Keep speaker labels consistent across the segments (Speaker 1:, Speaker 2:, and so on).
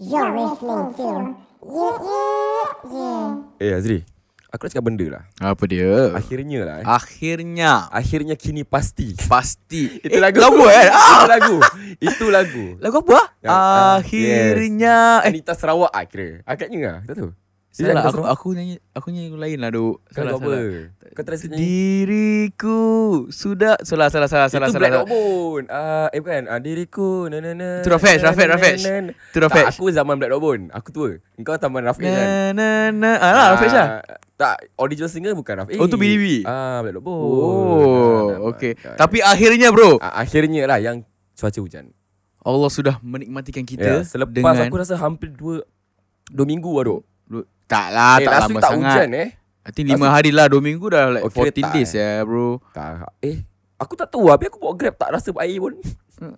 Speaker 1: You're listening to Yeah Yeah Yeah
Speaker 2: Eh Azri Aku nak cakap benda lah
Speaker 3: Apa dia?
Speaker 2: Akhirnya lah eh.
Speaker 3: Akhirnya
Speaker 2: Akhirnya kini pasti
Speaker 3: Pasti
Speaker 2: Itu lagu
Speaker 3: Lagu kan? Ah!
Speaker 2: Itu lagu Itu lagu
Speaker 3: Lagu apa?
Speaker 2: Yang, ah,
Speaker 3: Akhirnya eh,
Speaker 2: Anita Sarawak ah kira Agaknya lah Tak tahu Dia
Speaker 3: Salah
Speaker 2: lagu
Speaker 3: aku, aku nyanyi Aku nyanyi lagu lain lah Duk
Speaker 2: Kau
Speaker 3: Salah
Speaker 2: lagu apa
Speaker 3: salah
Speaker 2: Kau terasa nyanyi
Speaker 3: Diriku Sudah Salah salah salah Ah, salah
Speaker 2: Itu
Speaker 3: salah,
Speaker 2: Black Dog
Speaker 3: salah.
Speaker 2: Bone Ah, Eh bukan ah, Diriku na, na, na,
Speaker 3: Itu Rafesh,
Speaker 2: na, na,
Speaker 3: Rafesh,
Speaker 2: na,
Speaker 3: Rafesh.
Speaker 2: na, na.
Speaker 3: Itu
Speaker 2: Tak
Speaker 3: Rafesh
Speaker 2: aku zaman Black Dog Bone Aku tua Engkau zaman Rafesh kan
Speaker 3: Na na na Ah lah Rafesh lah
Speaker 2: Ah, Tak Original singer bukan Rafesh
Speaker 3: Oh, tu Billy B.
Speaker 2: Ah Black Dog Bone Ah,
Speaker 3: Oh Okay
Speaker 2: nampak.
Speaker 3: Oh, Tapi akhirnya bro
Speaker 2: Ah, Akhirnya lah yang cuaca hujan.
Speaker 3: Allah sudah menikmatikan
Speaker 2: Ya,
Speaker 3: kita
Speaker 2: selepas
Speaker 3: dengan
Speaker 2: aku rasa hampir dua dua minggu lah duk.
Speaker 3: Tak lah
Speaker 2: eh,
Speaker 3: Tak
Speaker 2: last
Speaker 3: lama
Speaker 2: week tak
Speaker 3: sangat
Speaker 2: hujan eh.
Speaker 3: I think 5
Speaker 2: Last-
Speaker 3: hari lah 2 minggu dah like
Speaker 2: Oh, kira
Speaker 3: 14
Speaker 2: tak,
Speaker 3: days ya bro
Speaker 2: Tak, eh. Aku tak tahu lah. Habis aku bawa grab tak rasa air pun.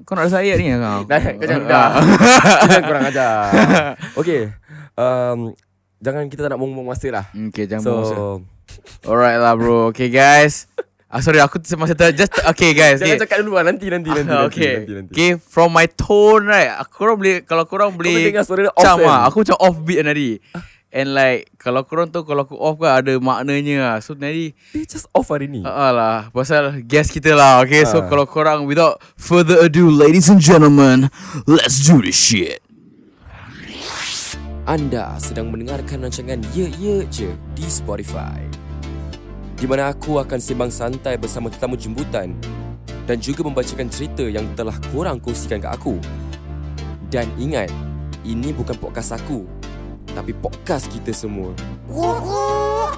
Speaker 3: Kau nak rasa ayat ni ya? Ah. kau
Speaker 2: Dah, kau jangan dah. jangan kurang ajar. Okay. Um, jangan kita tak nak buang-buang masa lah.
Speaker 3: Okay jangan
Speaker 2: so,
Speaker 3: so, Alright lah bro Okay guys ah, Sorry aku ter- masih ter- Just Okay guys
Speaker 2: jangan
Speaker 3: ni.
Speaker 2: cakap dulu lah. Nanti, nanti, nanti.
Speaker 3: Ah,
Speaker 2: nanti,
Speaker 3: okay.
Speaker 2: nanti, nanti.
Speaker 3: Okay From my tone right Aku orang boleh Kalau korang
Speaker 2: Kau boleh
Speaker 3: boleh
Speaker 2: dengar suara dia off
Speaker 3: Macam
Speaker 2: kan? Ah.
Speaker 3: lah Aku macam off beat tadi And like Kalau korang tu Kalau aku off kan Ada maknanya lah So tadi
Speaker 2: Dia just off hari ni.
Speaker 3: uh, lah Pasal guest kita lah Okay so
Speaker 2: Ah.
Speaker 3: kalau korang Without further ado Ladies and gentlemen Let's do this shit
Speaker 2: Anda sedang mendengarkan rancangan Ye Ye Je di Spotify. Di mana aku akan sembang santai bersama tetamu jemputan dan juga membacakan cerita yang telah korang kongsikan ke aku. Dan ingat, ini bukan podcast aku, tapi podcast kita semua.
Speaker 1: Yeah Yeah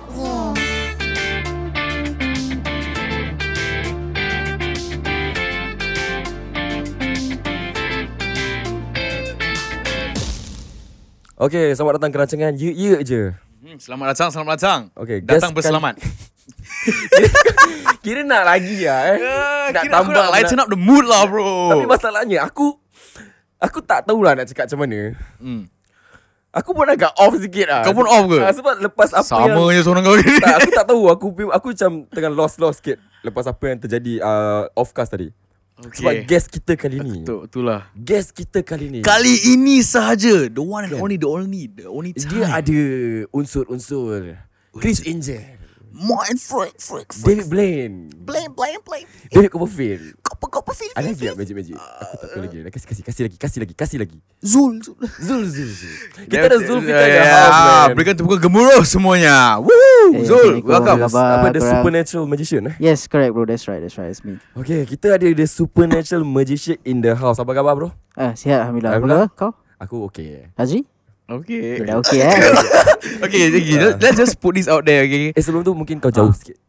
Speaker 1: Yeah
Speaker 2: Okay, selamat datang ke rancangan Ye Ye Je.
Speaker 3: hmm, Selamat datang Selamat datang
Speaker 2: Okay, guest
Speaker 3: Datang
Speaker 2: kan-
Speaker 3: berselamat
Speaker 2: Kira nak lagi lah eh.
Speaker 3: Ah,
Speaker 2: nak
Speaker 3: Kira aku nak lighten up the mood lah bro
Speaker 2: Tapi masalahnya aku aku tak tahulah nak cakap macam mana.
Speaker 3: Hmm.
Speaker 2: Aku pun agak off sikit lah
Speaker 3: Kau pun off ke?
Speaker 2: Ah, sebab lepas apa yang
Speaker 3: Sama je seorang kau ni
Speaker 2: tak, aku tak tahu aku aku macam tengah lost lost sikit lepas apa yang terjadi uh, offcast tadi. Okay. Sebab guest kita kali ni.
Speaker 3: Betul, itulah
Speaker 2: Guest kita kali ni.
Speaker 3: Kali ini sahaja The one and only The only The only
Speaker 2: Kan? dia
Speaker 3: time
Speaker 2: ada unsur-unsur Chris Angel,
Speaker 3: Martin Freud Freud
Speaker 2: David Blaine,
Speaker 3: Blame blame blame
Speaker 2: David Copperfield.
Speaker 3: Kopa kopa feel
Speaker 2: Ada lagi tak magic magic? Aku tak tahu lagi. Dah Kasih kasih kasih lagi, kasih lagi, kasih lagi.
Speaker 3: Uh. Zul Zul
Speaker 2: Zul Zul Zul. Kita ada Zul kita ada
Speaker 3: Ah,
Speaker 2: house man.
Speaker 3: Berikan tepukan gemuruh semuanya Woo
Speaker 4: Eh,
Speaker 3: Zul
Speaker 4: Assalamualaikum.
Speaker 3: welcome
Speaker 4: Apa khabar
Speaker 2: Apa the
Speaker 4: korang?
Speaker 2: supernatural magician eh?
Speaker 4: Yes, correct bro. That's right. That's right. It's me.
Speaker 2: Okay, kita ada the supernatural magician in the house. Apa khabar bro?
Speaker 4: Ah, sihat alhamdulillah. Apa
Speaker 2: Alhamdulillah.
Speaker 4: khabar
Speaker 2: Aku
Speaker 4: kau?
Speaker 2: okay.
Speaker 4: Azri?
Speaker 3: Okay
Speaker 4: Dah okey eh.
Speaker 3: Okay okay
Speaker 2: Ah.
Speaker 3: let's- Let's just put this out there okay
Speaker 2: Eh sebelum tu mungkin kau
Speaker 3: Ah,
Speaker 2: jauh sikit.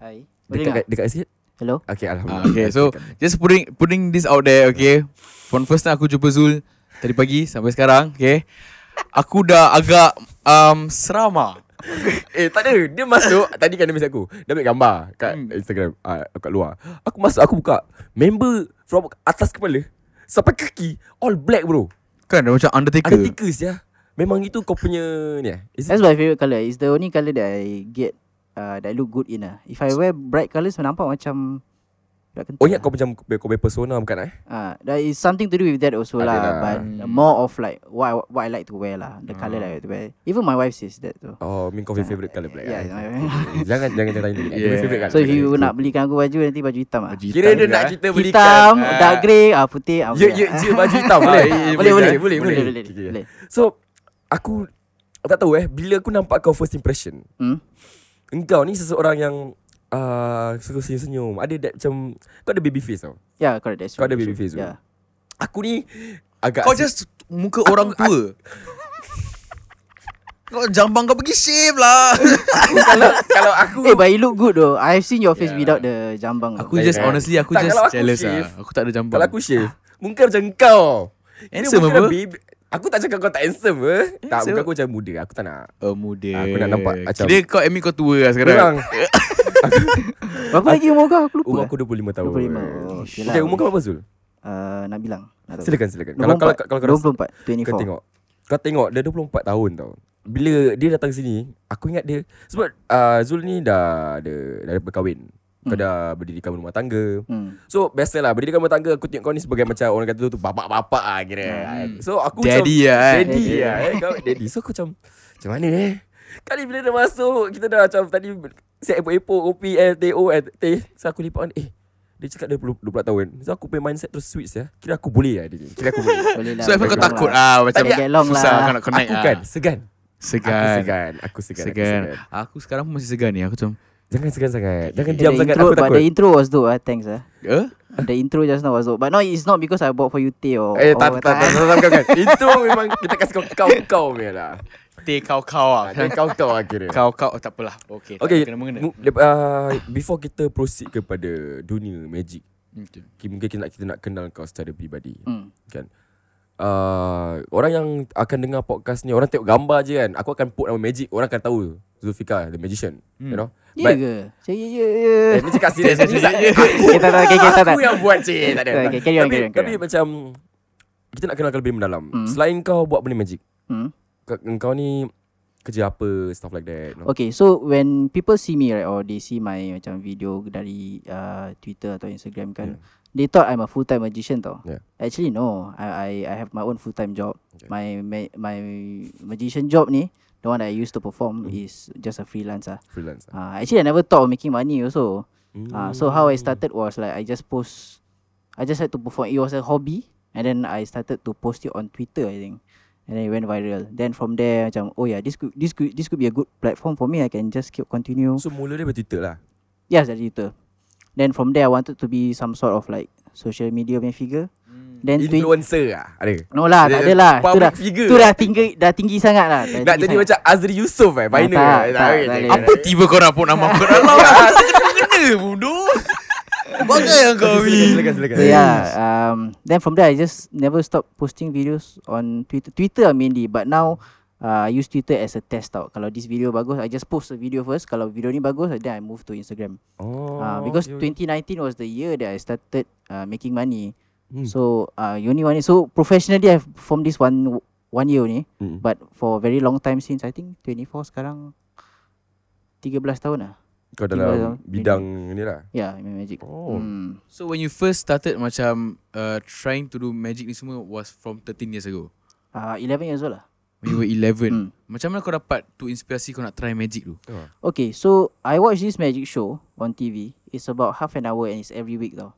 Speaker 4: Hai. Boleh
Speaker 2: Dekat
Speaker 4: dengar?
Speaker 2: dekat sikit.
Speaker 4: Hello.
Speaker 2: Okay,
Speaker 3: Ah,
Speaker 2: alhamdulillah.
Speaker 3: okay, so just putting putting this out there, okay. From first time aku jumpa Zul tadi pagi sampai sekarang, okay. Aku dah agak um, serama.
Speaker 2: eh tak ada. Dia masuk tadi kan dia message aku. Dia ambil gambar kat
Speaker 3: Hmm.
Speaker 2: Instagram ah kat luar. Aku masuk aku buka member from atas kepala sampai kaki all black bro.
Speaker 3: Kan dah macam Undertaker.
Speaker 2: Ada tikus ya. Memang itu kau punya ni eh. Is it?
Speaker 4: That's my favorite color. It's the only color that I get uh, that I look good in ah. If I wear bright colors nampak macam budak kentut.
Speaker 2: Oh ya
Speaker 4: lah.
Speaker 2: kau macam kau punya persona bukan eh?
Speaker 4: Ah, there is something to do with that also
Speaker 2: Ada
Speaker 4: lah,
Speaker 2: lah.
Speaker 4: but
Speaker 3: Hmm.
Speaker 4: more of like what I, what I like to wear lah, the color that I like to wear. Even my wife says that too.
Speaker 2: Oh, min kau punya favourite colour black. eh?
Speaker 4: Yeah, my-
Speaker 2: Okay, Jangan jangan jangan tanya dia.
Speaker 3: Yeah.
Speaker 2: Yeah. Favourite colour.
Speaker 4: So if you nak belikan aku baju nanti baju hitam ah.
Speaker 2: Kira dia
Speaker 3: eh?
Speaker 2: nak kita belikan
Speaker 4: Hitam,
Speaker 2: ah,
Speaker 4: dark grey, ah putih, ah.
Speaker 2: Ya
Speaker 4: boleh
Speaker 2: ya
Speaker 4: lah.
Speaker 2: je baju hitam boleh.
Speaker 3: Ah, ya,
Speaker 2: Boleh
Speaker 3: boleh,
Speaker 2: boleh
Speaker 3: eh?
Speaker 2: boleh boleh.
Speaker 4: boleh,
Speaker 2: Okay.
Speaker 4: boleh.
Speaker 2: So aku tak tahu eh bila aku nampak kau first impression
Speaker 4: Hmm.
Speaker 2: Engkau ni seseorang yang uh, Suka senyum-senyum Ada that macam Kau ada baby face tau
Speaker 4: Yeah, correct. That's
Speaker 2: Kau
Speaker 4: true,
Speaker 2: ada baby
Speaker 4: true.
Speaker 2: face tu?
Speaker 4: Yeah.
Speaker 2: Aku ni Agak
Speaker 3: Kau just muka orang tua. Kau jambang kau pergi shave lah.
Speaker 2: kalau, kalau aku
Speaker 4: Eh, but you look good though. I've seen your face
Speaker 3: Yeah.
Speaker 4: yeah. without the jambang.
Speaker 3: aku
Speaker 4: though.
Speaker 3: just
Speaker 2: Jangan.
Speaker 3: honestly aku
Speaker 2: Tak,
Speaker 3: just
Speaker 2: kalau aku
Speaker 3: jealous
Speaker 2: shave-
Speaker 3: lah. Aku tak ada jambang.
Speaker 2: Kalau aku shave Mungkin macam kau Kira
Speaker 3: handsome
Speaker 2: muka dah
Speaker 3: apa?
Speaker 2: baby, Aku tak cakap kau tak handsome eh. Tak
Speaker 3: Handsome.
Speaker 2: muka aku macam muda Aku tak nak
Speaker 3: Oh, muda.
Speaker 2: Ah, Aku nak nampak macam-
Speaker 3: Kira kau admit kau tua lah sekarang.
Speaker 2: Orang
Speaker 4: Berapa lagi umur kau? Aku lupa.
Speaker 2: Umur aku 25 tahun
Speaker 4: 25. Oh, okay lah.
Speaker 2: Okay umur kau berapa Zul?
Speaker 4: Uh, nak bilang. Nak tahu.
Speaker 2: Silakan silakan Kalau kalau
Speaker 4: 24,
Speaker 2: kalau kau rasa
Speaker 4: 24, 24,
Speaker 2: Kau
Speaker 4: 24.
Speaker 2: tengok Kau tengok Dia 24 tahun tau ah, Bila dia datang sini Aku ingat dia Sebab uh, Zul ni dah Dah, dah berkahwin Kau dah berdirikan rumah tangga
Speaker 4: Hmm.
Speaker 2: So biasalah Berdirikan rumah tangga Aku tengok kau ni sebagai macam Orang kata tu bapak-bapak lah kira So aku
Speaker 3: Daddy
Speaker 2: macam
Speaker 3: lah, eh.
Speaker 2: Daddy
Speaker 4: Daddy.
Speaker 2: lah eh. Kau daddy So aku macam Macam mana eh Kali bila dah masuk Kita dah macam tadi Siap epok-epok Kopi eh Teh oh, eh, teh So aku lipat on Eh dia cakap dia 20, 20 tahun So aku punya mindset terus switch ya Kira aku boleh lah dia Kira aku boleh
Speaker 4: Boleh lah.
Speaker 3: So aku kau
Speaker 4: boleh
Speaker 3: takut
Speaker 4: lah.
Speaker 3: ah macam
Speaker 4: Tak, get along lah.
Speaker 3: susah kau nak connect
Speaker 2: Aku
Speaker 3: ah.
Speaker 2: kan segan Aku
Speaker 3: Segan. Segan.
Speaker 2: segan Aku segan, aku
Speaker 3: Segan. Aku sekarang pun masih segan ni aku macam
Speaker 2: Jangan segan sangat Jangan
Speaker 4: The
Speaker 2: diam sangat
Speaker 4: intro,
Speaker 2: Aku
Speaker 4: but
Speaker 2: takut
Speaker 4: The intro was dope ah. Thanks ah.
Speaker 3: eh
Speaker 4: The intro just now was dope. But no, it's not because I bought for you teh or. Ah,
Speaker 2: Eh
Speaker 4: or
Speaker 2: tak tak tak tak tak, bukan. Itu memang kita kasih kau kau kau punya lah.
Speaker 3: teh kau kau ah.
Speaker 2: Ada kau lah kau akhirnya.
Speaker 3: Kau kau oh, tak apalah. Okey. tak
Speaker 2: Okay,
Speaker 3: kena mengena.
Speaker 2: mu- lep- ah, before kita proceed kepada dunia magic,
Speaker 3: Okay.
Speaker 2: ki- mungkin kita nak, kita nak kenal kau secara peribadi.
Speaker 4: Hmm.
Speaker 2: Kan? Ah, orang yang akan dengar podcast ni, orang tengok gambar je kan. Aku akan put nama magic, orang akan tahu Zulfika the magician, you know.
Speaker 4: Ya ke? Cik, ya, ya,
Speaker 2: eh,
Speaker 4: ya.
Speaker 2: ni cakap serius. ni sa-
Speaker 4: Kita tak, okay, okay, tak, tak.
Speaker 2: Aku yang buat cik, tak ada.
Speaker 4: Okay, carry on,
Speaker 2: tapi,
Speaker 4: carry on,
Speaker 2: tapi
Speaker 4: carry on.
Speaker 2: macam kita nak kenal kau lebih mendalam. Selain kau buat benda magic,
Speaker 4: Hmm.
Speaker 2: kau, kau ni kerja apa stuff like that no?
Speaker 4: Okay, so when people see me right or they see my macam video dari uh, Twitter atau Instagram kan, they thought I'm a full time magician tau.
Speaker 2: Yeah.
Speaker 4: Actually no, I I I have my own full time job.
Speaker 2: Okay.
Speaker 4: My, my my magician job ni, the one that I used to perform
Speaker 2: Mm.
Speaker 4: is just a freelancer.
Speaker 2: freelance ah.
Speaker 4: Uh, actually I never thought of making money also.
Speaker 2: mm.
Speaker 4: Uh, so how I started was like I just post I just had to perform it was a hobby and then I started to post it on Twitter I think and then it went viral then from there macam oh yeah this could this could this could be a good platform for me I can just keep continue
Speaker 2: so mula dia bertwitter lah
Speaker 4: yes dari Twitter then from there I wanted to be some sort of like social media punya figure then twi-
Speaker 2: Hmm. influencer lah ada
Speaker 4: no lah tak ada lah tu
Speaker 2: Public
Speaker 4: dah
Speaker 2: figure.
Speaker 4: tu dah tinggi dah tinggi sangat lah dah
Speaker 2: nak
Speaker 4: tinggi
Speaker 2: jadi
Speaker 4: sangat.
Speaker 2: macam Azri Yusof eh final eh.
Speaker 4: Ah, tak, tak,
Speaker 2: boleh,
Speaker 4: tak
Speaker 2: tak
Speaker 4: boleh.
Speaker 2: boleh.
Speaker 3: Apa tiba kau nak put nama aku dah lama Aku kena mengena bodoh Bagai yang eh, kau
Speaker 2: Silakan,
Speaker 3: ni
Speaker 2: silakan silakan
Speaker 4: So yeah, um, then from there I just never stopped posting videos on Twitter. Twitter ah mainly, but now uh, I use Twitter as a test out. Kalau this video bagus, I just post the video first. Kalau video ni bagus, then I move to Instagram.
Speaker 2: oh,
Speaker 4: uh, because
Speaker 2: okay, okay.
Speaker 4: 2019 was the year that I started uh, making money.
Speaker 2: Hmm.
Speaker 4: So uh, you only one year. So professionally, I've performed this one one year only,
Speaker 2: Hmm.
Speaker 4: but for a very long time since I think 24 sekarang 13 tahun lah.
Speaker 2: kau dalam
Speaker 4: Tiba-
Speaker 2: bidang ni lah
Speaker 4: Yeah, I mean magic.
Speaker 2: Oh.
Speaker 4: Hmm.
Speaker 3: So when you first started macam uh, Trying to do magic ni semua Was from 13 years ago
Speaker 4: Uh, 11 years old lah.
Speaker 3: When you were 11
Speaker 4: Hmm.
Speaker 3: Macam mana kau dapat Tu inspirasi kau nak try magic tu
Speaker 4: Okay, so I watch this magic show on TV. It's about half an hour and it's every week though.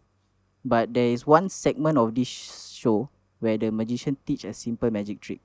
Speaker 4: But there is one segment of this show where the magician teach a simple magic trick.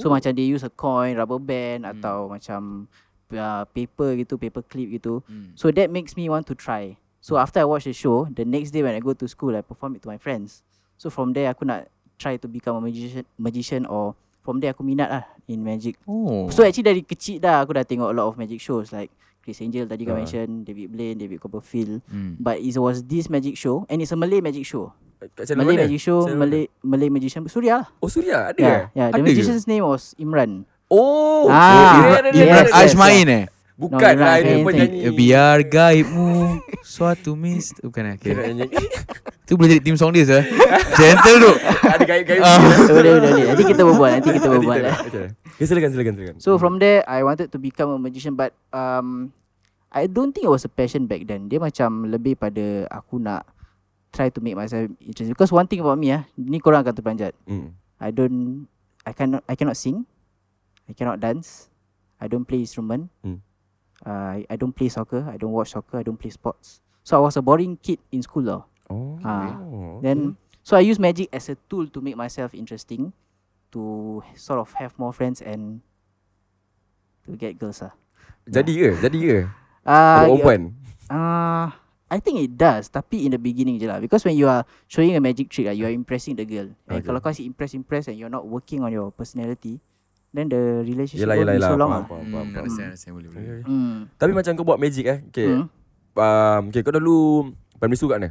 Speaker 4: So macam they use a coin, rubber band hmm. atau macam uh, paper gitu, paper clip gitu.
Speaker 3: Hmm.
Speaker 4: So that makes me want to try. So after I watch the show, the next day when I go to school, I perform it to my friends. So from there aku nak try to become a magician, magician or from there aku minat lah in magic.
Speaker 3: Oh
Speaker 4: So actually dari kecil dah aku dah tengok a lot of magic shows like Chris Angel tadi kau
Speaker 2: Ah.
Speaker 4: mention, David Blaine, David Copperfield.
Speaker 3: Hmm.
Speaker 4: But it was this magic show and it's a Malay magic show.
Speaker 2: kat channel
Speaker 4: Malay
Speaker 2: mana
Speaker 4: magic show,
Speaker 2: Channel mana?
Speaker 4: Malay Malay magician Surya lah.
Speaker 2: oh Surya ada eh?
Speaker 4: Yeah, yeah. The
Speaker 3: Ada ke?
Speaker 4: magician's name was Imran.
Speaker 2: oh oh,
Speaker 4: Ah,
Speaker 2: ada,
Speaker 4: Imran-
Speaker 2: ada, ada,
Speaker 4: Imran
Speaker 2: ada.
Speaker 4: Ash-
Speaker 3: Ajmain eh
Speaker 2: bukan
Speaker 4: No,
Speaker 2: lah
Speaker 4: Imran
Speaker 2: dia
Speaker 4: Ash-
Speaker 2: pun
Speaker 4: Ash-
Speaker 2: nyanyi
Speaker 3: Biar gaibmu Suatu mist Bukan lah
Speaker 2: Dia nak
Speaker 3: okay.
Speaker 2: nyanyi.
Speaker 3: Tu boleh jadi theme song dia sah Gentle tu
Speaker 2: ada gaya-gaya
Speaker 3: Ah.
Speaker 4: So boleh boleh boleh. Nanti kita berbual, nanti kita berbual lah.
Speaker 2: Okay. Okay, silakan silakan silakan
Speaker 4: So from there I wanted to become a magician but um I don't think it was a passion back then. Dia macam lebih pada aku nak try to make myself interesting because one thing about me ah, ni korang akan terperanjat.
Speaker 2: Hmm.
Speaker 4: I don't I cannot I cannot sing. I cannot dance. I don't play instrument.
Speaker 2: Mm.
Speaker 4: Uh, I, I don't play soccer. I don't watch soccer. I don't play sports. So I was a boring kid in school lah.
Speaker 2: oh
Speaker 4: Ah.
Speaker 2: okay.
Speaker 4: Then so I use magic as a tool to make myself interesting, to sort of have more friends and to get girls ah.
Speaker 2: jadi ke jadi ke
Speaker 4: Uh,
Speaker 2: open
Speaker 4: Uh, I think it does Tapi in the beginning je lah Because when you are Showing a magic trick lah You are impressing the girl And
Speaker 2: Okay.
Speaker 4: kalau kau asyik impress-impress And you're not working on your personality Then the relationship
Speaker 2: Yelah
Speaker 4: Won't
Speaker 2: yelah
Speaker 4: be
Speaker 2: yelah
Speaker 4: so long
Speaker 2: Faham,
Speaker 4: lah
Speaker 2: faham, faham, faham.
Speaker 3: Hmm, Understand understand boleh boleh
Speaker 4: hmm.
Speaker 2: Tapi macam kau buat magic eh Okay
Speaker 4: Hmm.
Speaker 2: hmm. um, Okay kau dulu Primary school kat mana?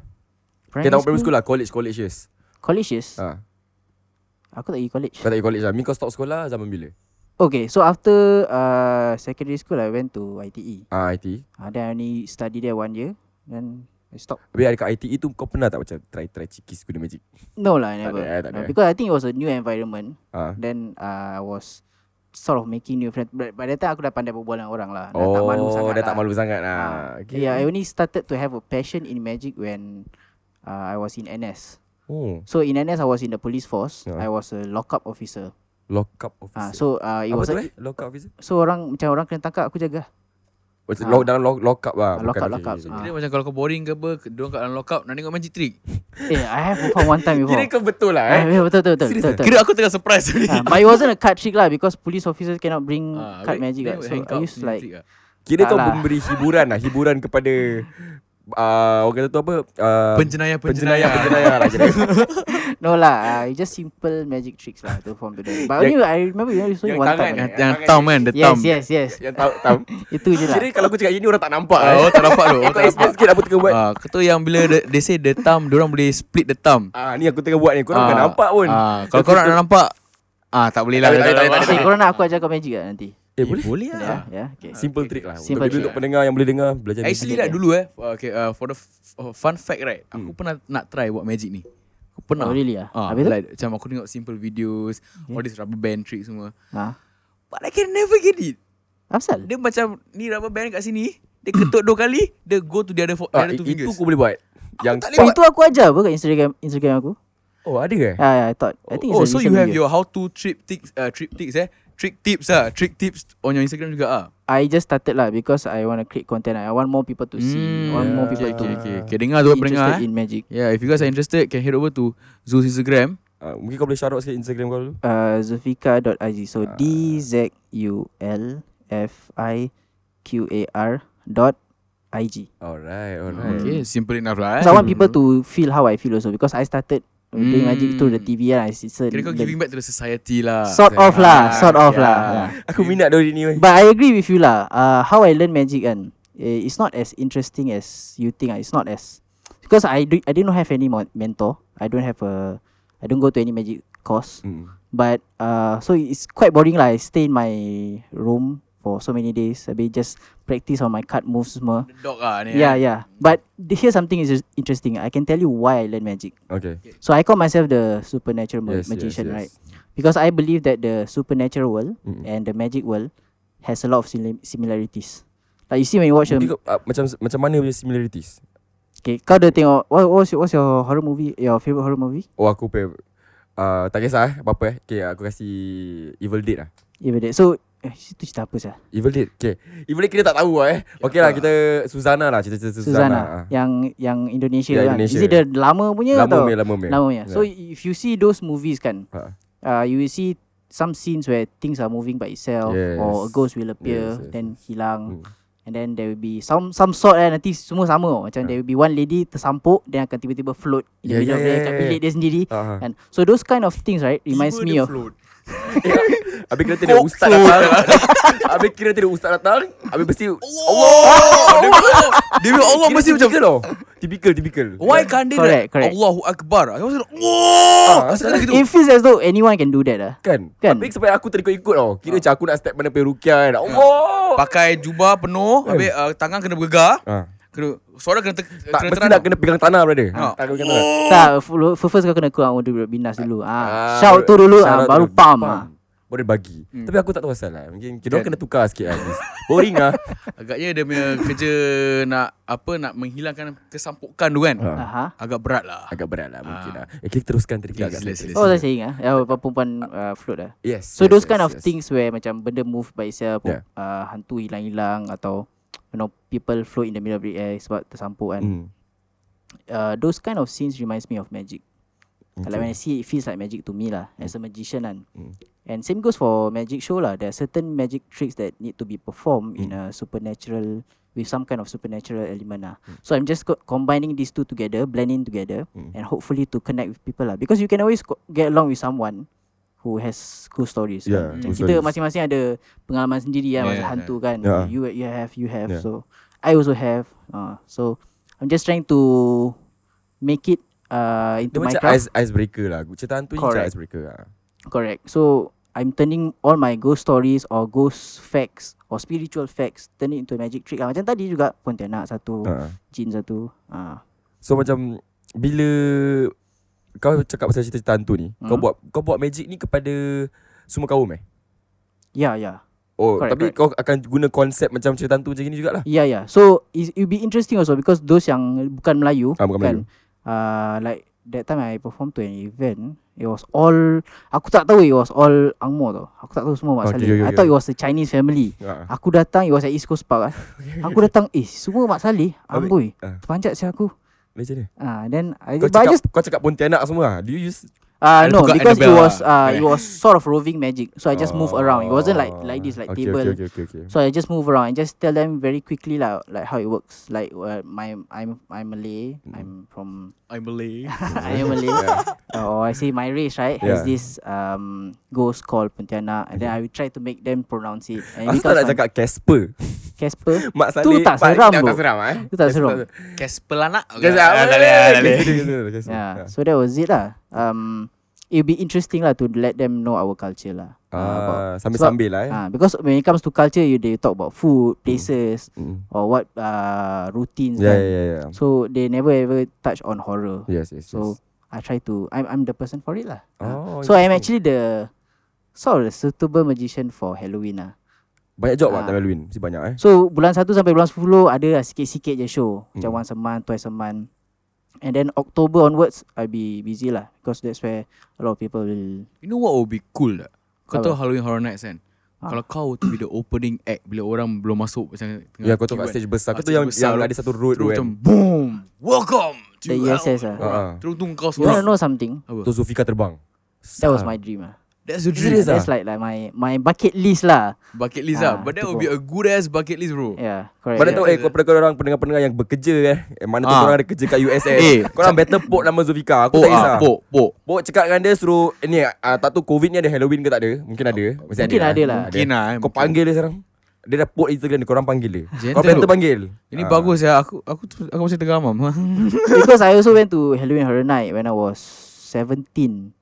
Speaker 2: Okay tak primary school lah College college years
Speaker 4: College yes
Speaker 2: ha.
Speaker 4: Aku tak pergi college
Speaker 2: Kau tak pergi college lah Min kau stop sekolah zaman bila?
Speaker 4: Okay so after uh, Secondary school I went to ITE
Speaker 2: Ah IT
Speaker 4: uh, Then I only study there one year Then I stopped
Speaker 2: Habis ada kat ITE tu Kau pernah tak macam Try-try cikis guna magic?
Speaker 4: No lah
Speaker 2: Tak
Speaker 4: I never
Speaker 2: ada, eh, tak
Speaker 4: no,
Speaker 2: ada.
Speaker 4: Because I think it was a new environment
Speaker 2: Ha.
Speaker 4: Then uh, I was sort of making new friends. But by the time aku dah pandai berbual dengan orang lah. Dah
Speaker 2: Oh,
Speaker 4: tak malu sangat
Speaker 2: dah
Speaker 4: lah.
Speaker 2: tak malu sangat lah.
Speaker 4: Ah,
Speaker 2: Okay.
Speaker 4: Yeah, I only started to have a passion in magic when uh, I was in NS.
Speaker 2: Oh,
Speaker 4: So in NS, I was in the police force.
Speaker 2: Yeah.
Speaker 4: I was a lockup officer.
Speaker 2: lock up
Speaker 4: Ah,
Speaker 2: officer.
Speaker 4: so uh, it
Speaker 5: Apa
Speaker 4: was
Speaker 5: tu
Speaker 4: a,
Speaker 5: eh? Lock up officer?
Speaker 4: so orang macam orang kena tangkap aku jaga.
Speaker 2: Macam Oh, lock dalam lock, lock up lah.
Speaker 4: Ah, lock
Speaker 2: bukan-
Speaker 4: up, lock
Speaker 2: okay,
Speaker 4: up.
Speaker 2: okay, okay.
Speaker 4: Ah.
Speaker 3: Kira macam kalau kau boring ke apa, k- diorang kat dalam lockup nak tengok magic trick.
Speaker 4: Eh, I have performed one time before.
Speaker 2: Kira kau betul lah eh.
Speaker 4: Ah, yeah, betul betul betul.
Speaker 2: Serious
Speaker 4: betul,
Speaker 2: eh?
Speaker 4: betul.
Speaker 3: Kira aku tengah surprise tadi.
Speaker 4: Ah, but it wasn't a card trick lah because police officers cannot bring
Speaker 3: Ah, abeh
Speaker 4: card magic.
Speaker 3: dia
Speaker 4: Right? So I
Speaker 3: handcuff
Speaker 4: used
Speaker 3: magic
Speaker 4: like
Speaker 3: trick ah.
Speaker 2: Kira
Speaker 4: Tak
Speaker 2: kau
Speaker 4: lah.
Speaker 2: memberi hiburan lah. Hiburan kepada... Uh, orang kata tu apa? Uh,
Speaker 3: Penjenayah
Speaker 2: penjenayah.
Speaker 3: penjenayah.
Speaker 2: Penjenayah lah. kira.
Speaker 4: no lah, uh, it's just simple magic tricks lah to perform to them. But only I remember you know it's only
Speaker 2: yang
Speaker 4: one
Speaker 2: tangan
Speaker 4: time.
Speaker 3: Yang,
Speaker 4: only.
Speaker 3: yang thumb kan, the
Speaker 4: Yes
Speaker 3: thumb. Ya.
Speaker 4: yes yes.
Speaker 2: Yang tahu, tahu.
Speaker 4: Itu je lah.
Speaker 2: Kira kalau aku cakap ini orang tak nampak.
Speaker 3: Ah,
Speaker 2: eh.
Speaker 3: oh, tak dapat tu.
Speaker 2: Kau
Speaker 3: Oh, tak dapat.
Speaker 2: explain sikit apa tengah buat.
Speaker 3: Ah, kau tahu yang bila the, they say the thumb, diorang boleh split the thumb.
Speaker 2: Ah, ni aku tengah buat ni. Korang
Speaker 3: Ah,
Speaker 2: bukan nampak pun.
Speaker 3: Ah, kalau korang nak nampak, ah tak boleh lah.
Speaker 2: Tak boleh, tak boleh, tak
Speaker 4: Eh, korang nak aku ajar kau magic tak nanti?
Speaker 2: Eh, boleh?
Speaker 3: Boleh
Speaker 4: Ya,
Speaker 3: lah.
Speaker 4: ya, okay.
Speaker 2: Simple trick lah. Simple
Speaker 4: Simple trick
Speaker 2: trick. Untuk
Speaker 4: lah.
Speaker 2: pendengar yang boleh dengar, belajar
Speaker 3: Actually
Speaker 2: magic.
Speaker 3: lah dulu eh uh, okay, uh, for the f- uh, fun fact right aku pernah nak try buat magic ni aku pernah
Speaker 4: Hmm. Oh, really ah?
Speaker 3: Ah,
Speaker 4: Habis tu?
Speaker 3: like, macam aku tengok simple videos all this rubber band trick semua
Speaker 4: Ha.
Speaker 3: but I can never get it
Speaker 4: Apasal?
Speaker 3: dia macam ni rubber band kat sini dia ketuk dua kali dia go to the other, fo- the
Speaker 2: Ah, i-
Speaker 3: other two
Speaker 2: itu
Speaker 3: fingers
Speaker 2: aku boleh buat. Yang
Speaker 3: tak boleh
Speaker 4: Oh, itu aku ajar apa kat Instagram Instagram aku?
Speaker 2: Oh, ada ke?
Speaker 4: Ah, yeah, I thought. I think it's
Speaker 3: oh
Speaker 4: a
Speaker 3: so you
Speaker 4: recent
Speaker 3: have
Speaker 4: video.
Speaker 3: your how to trip tips uh, trip tips eh trick tips ah trick tips on your Instagram juga ah
Speaker 4: I just started lah because I want to create content. I want more people to see. I want more
Speaker 3: Hmm, okay,
Speaker 4: people
Speaker 3: okay,
Speaker 4: to
Speaker 3: okay. okay dengar tu pendengar
Speaker 4: Ah.
Speaker 3: eh
Speaker 4: interested in magic.
Speaker 3: yeah if you guys are interested can head over to Zul's Instagram
Speaker 2: Ah, Mungkin kau boleh shout out sikit Instagram kau dulu.
Speaker 4: Uh, Zulfika.ig. So
Speaker 3: Ah.
Speaker 4: D Z U L F I Q A R dot I G.
Speaker 2: Alright, alright.
Speaker 3: okay simple enough lah eh
Speaker 4: So I want Hmm. people to feel how I feel also because I started
Speaker 3: Mm.
Speaker 4: doing magic through the TV and I see so
Speaker 3: Hmm. Kira kau giving back to the society lah
Speaker 4: sort of lah,
Speaker 3: Ah,
Speaker 4: sort of
Speaker 3: yeah.
Speaker 4: lah. Yeah.
Speaker 2: Aku minat dari ni weh.
Speaker 4: But I agree with you lah. Uh, how I learn magic kan, eh, it's not as interesting as you think. ah. It's not as because I do, I didn't have any mon- mentor. I don't have a I don't go to any magic course.
Speaker 2: Hmm.
Speaker 4: But uh, so it's quite boring lah. I stay in my room for so many days. Habis just practice on my card moves semua.
Speaker 3: Dog lah ni
Speaker 4: Yeah, yeah.
Speaker 3: eh.
Speaker 4: But th- here's something is is interesting. I can tell you why I learn magic.
Speaker 2: Okay.
Speaker 4: So I call myself the supernatural ma-
Speaker 2: Yes, yes,
Speaker 4: magician,
Speaker 2: yes.
Speaker 4: right? Because I believe that the supernatural world
Speaker 2: Mm.
Speaker 4: and the magic world has a lot of simi- similarities. Like you see when you watch a
Speaker 2: Mungkin kau, ah, macam macam mana punya similarities?
Speaker 4: okay, kau dah tengok what what's your, what's your horror movie? Your favorite horror movie?
Speaker 2: Oh, aku pay Uh, tak kisah eh, apa-apa eh. Okay, aku kasi Evil Dead lah.
Speaker 4: Evil Dead. So eh, itu cerita apa sah?
Speaker 2: Evil Dead, okay. Evil Dead kita tak tahu lah eh. Okay lah, kita Suzana lah, cerita-cerita Suzana.
Speaker 4: Ya, Susana, Ya, yang yang Indonesia,
Speaker 2: Ya,
Speaker 4: kan? Is
Speaker 2: Indonesia.
Speaker 4: it the lama punya
Speaker 2: Lama
Speaker 4: atau
Speaker 2: meh, lama Ya. meh.
Speaker 4: lama punya? So
Speaker 2: Yeah.
Speaker 4: if you see those movies kan,
Speaker 2: Ha.
Speaker 4: uh, you will see some scenes where things are moving by itself or
Speaker 2: Yes.
Speaker 4: a ghost will
Speaker 2: Yes,
Speaker 4: appear
Speaker 2: yes,
Speaker 4: then
Speaker 2: Mm.
Speaker 4: hilang and then there will be some some sort eh nanti semua sama tau. macam there will be one lady tersampuk then akan tiba-tiba float
Speaker 2: Ha.
Speaker 4: in the
Speaker 2: Yeah,
Speaker 4: middle
Speaker 2: yeah,
Speaker 4: of
Speaker 2: yeah,
Speaker 4: the kat
Speaker 2: yeah,
Speaker 4: bilik dia sendiri
Speaker 2: Ah,
Speaker 4: and so those kind of things right reminds
Speaker 3: Tiba
Speaker 4: me
Speaker 3: dia
Speaker 4: of
Speaker 3: float.
Speaker 2: Habis kira tiada ustaz datang. Habis kira tiada ustaz datang. Habis mesti
Speaker 3: Dia bilang Allah mesti macam
Speaker 2: loh. Typical, typical.
Speaker 3: Why can't they correct,
Speaker 4: Correct,
Speaker 3: correct.
Speaker 4: correct.
Speaker 3: Allahu Akbar Aku rasa Wow
Speaker 2: Ah,
Speaker 3: Rasa macam gitu
Speaker 4: it feels as though anyone can do that lah
Speaker 2: Kan?
Speaker 4: Kan? Ah.
Speaker 2: kan? Habis sampai aku terikut-ikut tau. Kira macam aku nak step mana pergi rukiah kan. Allah.
Speaker 3: Pakai jubah penuh
Speaker 4: Hmm.
Speaker 3: Habis uh, tangan kena bergegar
Speaker 2: Ah.
Speaker 3: kena, Suara kena, ter,
Speaker 2: Tak,
Speaker 3: kena
Speaker 2: mesti nak kena pegang tanah brother.
Speaker 3: Ah.
Speaker 2: Tak kena pegang tanah.
Speaker 4: tak f- first kau kena keluar dulu binas dulu
Speaker 2: Ah,
Speaker 4: ah, shout tu dulu
Speaker 2: shout
Speaker 4: ah,
Speaker 2: out
Speaker 4: baru
Speaker 2: tu dulu.
Speaker 4: pump ah.
Speaker 2: Boleh bagi hmm. Tapi aku tak tahu asal lah Mungkin kita kena tukar sikit lah Aziz. Boring lah
Speaker 3: Agaknya dia punya kerja Nak Apa Nak menghilangkan Kesampukan tu kan
Speaker 2: Ah.
Speaker 4: Aha.
Speaker 3: Agak berat lah
Speaker 2: Agak berat lah mungkin lah eh, Kita teruskan tadi
Speaker 3: Okay,
Speaker 2: agak
Speaker 3: sila,
Speaker 2: sikit.
Speaker 3: sila,
Speaker 4: Oh, saya saying ah, ya, perempuan uh, float lah.
Speaker 2: Yes
Speaker 4: So
Speaker 2: yes,
Speaker 4: those
Speaker 2: yes,
Speaker 4: kind of
Speaker 2: yes.
Speaker 4: things where macam benda move by itself,
Speaker 2: Yeah.
Speaker 4: uh, hantu hilang-hilang atau you know people float in the middle of the air sebab tersampuk kan.
Speaker 2: Hmm.
Speaker 4: Uh, those kind of scenes reminds me of magic. Okay. Like
Speaker 2: Okay.
Speaker 4: when I see it, it feels like magic to me lah as a magician kan.
Speaker 2: Mm.
Speaker 4: And same goes for magic show lah. There are certain magic tricks that need to be performed
Speaker 2: Mm.
Speaker 4: in a supernatural with some kind of supernatural element lah. So I'm just co- combining these two together, blending together,
Speaker 2: Mm.
Speaker 4: and hopefully to connect with people lah. Because you can always co- get along with someone who has cool stories.
Speaker 2: Yeah,
Speaker 4: kan. Macam
Speaker 2: cool
Speaker 4: kita
Speaker 2: stories.
Speaker 4: masing-masing ada pengalaman sendiri
Speaker 3: Yeah,
Speaker 4: kan, masa
Speaker 3: yeah.
Speaker 4: hantu kan.
Speaker 2: Yeah.
Speaker 4: You you have, you have.
Speaker 2: Yeah.
Speaker 4: So I also have. Uh, so I'm just trying to make it uh,
Speaker 2: Dia
Speaker 4: into my
Speaker 2: macam
Speaker 4: craft.
Speaker 2: ice, icebreaker lah Cerita hantu ni macam
Speaker 4: Correct.
Speaker 2: icebreaker lah
Speaker 4: Correct. So I'm turning all my ghost stories or ghost facts or spiritual facts turn it into a magic trick. Ah, macam tadi juga Pontianak satu,
Speaker 2: Ah.
Speaker 4: jin satu. Ah,
Speaker 2: So macam Bila Kau cakap pasal cerita-cerita hantu ni Kau
Speaker 4: Hmm.
Speaker 2: buat Kau buat magic ni kepada Semua kaum eh
Speaker 4: Yeah, yeah.
Speaker 2: Oh
Speaker 4: Correct,
Speaker 2: correct, tapi
Speaker 4: correct.
Speaker 2: correct. kau akan guna konsep macam cerita hantu macam ni jugalah
Speaker 4: Yeah, yeah. So it will be interesting also because those yang bukan Melayu,
Speaker 2: Ah, bukan Melayu.
Speaker 4: Uh, like that time I perform to an event, it was all aku tak tahu it was all Angmo tau. Aku tak tahu semua Mak
Speaker 2: Okay,
Speaker 4: Saleh.
Speaker 2: yo, yo, yo.
Speaker 4: I thought it was a Chinese family.
Speaker 2: Ah.
Speaker 4: Aku datang it was at East Coast Park. ah. aku datang eh semua Mak Saleh,
Speaker 2: Habis-
Speaker 4: amboi.
Speaker 2: ah.
Speaker 4: Terpanjat saya aku.
Speaker 2: Macam ni
Speaker 4: Ah, uh, then I
Speaker 2: Kau
Speaker 4: but I
Speaker 2: cakap,
Speaker 4: just
Speaker 2: kau cakap Pontianak semua ah? Do you use
Speaker 3: Ada
Speaker 4: Uh, no,
Speaker 3: tukar
Speaker 4: because it
Speaker 3: Annabelle
Speaker 4: was
Speaker 3: lah.
Speaker 4: uh, it was sort of roving magic. So I just move around. It wasn't like like this, like
Speaker 2: Oh. okay,
Speaker 4: table.
Speaker 2: okay, okay, okay, okay.
Speaker 4: So I just move around and just tell them very quickly lah, like how it works. Like uh, my I'm I'm Malay.
Speaker 2: Mm-hmm.
Speaker 4: I'm from
Speaker 3: I'm Malay.
Speaker 4: I am Malay. Uh, or I say my race right
Speaker 2: Yeah.
Speaker 4: has
Speaker 2: Mm-hmm.
Speaker 4: this um ghost called Pontianak, and then I will try to make them pronounce it. And
Speaker 2: Aku tak nak cakap Casper
Speaker 4: Casper.
Speaker 2: Mak
Speaker 4: Tu
Speaker 2: Saleh
Speaker 4: tak
Speaker 2: Pak-
Speaker 4: seram,
Speaker 2: Tak
Speaker 4: bro.
Speaker 2: seram eh
Speaker 4: Itu tak seram.
Speaker 3: Casper lah nak.
Speaker 2: Casper
Speaker 3: Ah, Tak boleh, ah, tak boleh.
Speaker 4: Yeah.
Speaker 2: Ya.
Speaker 4: So that was it lah. Um, it'll be interesting lah to let them know our culture lah. uh, about-
Speaker 2: Ah, Sambil-sambil lah eh
Speaker 4: Ah, because when it comes to culture, you they talk about food, places,
Speaker 2: Mm.
Speaker 4: or what uh, routines.
Speaker 2: Yeah,
Speaker 4: kan.
Speaker 2: yeah, yeah, yeah.
Speaker 4: So they never ever touch on horror.
Speaker 2: ya, Yes, yes, yes.
Speaker 4: So I try to. I'm I'm the person for it lah.
Speaker 2: Oh,
Speaker 4: Ah. so I'm actually the sort of the suitable magician for Halloween lah.
Speaker 2: Banyak job lah
Speaker 4: Ah.
Speaker 2: time Halloween Mesti banyak eh
Speaker 4: So bulan 1 sampai bulan 10 ada lah sikit-sikit je show. Macam
Speaker 2: Mm.
Speaker 4: once a month, twice a month. And then October onwards, I'll be busy lah. Because that's where a lot of people will...
Speaker 3: You know what would be cool tak? Kau
Speaker 4: Apa?
Speaker 3: tahu Halloween Horror Nights kan?
Speaker 2: Ha.
Speaker 4: Ah.
Speaker 3: Kalau kau to be the opening act bila orang belum masuk macam tengah
Speaker 2: Ya kau tahu
Speaker 3: queue
Speaker 2: kat
Speaker 3: kan.
Speaker 2: stage besar Kau
Speaker 3: Ah,
Speaker 2: tu
Speaker 3: stage
Speaker 2: yang
Speaker 3: besar
Speaker 2: yang
Speaker 3: tu.
Speaker 2: ada satu road tu
Speaker 3: Terus
Speaker 2: kan
Speaker 3: macam boom. Welcome to
Speaker 4: The
Speaker 3: Halloween.
Speaker 4: USS lah.
Speaker 2: Ah, ah.
Speaker 3: Terus tu kau
Speaker 4: You wanna
Speaker 3: seorang.
Speaker 4: know something?
Speaker 2: Tu Zulfika terbang Ah.
Speaker 4: That was my dream lah.
Speaker 3: That's your
Speaker 2: Serious ah?
Speaker 3: dream.
Speaker 4: That's like, like my my bucket list lah.
Speaker 3: Bucket list
Speaker 4: Ah,
Speaker 3: lah. But that
Speaker 4: tu
Speaker 3: would be
Speaker 4: pun.
Speaker 3: a good ass bucket list bro.
Speaker 4: Yeah, correct.
Speaker 2: Mana
Speaker 4: Yeah.
Speaker 2: tahu eh kepada kau orang pendengar-pendengar yang bekerja eh. eh mana tahu
Speaker 3: Ah.
Speaker 2: kau orang ada kerja kat USS.
Speaker 3: Eh,
Speaker 2: Kau orang better pok nama Zulfika. Aku
Speaker 4: Oh,
Speaker 3: Pok
Speaker 2: tak kisah.
Speaker 3: ah, pok, pok.
Speaker 2: Pok cakap dengan dia suruh eh, ni ah, tak tahu COVID ni ada Halloween ke tak ada? Mungkin ada. Mesti
Speaker 4: Mungkin ada lah.
Speaker 3: Mungkin lah, eh,
Speaker 2: Kau
Speaker 3: mungkin.
Speaker 2: panggil dia sekarang. Dia dah pok Instagram dia, kau orang panggil dia.
Speaker 3: Gentle
Speaker 2: Kau better
Speaker 3: look.
Speaker 2: panggil.
Speaker 3: Ini
Speaker 2: Ah.
Speaker 3: bagus ya. Aku aku tu- aku masih tergamam.
Speaker 4: Because I also went to Halloween Horror Night when I was 17.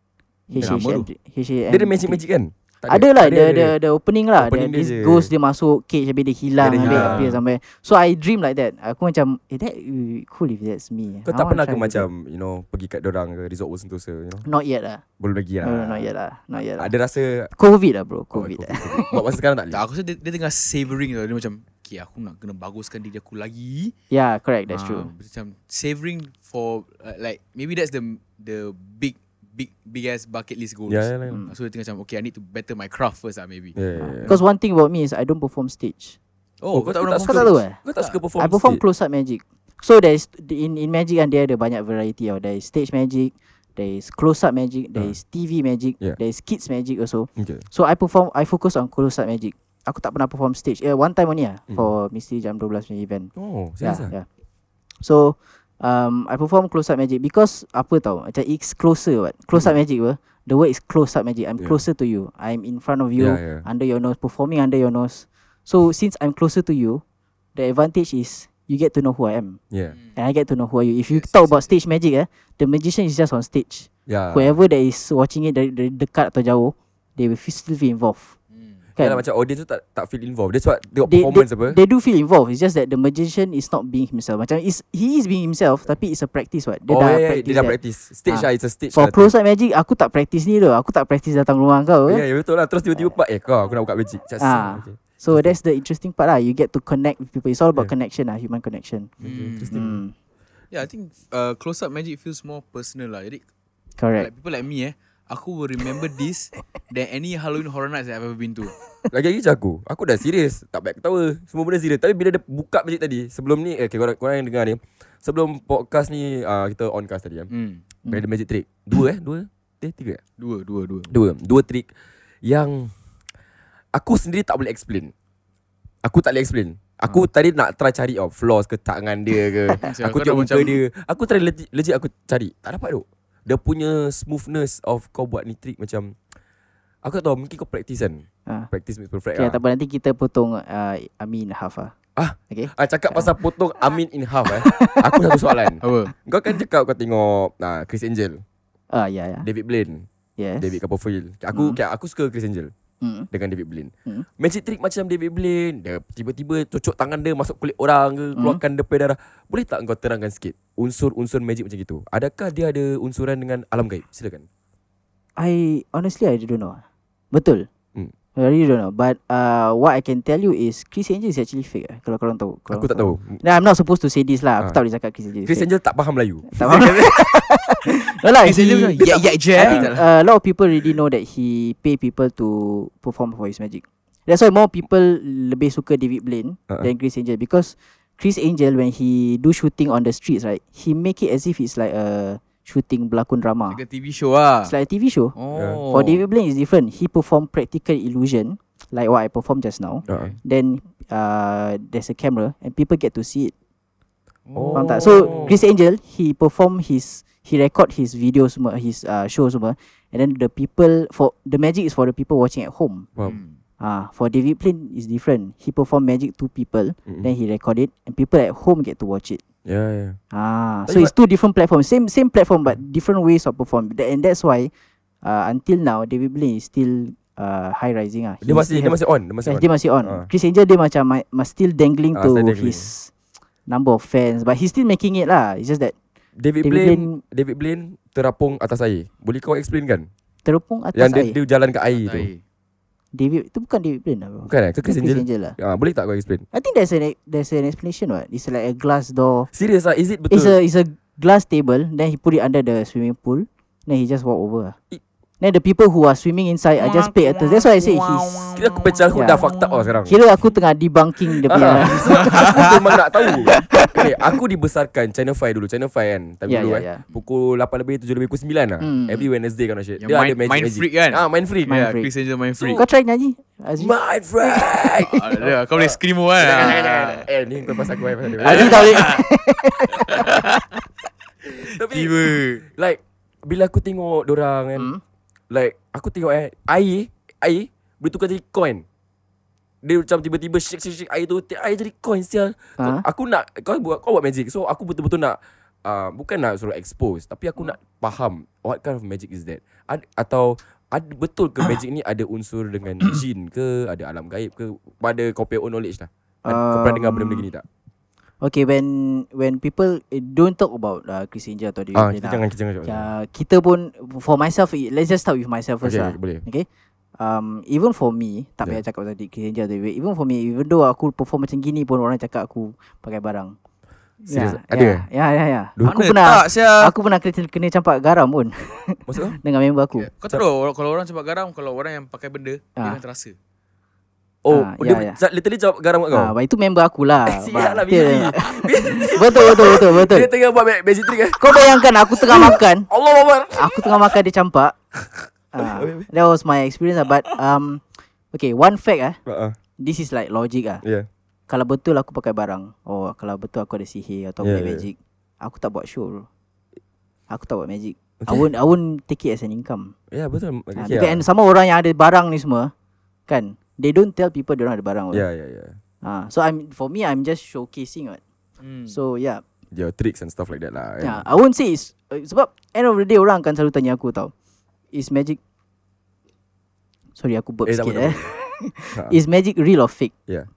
Speaker 3: Lama
Speaker 4: HHN. HHN.
Speaker 2: Dia ada magic-magic kan? Tak
Speaker 4: Ada lah
Speaker 2: Tak
Speaker 4: the, the, the opening lah
Speaker 2: Opening
Speaker 4: opening
Speaker 2: dia
Speaker 4: This
Speaker 2: je.
Speaker 4: ghost dia masuk Cage habis dia hilang
Speaker 2: Dia dah
Speaker 4: Habis
Speaker 2: hilang.
Speaker 4: appear somewhere So I dream like that Aku macam Eh that would be cool if that's me
Speaker 2: Kau tak
Speaker 4: I
Speaker 2: pernah
Speaker 4: wanna try
Speaker 2: ke
Speaker 4: to do
Speaker 2: macam you know pergi kat dorang ke resort World Sentosa you know?
Speaker 4: that. Not yet lah
Speaker 2: Belum lagi
Speaker 4: No, no
Speaker 2: lah.
Speaker 4: not yet lah Not yet lah
Speaker 2: Ada rasa
Speaker 4: Covid lah bro
Speaker 2: Oh,
Speaker 4: Covid lah
Speaker 2: Buat masa sekarang tak
Speaker 3: tak,
Speaker 2: boleh.
Speaker 3: aku rasa dia, dia tengah savoring tau. Dia macam, okay aku nak kena baguskan diri aku lagi.
Speaker 4: Yeah correct that's
Speaker 3: Ah,
Speaker 4: true
Speaker 3: Macam savoring for uh, like maybe that's the the big big big ass bucket list goals.
Speaker 2: Ya, ya, ya.
Speaker 3: Ah,
Speaker 4: Hmm.
Speaker 3: So dia tengah macam okay I need to better my craft first lah maybe.
Speaker 2: Yeah, yeah, yeah.
Speaker 4: Because one thing about me is I don't perform stage
Speaker 3: Oh, kau tak pernah
Speaker 4: suka- Kau tak tahu eh?
Speaker 2: Kau tak suka lah. perform
Speaker 4: I perform
Speaker 2: stage?
Speaker 4: close up magic So there is In, in magic kan dia ada banyak variety tau There is stage magic There is close up magic There is TV magic
Speaker 2: Ah. Yeah.
Speaker 4: There is kids magic also
Speaker 2: Okay.
Speaker 4: So I perform I focus on close up magic. Aku tak pernah perform stage. Eh one time only ah mm. for Misty jam 12 punya event.
Speaker 2: Oh, serius Hmm. ah?
Speaker 4: yeah. So um I perform close up magic because apa tau macam it's closer what. Close up magic apa? The word is close up magic. I'm
Speaker 2: Hmm. Yeah.
Speaker 4: closer to you. I'm in front of you
Speaker 2: Yeah, yeah.
Speaker 4: under your nose performing under your nose. So since I'm closer to you, the advantage is you get to know who I am
Speaker 2: Yeah.
Speaker 4: and I get to know who are you. If you talk about stage magic eh, the magician is just on stage.
Speaker 2: Yeah.
Speaker 4: Whoever that is watching it dari, dari dekat atau jauh, they will feel- still feel involved.
Speaker 2: Hmm.
Speaker 4: Kan?
Speaker 2: Yalah, macam audience tu tak tak feel involved. That's what tengok
Speaker 4: they,
Speaker 2: performance
Speaker 4: they,
Speaker 2: apa.
Speaker 4: they do feel involved. It's just that the magician is not being himself. Macam is he is being himself tapi it's a practice what. Dia
Speaker 2: oh,
Speaker 4: dah
Speaker 2: yeah, yeah,
Speaker 4: practice.
Speaker 2: dia dah
Speaker 4: that.
Speaker 2: practice. Stage
Speaker 4: Ah.
Speaker 2: lah, it's a stage.
Speaker 4: For
Speaker 2: lah tu.
Speaker 4: close up magic aku tak practice ni doh. Aku tak practice datang rumah kau. eh.
Speaker 2: Ya, yeah, yeah, betul lah. Terus tiba-tiba pak, eh kau aku nak buka magic. Just,
Speaker 4: Ah.
Speaker 2: okay.
Speaker 4: So that's the interesting part lah. You get to connect with people. It's all about connection lah, human connection.
Speaker 2: Interesting.
Speaker 4: Hmm.
Speaker 3: Yeah, I think uh, close up magic feels more personal lah. Jadi
Speaker 4: Correct.
Speaker 3: like people like me eh, aku will remember this than any Halloween horror nights that I've ever been to.
Speaker 2: Lagi-lagi macam aku. Aku dah serius. Tak baik ketawa. Semua benda serius. Tapi bila dia buka magic tadi, sebelum ni, eh, okay, korang, korang yang dengar ni, sebelum podcast ni, uh, kita oncast tadi kan.
Speaker 3: Hmm.
Speaker 2: Bila ada magic trick. Dua eh? Dua? Eh, tiga eh?
Speaker 3: Dua, dua, dua.
Speaker 2: Dua. Dua trick yang aku sendiri tak boleh explain. Aku tak boleh explain. Aku
Speaker 4: Hmm.
Speaker 2: tadi nak try cari oh, flaws ke tangan dia ke.
Speaker 3: Sial,
Speaker 2: aku
Speaker 3: kau
Speaker 2: tengok muka
Speaker 3: dah macam-
Speaker 2: dia. Aku try legit, legit aku cari. Tak dapat tu. Dia punya smoothness of kau buat ni trick macam Aku tak tahu mungkin kau practice kan
Speaker 4: Ah.
Speaker 2: Practice makes perfect
Speaker 4: Okay,
Speaker 2: lah
Speaker 4: tak apa nanti kita potong uh, Amin half lah.
Speaker 2: Ah.
Speaker 4: Okay.
Speaker 2: ah, Cakap pasal potong Amin in half eh Aku satu soalan
Speaker 4: Oh.
Speaker 3: Apa?
Speaker 2: Kau kan cakap kau tengok ah, Chris Angel
Speaker 4: Ah, ya ya.
Speaker 2: David Blaine
Speaker 4: Yes.
Speaker 2: David Copperfield Aku okay, aku suka Chris Angel
Speaker 4: Hmm.
Speaker 2: dengan David Blaine.
Speaker 4: Hmm.
Speaker 2: Magic trick macam David Blaine, dia tiba-tiba cucuk tangan dia masuk kulit orang ke, keluarkan dia punya darah. Boleh tak engkau terangkan sikit unsur-unsur magic macam itu? Adakah dia ada unsuran dengan alam gaib? Silakan.
Speaker 4: I honestly I don't know. Betul.
Speaker 2: Hmm.
Speaker 4: I really don't know. But uh, what I can tell you is Chris Angel is actually fake. eh, Kalau korang tahu. Kalau
Speaker 2: Aku tak tahu
Speaker 4: Nah, I'm not supposed to say this lah. Aku
Speaker 2: Ah.
Speaker 4: tak boleh cakap Chris Angel. is
Speaker 2: Chris
Speaker 4: fake.
Speaker 2: Angel tak faham Melayu
Speaker 4: Tak faham. no lah.
Speaker 3: Chris Angel
Speaker 4: he-
Speaker 3: macam, yeah, yeah, je.
Speaker 4: I think uh, a lot of people already know that he pay people to perform for his magic. That's why more people lebih suka David Blaine
Speaker 2: Uh-uh.
Speaker 4: uh-uh. than Chris Angel because Chris Angel when he do shooting on the streets, right? He make it as if it's like a shooting berlakon drama.
Speaker 3: Dekat TV show lah.
Speaker 4: It's like a TV show.
Speaker 3: Oh.
Speaker 4: For David Blaine is different. He perform practical illusion like what I performed just now.
Speaker 2: uh-huh.
Speaker 4: Then uh, there's a camera and people get to see it.
Speaker 2: Oh.
Speaker 4: Faham tak? So Chris Angel he perform his he record his video semua his uh, show semua and then the people for the magic is for the people watching at home.
Speaker 2: Faham.
Speaker 4: Ah, for David Plain is different. He perform magic to people,
Speaker 2: Mm-mm.
Speaker 4: then he record it and people at home get to watch it.
Speaker 2: Yeah, yeah.
Speaker 4: Ah,
Speaker 2: Tapi
Speaker 4: so it's two different platforms. Same same platform but different ways of perform. Tha- And that's why uh, until now David Blaine is still uh, high rising ah. He
Speaker 2: Dia masih
Speaker 4: still
Speaker 2: dia
Speaker 4: have-
Speaker 2: masih on, dia masih
Speaker 4: Yes,
Speaker 2: on.
Speaker 4: Eh, dia masih on.
Speaker 2: Ah.
Speaker 4: Chris Angel dia macam ma- ma- still dangling
Speaker 2: Ah,
Speaker 4: to
Speaker 2: still dangling.
Speaker 4: his number of fans but he's still making it lah. It's just that
Speaker 2: David
Speaker 4: David
Speaker 2: Blaine,
Speaker 4: Blaine-
Speaker 2: David Blaine terapung atas air. Boleh kau explain kan?
Speaker 4: terapung atas
Speaker 2: Yang dia,
Speaker 4: air.
Speaker 2: dia jalan ke air tu.
Speaker 4: David itu bukan David Blaine lah. bro.
Speaker 2: Bukan eh? Ke Chris
Speaker 4: Chris
Speaker 2: Angel?
Speaker 4: Angel lah.
Speaker 2: Ah, boleh tak kau explain?
Speaker 4: I think there's an e-, there's an explanation what. It's like a glass door.
Speaker 2: Serius lah, is it
Speaker 4: It's
Speaker 2: betul?
Speaker 4: a it's a glass table. Then he put it under the swimming pool. Then he just walk over. lah.
Speaker 2: It- Then
Speaker 4: Then the people who are swimming inside are just paid attention. That's why I say he's
Speaker 2: Kira aku pecah aku dah
Speaker 4: Yeah.
Speaker 2: fucked up lah sekarang.
Speaker 4: kira aku tengah debunking dia punya.
Speaker 2: Ah, aku memang nak tahu. Okay, aku dibesarkan Channel 5 dulu, Channel 5 kan. Tapi
Speaker 4: Ya,
Speaker 2: dulu
Speaker 4: ya,
Speaker 2: eh.
Speaker 4: ya.
Speaker 2: Pukul 8 lebih, 7 lebih, pukul 9 lah.
Speaker 4: Hmm.
Speaker 2: Every Wednesday kan shit.
Speaker 3: Yang Ya, mind- mind freak kan?
Speaker 2: Ah, mind freak.
Speaker 4: Mind
Speaker 3: Yeah,
Speaker 4: freak.
Speaker 3: Chris Angel Mind Freak.
Speaker 4: Kau try nyanyi. Aziz.
Speaker 2: Mind freak.
Speaker 3: Ah, dia, Kau boleh screamo kan?
Speaker 2: Eh, ni kau pasal aku eh, pasal dia.
Speaker 4: Aziz tak boleh.
Speaker 2: Tapi
Speaker 3: Tiba.
Speaker 2: like bila aku tengok orang kan hmm?
Speaker 4: Hmm.
Speaker 2: like aku tengok eh air air boleh tukar jadi coin. Dia macam tiba-tiba shake shake shake air tu ti- air jadi coin sial.
Speaker 4: Ha?
Speaker 2: Ha? Aku nak kau buat kau buat magic. So aku betul-betul nak uh, bukan nak suruh expose tapi aku nak faham what kind of magic is that. Ad, atau ad, betul ke magic ni ada unsur dengan jin ke, ada alam gaib ke, pada kau pay own knowledge lah. Ad, kau pernah dengar
Speaker 4: Um,
Speaker 2: benda-benda gini tak?
Speaker 4: Okay, when when people eh, don't talk about uh, Chris Angel atau David
Speaker 2: Ah,
Speaker 4: Blaine
Speaker 2: kita
Speaker 4: lah.
Speaker 2: jangan kita jangan.
Speaker 4: Ya, kita pun for myself eh, let's just start with myself first
Speaker 2: Okay,
Speaker 4: lah.
Speaker 2: okay, boleh.
Speaker 4: Okay. Um even for me, tak payah cakap pasal Chris Angel tu. Even for me, even though aku perform macam gini pun orang cakap aku pakai barang.
Speaker 2: Serius?
Speaker 4: Ya,
Speaker 2: Ada?
Speaker 4: Ya, ya, ya.
Speaker 2: Duh.
Speaker 4: Aku
Speaker 3: Mana
Speaker 4: pernah
Speaker 3: tak sial?
Speaker 4: aku pernah kena, kena campak garam pun
Speaker 2: Maksud kau?
Speaker 4: dengan member
Speaker 2: Ya,
Speaker 4: aku.
Speaker 3: Ya, Kau tahu orang- kalau orang cebak garam, kalau orang yang pakai benda, dia
Speaker 4: Ah.
Speaker 3: akan terasa.
Speaker 2: Oh,
Speaker 4: Ah,
Speaker 2: dia
Speaker 4: ya,
Speaker 2: yeah. literally jawab garam kat kau.
Speaker 4: Ah, but itu member akulah.
Speaker 2: Sial lah
Speaker 4: But-
Speaker 2: Bizi
Speaker 4: Betul, betul, betul, betul.
Speaker 2: Dia tengah buat ma- magic trick eh
Speaker 4: Kau bayangkan aku tengah makan
Speaker 2: Allah Akbar
Speaker 4: Aku tengah makan dia campak. Ah, that was my experience lah. But um, okay, one fact ah,
Speaker 2: uh,
Speaker 4: this is like logic ah.
Speaker 2: Yeah
Speaker 4: Kalau betul aku pakai barang, or kalau betul aku ada sihir atau
Speaker 2: Yeah,
Speaker 4: yeah,
Speaker 2: yeah.
Speaker 4: magic, aku tak buat show. Bro. Aku tak buat magic. Okay. I
Speaker 2: Okay.
Speaker 4: won't I won't take it as an income.
Speaker 2: Ya yeah, betul okay,
Speaker 4: Ah,
Speaker 2: ah,
Speaker 4: because, And sama orang yang ada barang ni semua, kan? They don't tell people dia orang ada barang.
Speaker 2: Ya ya ya
Speaker 4: Ah, so I'm for me I'm just showcasing what.
Speaker 3: Hmm.
Speaker 4: So yeah,
Speaker 2: Your tricks and stuff like that lah kan?
Speaker 4: Yeah, I won't say it's uh, sebab end of the day orang akan selalu tanya aku tau. Is magic Sorry aku burp
Speaker 2: Eh, tak
Speaker 4: sikit
Speaker 2: apa, Ha. tak
Speaker 4: eh.
Speaker 2: apa.
Speaker 4: is magic real or fake?
Speaker 2: Yeah.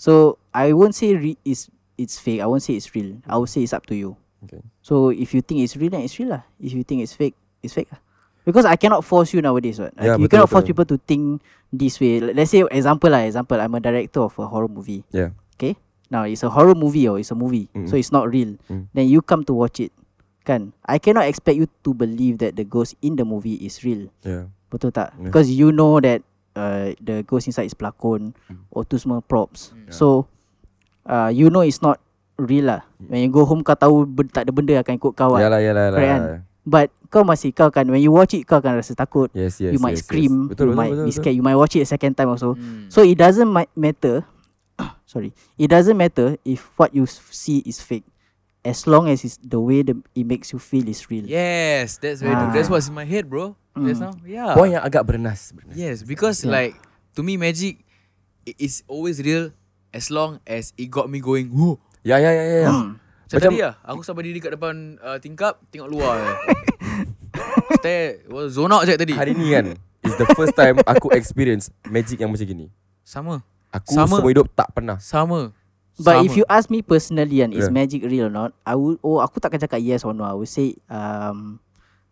Speaker 4: So I won't say re- is it's fake. I won't say it's real. I will say it's up to you.
Speaker 2: Okay.
Speaker 4: So if you think it's real, then it's real lah. If you think it's fake, it's fake lah. Because I cannot force you nowadays, right?
Speaker 2: Yeah,
Speaker 4: you
Speaker 2: betul,
Speaker 4: cannot force
Speaker 2: betul.
Speaker 4: people to think this way. Like, Let's say example lah, example. I'm a director of a horror movie.
Speaker 2: Yeah.
Speaker 4: Okay. Now it's a horror movie or it's a movie,
Speaker 2: Mm.
Speaker 4: so it's not real.
Speaker 2: Mm.
Speaker 4: Then you come to watch it, kan? I cannot expect you to believe that the ghost in the movie is real.
Speaker 2: yeah.
Speaker 4: Betul tak?
Speaker 2: Yeah.
Speaker 4: Yeah. Because you know that uh, the ghost inside is pelakon
Speaker 2: Mm.
Speaker 4: or tu semua props.
Speaker 2: Ya.
Speaker 4: So uh, you know it's not real lah. When you go home kau tahu ben- tak ada benda akan ikut kau lah.
Speaker 2: Hmm. Yalah yalah yalah
Speaker 4: Correct kan? But kau masih kau kan when you watch it kau akan rasa takut.
Speaker 2: Yes yes
Speaker 4: Yes, you might
Speaker 2: yes,
Speaker 4: yes, scream,
Speaker 2: yes. Betul betul
Speaker 4: you might
Speaker 2: betul,
Speaker 4: be
Speaker 2: betul.
Speaker 4: scared, you might watch it a second time also.
Speaker 3: Hmm.
Speaker 4: So it doesn't ma- matter. sorry, it doesn't matter if what you s- see is fake, as long as it's the way the, it makes you feel is real.
Speaker 3: Yes, that's very
Speaker 4: Ah.
Speaker 3: true. That's what's in my head, bro. That's
Speaker 4: Mm.
Speaker 3: how. Yeah.
Speaker 2: Point yang agak bernas, bernas.
Speaker 4: Ya.
Speaker 3: Yes, because
Speaker 4: Yeah.
Speaker 3: like to me, magic i- is always real as long as it got me going. Whoa.
Speaker 2: Ya ya ya ya, ya
Speaker 4: Hmm.
Speaker 3: Macam
Speaker 2: Macam-
Speaker 3: tadi lah Aku sabar diri kat depan uh, tingkap Tengok luar je. Stare well, Zone out je tadi
Speaker 2: Hari ni kan Is the first time Aku experience Magic yang macam gini
Speaker 3: Sama
Speaker 2: Aku
Speaker 3: Sama.
Speaker 2: seumur hidup tak pernah
Speaker 3: Sama
Speaker 4: But
Speaker 3: Sama.
Speaker 4: if you ask me personally and is
Speaker 2: Yeah.
Speaker 4: magic real or not, I would oh aku takkan cakap yes or no. I would say um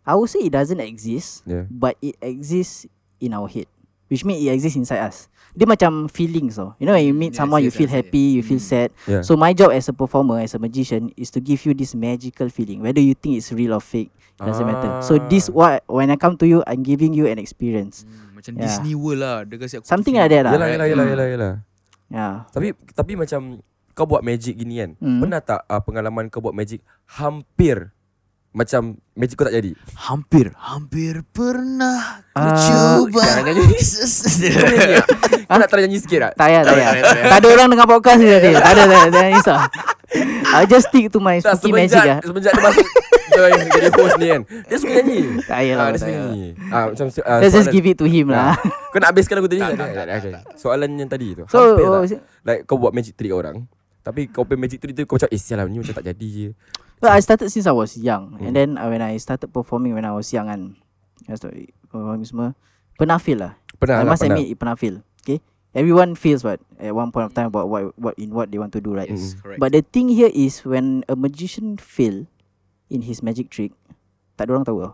Speaker 4: I would say it doesn't exist,
Speaker 2: Yeah
Speaker 4: but it exists in our head. which means it exists inside us. Dia macam feelings tau. You know when you meet
Speaker 3: Yes,
Speaker 4: someone you
Speaker 3: Mm, yes,
Speaker 4: feel
Speaker 3: yes, Mm. yes.
Speaker 4: happy, you feel sad.
Speaker 2: Yeah.
Speaker 4: So my job as a performer, as a magician is to give you this magical feeling whether you think it's real or fake. It doesn't matter. So this
Speaker 2: Ah.
Speaker 4: what when I come to you, I'm giving you an experience.
Speaker 3: Hmm, Macam
Speaker 4: Yeah.
Speaker 3: Disney World lah. Dia kasi aku
Speaker 4: Ya. Something
Speaker 3: feel.
Speaker 4: like that lah.
Speaker 2: Yelah, yelah, yelah, yelah, yelah.
Speaker 4: Yeah.
Speaker 2: Tapi tapi macam kau buat magic gini kan.
Speaker 4: Hmm.
Speaker 2: Pernah tak uh, pengalaman kau buat magic hampir macam magic kau tak jadi?
Speaker 3: Hampir, hampir pernah ku
Speaker 4: Ah,
Speaker 3: cuba.
Speaker 2: Kau boleh ni tak? Kau nak try nyanyi sikit tak?
Speaker 4: Tak payah, tak payah.
Speaker 3: Tak payah.
Speaker 4: tak ada orang dengar podcast ni tadi. Tak ada, tak ada, tak kisah. I just stick to my
Speaker 2: Tak,
Speaker 4: spooky magic lah.
Speaker 2: semenjak, semenjak dia masuk join jadi host ni kan. Dia suka nyanyi.
Speaker 4: Tak payah lah,
Speaker 2: Ah, dia
Speaker 4: tak
Speaker 2: suka
Speaker 4: payah.
Speaker 2: nyanyi. Ah, macam so- ah,
Speaker 4: Let's just
Speaker 2: soalan-
Speaker 4: give it to him lah.
Speaker 2: Kau nak habiskan aku tadi? Tak, tak, tak, okay. Soalan yang tadi tu.
Speaker 4: So,
Speaker 2: hampir lah.
Speaker 4: oh,
Speaker 2: tak? Like kau buat magic trick orang. Tapi kau punya magic trick tu kau macam eh sial lah ni macam tak jadi je.
Speaker 4: Well, I started since I was young. And then uh, when I started performing when I was young kan. I started performing semua. Pernah fail lah.
Speaker 2: Pernah
Speaker 4: I
Speaker 2: lah,
Speaker 4: must
Speaker 2: pernah.
Speaker 4: admit it pernah fail. Okay. Everyone fails but at one point of time about what what in what they want to do right.
Speaker 2: Yes,
Speaker 3: correct.
Speaker 4: but the thing here is when a magician fail in his magic trick, tak ada orang tahu tau.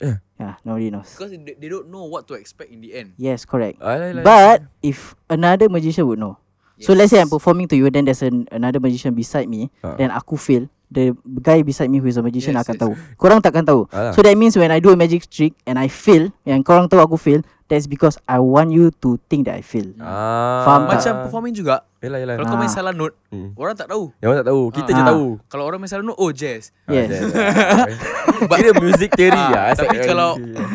Speaker 2: Yeah.
Speaker 4: Yeah, nobody knows.
Speaker 3: Because they, they don't know what to expect in the end.
Speaker 4: Yes, correct.
Speaker 2: Alah, alah,
Speaker 4: But if another magician would know. So let's say I'm
Speaker 3: Yes.
Speaker 4: performing to you then there's an, another magician beside me
Speaker 2: Ah.
Speaker 4: then aku fail the guy beside me who is a magician
Speaker 3: Yes,
Speaker 4: akan
Speaker 3: yes.
Speaker 4: tahu. Korang takkan tahu.
Speaker 2: Alah.
Speaker 4: So that means when I do a magic trick and I fail yang korang tahu aku fail that's because I want you to think that I fail.
Speaker 2: Ah.
Speaker 4: Faham tak?
Speaker 3: Macam performing juga.
Speaker 2: Yelah, yelah.
Speaker 3: Kalau kau main
Speaker 4: Ah.
Speaker 3: salah note,
Speaker 2: Hmm.
Speaker 3: orang tak tahu.
Speaker 2: Yang orang tak tahu. Kita je
Speaker 4: Ah.
Speaker 2: tahu. Ah,
Speaker 3: Kalau orang main salah note, oh jazz.
Speaker 4: Yes.
Speaker 2: Kira music theory
Speaker 3: Ah,
Speaker 2: lah.
Speaker 3: tapi kalau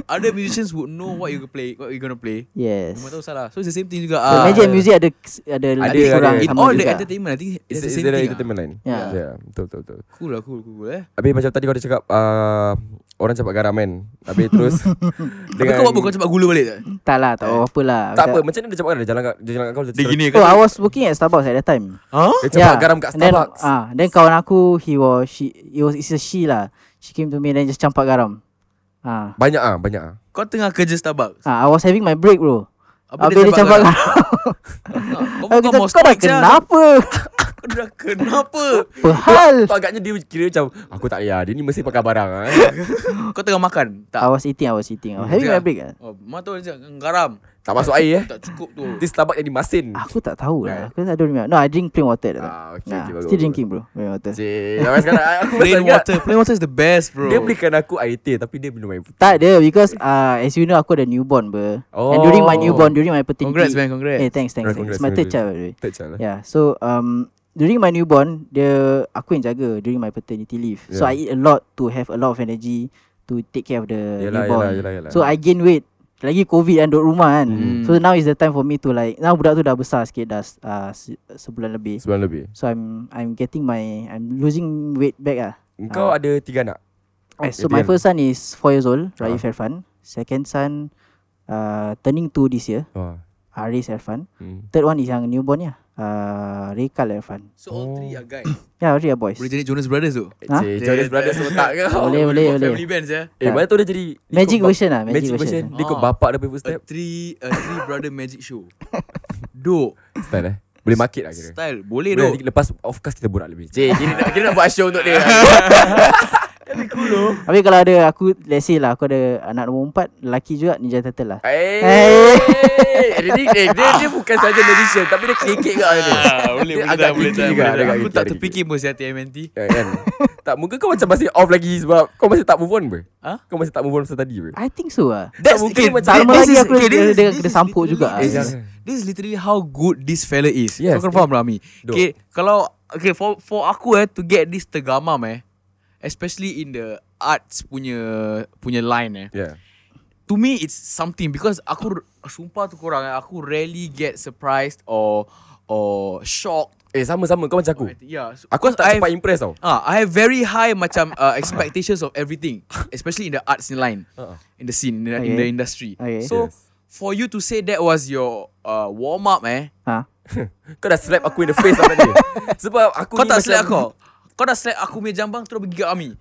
Speaker 3: other musicians would know what you play, what you gonna play.
Speaker 4: Yes.
Speaker 3: Cuma tahu salah. So it's the same thing juga.
Speaker 4: The
Speaker 3: Ah.
Speaker 4: magic and music ada ada
Speaker 2: Ada,
Speaker 4: lebih
Speaker 2: ada.
Speaker 4: kurang
Speaker 2: It
Speaker 3: In
Speaker 4: sama
Speaker 3: all the
Speaker 4: juga.
Speaker 3: entertainment, I think
Speaker 2: It's,
Speaker 3: it's,
Speaker 2: it's,
Speaker 3: the same
Speaker 2: the
Speaker 3: thing.
Speaker 2: entertainment line.
Speaker 4: Yeah.
Speaker 2: yeah. Betul, betul, betul.
Speaker 3: ah. Cool lah, cool, cool, cool eh.
Speaker 2: Habis macam tadi kau dah cakap uh, orang campak garam kan. Habis terus
Speaker 3: Tapi kau buat apa? Kau cepat gula balik tak?
Speaker 4: Tak lah, tak apa lah.
Speaker 2: Tak apa, macam mana dia campak garam? Dia jalan kat dia jalan kat kau dia terus-
Speaker 4: So I was working at Starbucks at that time.
Speaker 3: Ha?
Speaker 2: Dia campak garam kat
Speaker 4: and then,
Speaker 2: Starbucks.
Speaker 4: Ah, then kawan aku he was she it was it's a she lah. She came to me then just campak garam. Ah.
Speaker 2: Banyak ah, banyak ah.
Speaker 3: Kau tengah kerja Starbucks.
Speaker 4: Ah, I was having my break bro.
Speaker 3: Apa lah?
Speaker 4: Habis dia campak garam.
Speaker 3: Kau, kau
Speaker 4: Aku kata,
Speaker 3: mau
Speaker 4: kau dah
Speaker 3: stop je.
Speaker 4: kenapa?
Speaker 3: Kau dah kenapa?
Speaker 4: Apa hal?
Speaker 2: Tu agaknya dia kira macam aku tak payah dia ni mesti pakai barang ah.
Speaker 3: Kau tengah makan?
Speaker 4: I
Speaker 3: Tak.
Speaker 4: was eating, I was eating. I was having my
Speaker 3: Sekejap.
Speaker 4: break ah.
Speaker 3: Oh, mak tu dia cakap, garam.
Speaker 2: Tak masuk air eh.
Speaker 3: Tak cukup tu.
Speaker 2: Dia Starbucks jadi masin.
Speaker 4: Aku tak tahu lah. Aku tak don't remember. No, I drink plain water.
Speaker 2: Ah, okay, okay, bagus,
Speaker 4: still
Speaker 2: bagus.
Speaker 4: drinking bro, plain water.
Speaker 2: Cik, sampai sekarang ah, aku
Speaker 3: Plain
Speaker 2: masih ingat.
Speaker 3: water. Plain water is the best bro.
Speaker 2: Dia belikan aku air teh tapi dia minum air putih.
Speaker 4: Tak ada because uh, as you know aku ada newborn ber. Oh. And
Speaker 2: Oh.
Speaker 4: during my newborn, during my paternity.
Speaker 3: Congrats man, congrats.
Speaker 4: Eh, thanks, thanks. thanks.
Speaker 2: Congrats,
Speaker 4: It's my third
Speaker 2: congrats.
Speaker 4: child by the way.
Speaker 2: Tak salah.
Speaker 4: Yeah, so um during my newborn, the aku yang jaga during my paternity leave. Yeah. So
Speaker 2: Yeah.
Speaker 4: I eat a lot to have a lot of energy to take care of the
Speaker 2: Yelah,
Speaker 4: newborn.
Speaker 2: yelah, yelah, yelah.
Speaker 4: So I gain weight. Lagi COVID kan duduk rumah kan.
Speaker 3: Hmm.
Speaker 4: So now is the time for me to like now budak tu dah besar sikit dah uh, sebulan lebih.
Speaker 2: Sebulan lebih.
Speaker 4: So I'm I'm getting my I'm losing weight back ah.
Speaker 2: Engkau
Speaker 4: Ah.
Speaker 2: ada tiga anak.
Speaker 4: Right,
Speaker 2: Jadi
Speaker 4: so my
Speaker 2: yang-
Speaker 4: first son is four years old,
Speaker 2: Ah.
Speaker 4: Raif Irfan. Second son uh, turning two this year,
Speaker 2: Oh.
Speaker 4: Aris Irfan.
Speaker 2: Hmm.
Speaker 4: Third one is yang newborn ya, uh, Rekal Irfan.
Speaker 3: So all three are guys.
Speaker 4: Yeah, three are boys.
Speaker 3: Boleh jadi Jonas Brothers tu.
Speaker 4: Ha?
Speaker 2: Cik, Jonas Brothers semua tak kau.
Speaker 4: Boleh, boleh,
Speaker 3: buat
Speaker 4: boleh.
Speaker 3: Family bands ya.
Speaker 2: Eh, mana tu dia jadi
Speaker 4: Magic
Speaker 2: ikut bap-
Speaker 4: version lah, magic
Speaker 2: Magic
Speaker 4: version.
Speaker 2: version. Dia ikut
Speaker 3: Ah.
Speaker 2: bapak dia punya
Speaker 3: A
Speaker 2: footstep.
Speaker 3: three, a three brother magic show. Dok.
Speaker 2: Style eh. Boleh market lah kira.
Speaker 3: Style. Boleh
Speaker 2: Boleh
Speaker 3: dok.
Speaker 2: nanti lepas of course kita borak lebih. Cik, kira nak kira nak buat show untuk dia.
Speaker 4: Habis kalau ada aku Let's say lah Aku ada anak nombor empat Lelaki juga Ninja Turtle lah
Speaker 2: Eh,
Speaker 4: Eh.
Speaker 2: dia, ni- eh, dia, dia bukan saja magician tapi dia kekek kat dia.
Speaker 3: Ah, boleh,
Speaker 2: Dia agak tricky juga, dia agak
Speaker 3: Aku
Speaker 2: tricky,
Speaker 3: tak
Speaker 2: agak
Speaker 3: terfikir pun saya TMNT.
Speaker 2: Ya, kan? tak mungkin kau macam masih off lagi sebab kau masih tak move on ber.
Speaker 3: Ha?
Speaker 2: Kau masih tak move on pasal tadi
Speaker 3: Ah,
Speaker 2: ber.
Speaker 4: I think so lah
Speaker 2: That's mungkin
Speaker 4: Tak
Speaker 2: macam
Speaker 4: lama
Speaker 3: This
Speaker 4: lagi
Speaker 3: is-
Speaker 4: aku
Speaker 3: okay,
Speaker 4: dia-
Speaker 3: this is-
Speaker 4: dia-
Speaker 3: this
Speaker 4: dia
Speaker 3: is
Speaker 4: sampuk juga.
Speaker 3: literally-
Speaker 2: Ah.
Speaker 3: This is, this is literally how good this fella is.
Speaker 2: Yes.
Speaker 3: Kau kena faham Rami.
Speaker 2: Dope.
Speaker 3: Okay, kalau okay for for aku eh to get this tergamam eh, especially in the arts punya punya line eh.
Speaker 2: Yeah.
Speaker 3: To me it's something because aku sumpah tu korang eh, aku rarely get surprised or or shocked.
Speaker 2: Eh sama-sama kau macam aku.
Speaker 3: Yeah. so-
Speaker 2: Aku
Speaker 3: because
Speaker 2: tak
Speaker 3: I've-
Speaker 2: cepat impress tau.
Speaker 3: Ah, I have very high macam uh, expectations of everything, especially in the arts line,
Speaker 2: Uh-uh.
Speaker 3: in the scene, in the, in
Speaker 4: Okay.
Speaker 3: the industry.
Speaker 4: Okay.
Speaker 3: So
Speaker 2: Yes.
Speaker 3: for you to say that was your uh, warm up, eh?
Speaker 4: ha?
Speaker 2: Kau dah slap aku in the face sama dia. Sebab aku
Speaker 3: Kau
Speaker 2: ni
Speaker 3: tak
Speaker 2: macam-
Speaker 3: slap kau. Kau dah slap aku punya jambang terus pergi kat Ami.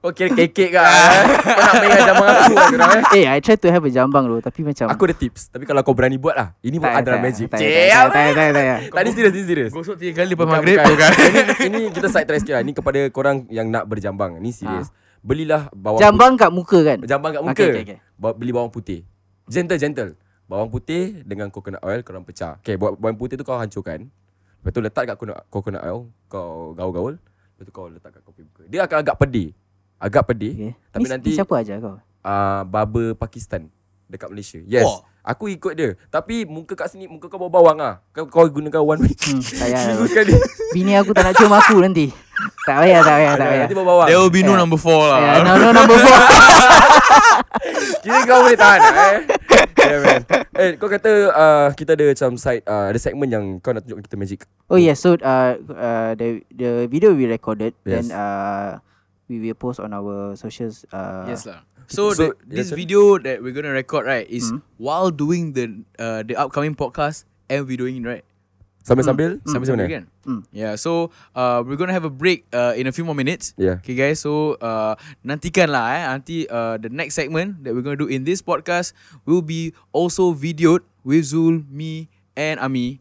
Speaker 2: Kau kira kekek kan.
Speaker 3: Ah.
Speaker 2: kau nak main jam aku kan korang, eh.
Speaker 4: Eh I try to have a jambang tu Tapi macam
Speaker 2: Aku ada tips Tapi kalau kau berani buat lah Ini buat
Speaker 4: Tak,
Speaker 2: adalah
Speaker 4: tak,
Speaker 2: magic
Speaker 4: tak,
Speaker 2: Cik,
Speaker 4: tak,
Speaker 2: ya.
Speaker 4: tak,
Speaker 2: apa?
Speaker 4: tak, tak, tak, tak.
Speaker 2: Tak, ni serius, ni serius
Speaker 3: Gosok tiga kali lepas
Speaker 2: Bukan,
Speaker 3: maghrib.
Speaker 2: bukan.
Speaker 4: kan.
Speaker 2: ini, ini kita side track sikit lah Ni kepada korang yang nak berjambang Ni serius Belilah bawang
Speaker 4: Ha. Jambang kat muka kan
Speaker 2: putih. Jambang kat muka
Speaker 4: Okay, okay, okay.
Speaker 2: Ba- Beli bawang putih Gentle gentle Bawang putih Dengan coconut oil Korang pecah Okay buat bawang putih tu kau hancurkan Lepas tu letak kat coconut, coconut oil Kau gaul-gaul Lepas tu kau letak kat kopi muka Dia akan agak pedih Agak pedih okay.
Speaker 4: Okay.
Speaker 2: Tapi
Speaker 4: ni,
Speaker 2: nanti-
Speaker 4: ni siapa aja kau?
Speaker 2: uh, Barber Pakistan Dekat Malaysia Yes oh.
Speaker 3: Wah.
Speaker 2: Aku ikut dia Tapi muka kat sini Muka kau bau bawang lah Kau, kau gunakan one week
Speaker 4: Hmm, tak payah.
Speaker 2: Minggu sekali
Speaker 4: Bini aku tak nak cium aku nanti. Tak payah, tak payah, tak ya. payah.
Speaker 2: Nanti bau bawang
Speaker 3: There will be no
Speaker 4: Yeah.
Speaker 3: number four lah.
Speaker 4: Yeah, no, no, number four.
Speaker 2: Kira kau boleh tahan eh. Yeah, man. Eh, kau kata uh, kita ada macam side uh, ada segmen yang kau nak tunjuk kita magic.
Speaker 4: Oh yes, so uh, uh, the the video we recorded,
Speaker 2: Yes.
Speaker 4: then uh, we will post on our socials. Uh,
Speaker 3: Yes lah.
Speaker 2: So,
Speaker 3: So, the,
Speaker 2: yes,
Speaker 3: this
Speaker 2: sir.
Speaker 3: video that we're gonna record right is
Speaker 4: Hmm.
Speaker 3: while doing the uh, the upcoming podcast and we're doing it right.
Speaker 2: Sambil-sambil, sambil-sambil.
Speaker 3: Sambil-sambil
Speaker 2: mana?
Speaker 3: kan?
Speaker 4: Hmm.
Speaker 3: Yeah. So uh, we're gonna have a break uh, in a few more minutes.
Speaker 2: Yeah.
Speaker 3: Okay guys, so uh, nantikan lah eh nanti uh, the next segment that we're gonna do in this podcast will be also videoed with Zul, me and Ami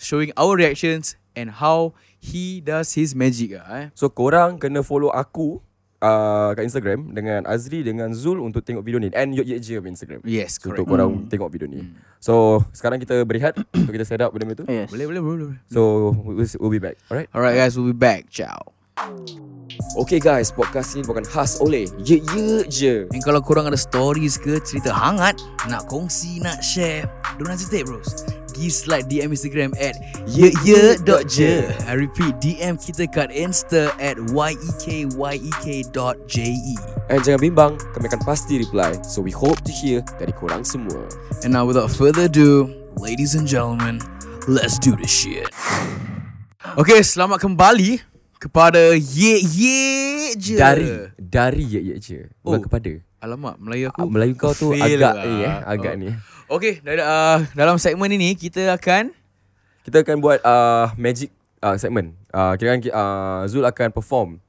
Speaker 3: showing our reactions and how he does his magic ah eh.
Speaker 2: So korang kena follow aku uh, kat Instagram dengan Azri dengan Zul untuk tengok video ni and Yok Yek Je punya Instagram.
Speaker 3: Yes,
Speaker 2: Untuk
Speaker 3: correct.
Speaker 2: korang tengok video ni. So sekarang kita berehat untuk kita set up benda tu.
Speaker 4: Oh, yes.
Speaker 3: Boleh boleh boleh. boleh.
Speaker 2: So we'll, we'll be back. Alright.
Speaker 3: Alright guys, we'll be back. Ciao.
Speaker 5: Okay guys, podcast ini bukan khas oleh Ye Ye Je.
Speaker 6: And kalau korang ada stories ke cerita hangat nak kongsi nak share, don't hesitate bros. Gi slide DM Instagram at yeye.je. I repeat DM kita kat Insta at yekyek.je.
Speaker 5: And jangan bimbang, kami akan pasti reply. So we hope to hear dari korang semua.
Speaker 6: And now without further ado, ladies and gentlemen, let's do this shit.
Speaker 3: Okay, selamat kembali kepada Ye Ye je.
Speaker 2: Dari dari Yok Yek Je. Bukan
Speaker 3: Oh.
Speaker 2: kepada.
Speaker 3: Alamak, Melayu
Speaker 2: Ah,
Speaker 3: aku.
Speaker 2: Melayu kau tu
Speaker 3: fail
Speaker 2: agak
Speaker 3: lah.
Speaker 2: eh, eh agak
Speaker 3: Oh.
Speaker 2: ni. eh.
Speaker 3: Okay, dal-
Speaker 6: ah,
Speaker 3: uh, dalam segmen ini kita akan
Speaker 2: Kita akan buat uh, magic uh, segment. Uh, kira kan uh, Zul akan perform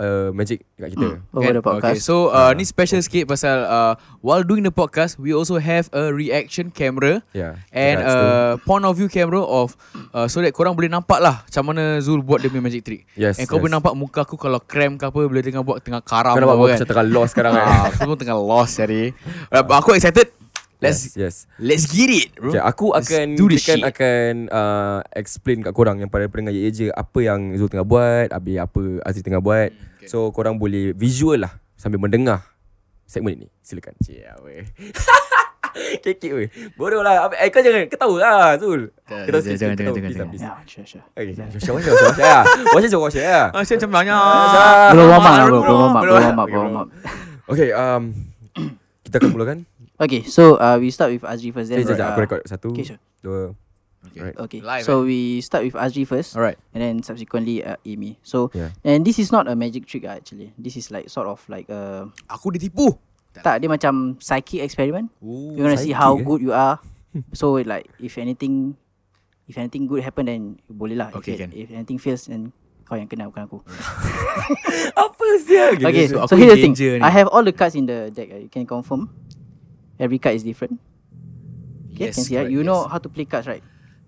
Speaker 2: uh, magic kat
Speaker 3: Hmm.
Speaker 2: kita. Mm.
Speaker 3: Kan?
Speaker 4: Over the
Speaker 3: Okay,
Speaker 4: podcast. Ah,
Speaker 3: so uh, ni special sikit pasal uh, while doing the podcast, we also have a reaction camera
Speaker 2: Yeah. Ya.
Speaker 3: and
Speaker 2: dekat situ.
Speaker 3: uh, point of view camera of uh, so that korang boleh nampak lah macam mana Zul buat dia punya magic trick.
Speaker 2: Yes,
Speaker 3: and kau
Speaker 2: yes.
Speaker 3: boleh nampak muka aku kalau cram ke apa bila tengah buat tengah karam.
Speaker 2: kau nampak
Speaker 3: apa kan.
Speaker 2: buat macam tengah lost sekarang kan.
Speaker 3: Ah, semua tengah lost hari. Uh, aku excited. Let's
Speaker 2: Yes. yes.
Speaker 3: let's get it, bro.
Speaker 2: Okay, aku
Speaker 3: Let's
Speaker 2: akan
Speaker 3: do this
Speaker 2: kita
Speaker 3: shit.
Speaker 2: akan uh, explain kat korang yang pada pendengar ye je apa yang Zul tengah buat, abi apa Aziz tengah buat. Hmm, Okay. So korang boleh visual lah sambil mendengar segmen ini. Silakan. Yeah, weh. Kekek weh. Bodoh lah. Abi- Eh kau jangan ketawa lah Zul. Ketawa sikit.
Speaker 6: jangan, jangan, jangan,
Speaker 2: ketawa. Please lah,
Speaker 6: jangan.
Speaker 2: please.
Speaker 4: Yeah, sure, sure.
Speaker 2: Okay, macam mana? Macam mana? Macam mana? Macam mana?
Speaker 3: Ah, saya macam nanya.
Speaker 4: Belum warm up, lah, bro.
Speaker 3: Ah, Belum belum
Speaker 4: Belum warm up, belum warm up, belum warm up.
Speaker 2: Okay, um, kita akan mulakan.
Speaker 4: Okay, so uh, we start with Azri first.
Speaker 2: Eh, jap,
Speaker 4: Then,
Speaker 2: jap,
Speaker 4: uh,
Speaker 2: aku record satu,
Speaker 4: Okay, sure.
Speaker 2: dua.
Speaker 4: Okay,
Speaker 3: Live,
Speaker 4: so we start with Azri first,
Speaker 3: Alright.
Speaker 4: and then subsequently uh, Amy. So,
Speaker 2: Yeah.
Speaker 4: and this is not a magic trick uh, actually. This is like sort of like a
Speaker 3: Aku ditipu.
Speaker 4: tak dia macam psychic experiment.
Speaker 3: Ooh.
Speaker 4: You're gonna see
Speaker 2: Psychic,
Speaker 4: how
Speaker 2: eh?
Speaker 4: good you are. so like if anything if anything good happen then boleh lah.
Speaker 3: Okay,
Speaker 4: if,
Speaker 3: can.
Speaker 4: if anything fails then kau yang kena bukan aku.
Speaker 2: Apa sial?
Speaker 4: Okay,
Speaker 3: so
Speaker 4: so,
Speaker 3: aku
Speaker 4: here's the
Speaker 3: in
Speaker 4: thing.
Speaker 3: danger ni.
Speaker 4: I have all the cards in the deck. ah. You can confirm. Every card is different. Okay,
Speaker 3: Yes,
Speaker 4: can see, right?
Speaker 3: correct,
Speaker 4: You know
Speaker 3: yes.
Speaker 4: how to play cards, right?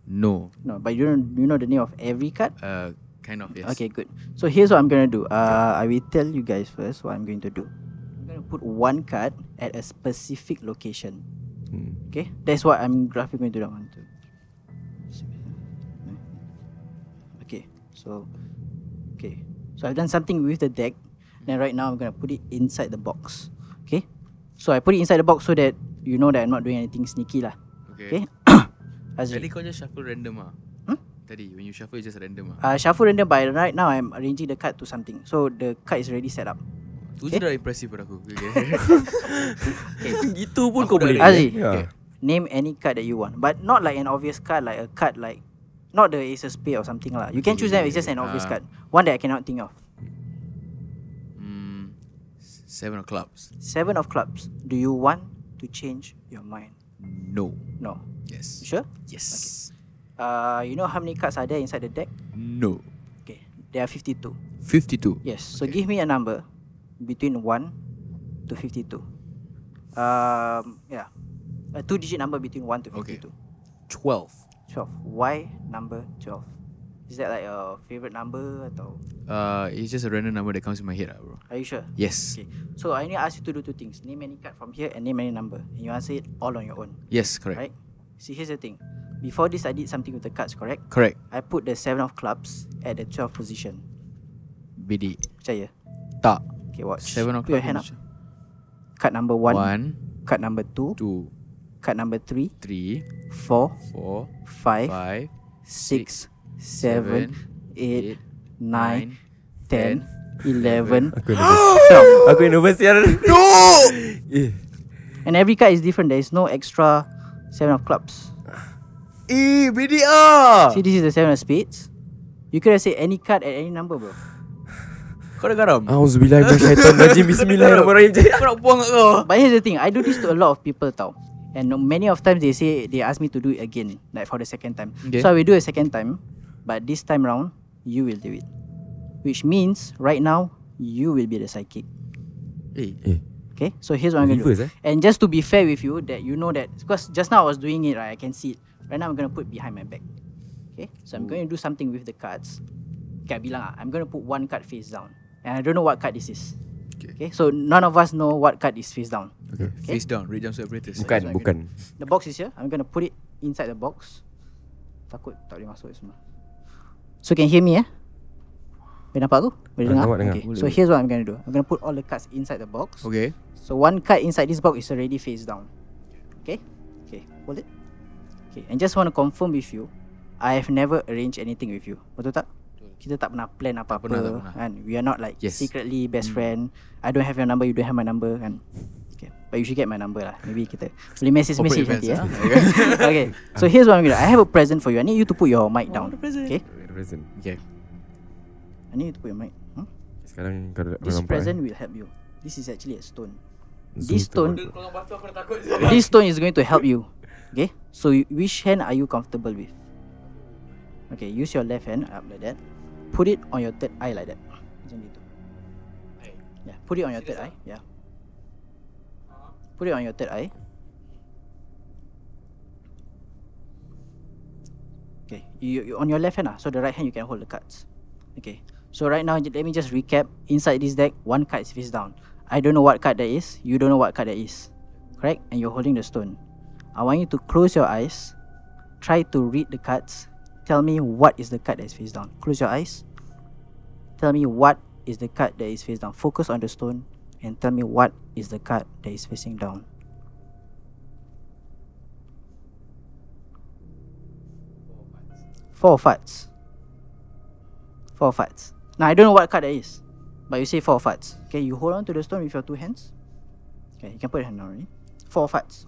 Speaker 3: No.
Speaker 4: No, but you don't you know the name of every card.
Speaker 3: Uh, kind of yes.
Speaker 4: Okay, good. So here's what I'm gonna do. Uh, I will tell you guys first what I'm going to do. I'm gonna put one card at a specific location.
Speaker 2: Hmm.
Speaker 4: Okay, that's what I'm graphically going to do. One, two. Okay, so okay, so I've done something with the deck. Then right now I'm gonna put it inside the box. Okay, so I put it inside the box so that you know that I'm not doing anything sneaky lah. Okay,
Speaker 3: Tadi
Speaker 4: Azri.
Speaker 3: kau just shuffle random ah. Tadi when you shuffle it's just random ah.
Speaker 4: Uh, shuffle random by right now I'm arranging the card to something. So the card is already set up.
Speaker 3: Tu je dah impressive pada aku. Okay.
Speaker 2: Gitu pun kau boleh.
Speaker 4: Azri.
Speaker 2: Ya.
Speaker 4: Name any card that you want, but not like an obvious card, like a card like not the ace of spade or something lah. You can choose that. It's just an obvious
Speaker 3: Ah.
Speaker 4: card, one that I cannot think of.
Speaker 3: Hmm. Seven of clubs.
Speaker 4: Seven of clubs. Do you want to change your mind?
Speaker 3: No.
Speaker 4: No. You
Speaker 3: Yes.
Speaker 4: sure?
Speaker 3: Yes.
Speaker 4: Uh, you know how many cards are there inside the deck?
Speaker 3: No.
Speaker 4: Okay, there are 52.
Speaker 3: 52.
Speaker 4: Yes. So give me a number between one to 52. Um, yeah, a two-digit number between one to
Speaker 3: Okay.
Speaker 4: 52.
Speaker 3: 12.
Speaker 4: 12. Why number 12? Is that like your favorite number atau?
Speaker 3: Uh, it's just a random number that comes in my head, lah, bro.
Speaker 4: Are you sure?
Speaker 3: Yes.
Speaker 4: Okay. So I only ask you to do two things. Name any card from here and name any number. And you answer it all on your own.
Speaker 3: Yes, correct.
Speaker 4: Right? See, here's the thing. Before this, I did something with the cards, correct?
Speaker 3: Correct.
Speaker 4: I put the seven of clubs at the 12th position.
Speaker 3: BD.
Speaker 4: Percaya?
Speaker 3: Tak.
Speaker 4: Okay, watch.
Speaker 3: Seven
Speaker 4: Put
Speaker 3: o'clock.
Speaker 4: your hand up.
Speaker 3: Malaysia.
Speaker 4: Card number one,
Speaker 3: One,
Speaker 4: card number two,
Speaker 3: two,
Speaker 4: card number three,
Speaker 3: three,
Speaker 4: four,
Speaker 3: four,
Speaker 4: five,
Speaker 3: five,
Speaker 4: six,
Speaker 3: seven,
Speaker 4: seven, eight,
Speaker 3: eight,
Speaker 4: nine, ten,
Speaker 3: ten,
Speaker 4: eleven,
Speaker 2: nervous. Aku nervous ya. No. Eh,
Speaker 4: and every card is different. There is no extra seven of clubs.
Speaker 3: Eh, BD ah.
Speaker 4: See, this is the seven of spades. You could have said any card at any number, bro.
Speaker 3: Kau dah garam.
Speaker 4: Oh.
Speaker 2: auzubillahi minasyaitanir rajim. Bismillahirrahmanirrahim.
Speaker 3: Kau nak buang kat kau.
Speaker 4: But here's the thing, I do this to a lot of people tau. And many of times they say they ask me to do it again, like for the second time.
Speaker 3: Okay.
Speaker 4: So I will do a second time, but this time round, you will do it. Which means right now you will be the psychic.
Speaker 3: Eh,
Speaker 4: Okay? So here's what I'm gonna do.
Speaker 2: Reverse, eh?
Speaker 4: And just to be fair with you, that you know that because just now I was doing it, right? I can see it. Right now I'm gonna put behind my back. Okay? So I'm going to do something with the cards. Okay, I bilang ah, I'm gonna put one card face down. And I don't know what card this is.
Speaker 3: Okay.
Speaker 4: okay? So none of us know what card is face down.
Speaker 3: Face down. Red jumpsuit apparatus.
Speaker 2: Bukan, bukan.
Speaker 4: The box is here. I'm gonna put it inside the box. Takut tak boleh masuk semua. So can hear me eh? Boleh nampak aku? Boleh
Speaker 2: Ah,
Speaker 4: dengar?
Speaker 2: nampak, dengar.
Speaker 4: Okay. So here's what I'm gonna do. I'm gonna put all the cards inside the box.
Speaker 3: Okay.
Speaker 4: So one card inside this box is already face down. Okay? Okay. Hold it. Okay. And just want to confirm with you, I have never arranged anything with you. Betul tak? Kita tak pernah plan apa-apa
Speaker 3: pernah, tak pernah.
Speaker 4: kan? We are not like
Speaker 3: Yes. Hmm.
Speaker 4: secretly best friend. I don't have your number, you don't have my number kan? Okay. But you should get my number lah. Maybe kita boleh message message
Speaker 3: Corporate
Speaker 4: nanti eh.
Speaker 3: events,
Speaker 4: okay. So here's what I'm gonna. do. I have a present for you. I need you to put your mic down. Okay.
Speaker 2: Present.
Speaker 3: Okay.
Speaker 4: I need you to put your mic. Hmm?
Speaker 2: Sekarang kau dah
Speaker 4: This
Speaker 2: nampak, eh?
Speaker 4: present will help you. This is actually a stone.
Speaker 2: Zoom
Speaker 4: This
Speaker 2: tu.
Speaker 4: stone this stone is going to help you. Okay? So you- which hand are you comfortable with? Okay, use your left hand up like that. Put it on your third eye like that. Macam gitu. Yeah, put it on your third eye. Yeah. Put it on your third eye. Okay, you, you on your left hand ah. So the right hand you can hold the cards. Okay. So right now j- let me just recap. Inside this deck, one card is face down. I don't know what card that is. You don't know what card that is. Correct? And you're holding the stone. I want you to close your eyes. Try to read the cards. Tell me what is the card that is face down. Close your eyes. Tell me what is the card that is face down. Focus on the stone and tell me what is the card that is facing down. Four of hearts. Four of hearts. Now I don't know what card that is, but you say four of hearts. Okay, you hold on to the stone with your two hands. Okay, you can put your hand down already. Four of hearts.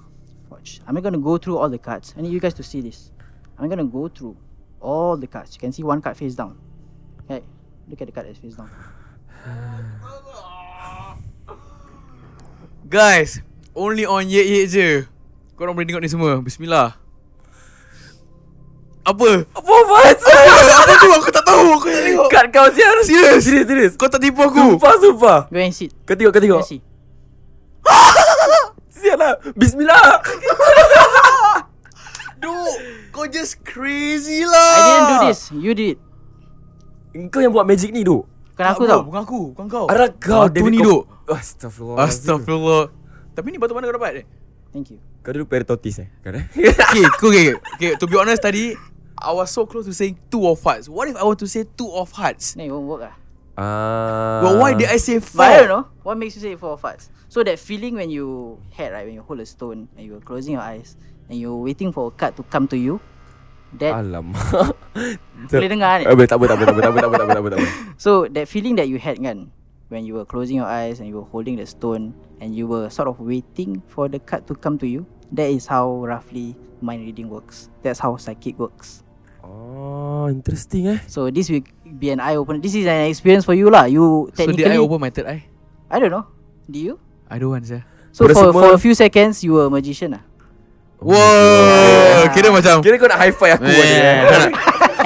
Speaker 4: Watch. I'm gonna go through all the cards. I need you guys to see this. I'm gonna go through all the cards. You can see one card face down. Okay, look at the card that's face down.
Speaker 3: Guys, only on Ye Ye je. Korang boleh tengok ni semua. Bismillah. Apa? Apa Faiz? Aku aku tak tahu. Aku tak tengok.
Speaker 2: Kat kau siar.
Speaker 3: Serious?
Speaker 2: Serius, serius.
Speaker 3: Kau tak tipu aku.
Speaker 2: Sumpah, sumpah.
Speaker 4: Go and sit.
Speaker 2: Kau tengok, kau
Speaker 4: Go
Speaker 2: tengok.
Speaker 4: and see.
Speaker 2: Sial lah. Bismillah.
Speaker 3: Dude, kau just crazy
Speaker 4: I
Speaker 3: lah.
Speaker 4: didn't do this. You did it.
Speaker 2: Kau yang buat magic ni, Duk.
Speaker 4: Bukan aku
Speaker 3: bro,
Speaker 4: tau.
Speaker 3: Bukan aku, bukan kau.
Speaker 2: Arah kau,
Speaker 3: Batu ni,
Speaker 2: kau-
Speaker 3: Duk.
Speaker 2: Astaghfirullah.
Speaker 3: Astagfirullah. Tapi ni batu mana kau dapat?
Speaker 4: Thank you.
Speaker 2: Kau dulu peritotis eh? Kau dah?
Speaker 3: okay, cool, okay, okay. okay, to be honest tadi, I was so close to saying two of hearts. What if I were to say two of hearts?
Speaker 4: No, it won't work ah.
Speaker 2: Ah.
Speaker 3: But why did I say four?
Speaker 4: But I don't know what makes you say four of hearts. So that feeling when you had right when you hold a stone and you're closing your eyes and you're waiting for a card to come to you, that
Speaker 2: Alamak.
Speaker 4: boleh
Speaker 2: Eh,
Speaker 4: dengar kan?
Speaker 2: boleh, tak apa, tak apa, tak apa, tak apa, tak apa, tak apa, tak apa, tak apa.
Speaker 4: So that feeling that you had kan when you were closing your eyes and you were holding the stone and you were sort of waiting for the card to come to you, that is how roughly mind reading works. That's how psychic works.
Speaker 2: Oh, interesting eh.
Speaker 4: So this will be an eye opener. This is an experience for you lah. You
Speaker 3: So
Speaker 4: technically
Speaker 3: did I open my third eye?
Speaker 4: I don't know. Do you?
Speaker 3: I don't want, sir.
Speaker 4: So
Speaker 2: Pada
Speaker 4: for,
Speaker 2: semua-
Speaker 4: for a few seconds you were a magician lah.
Speaker 3: Wow, kira macam
Speaker 2: Kira kau nak high five aku tadi eh.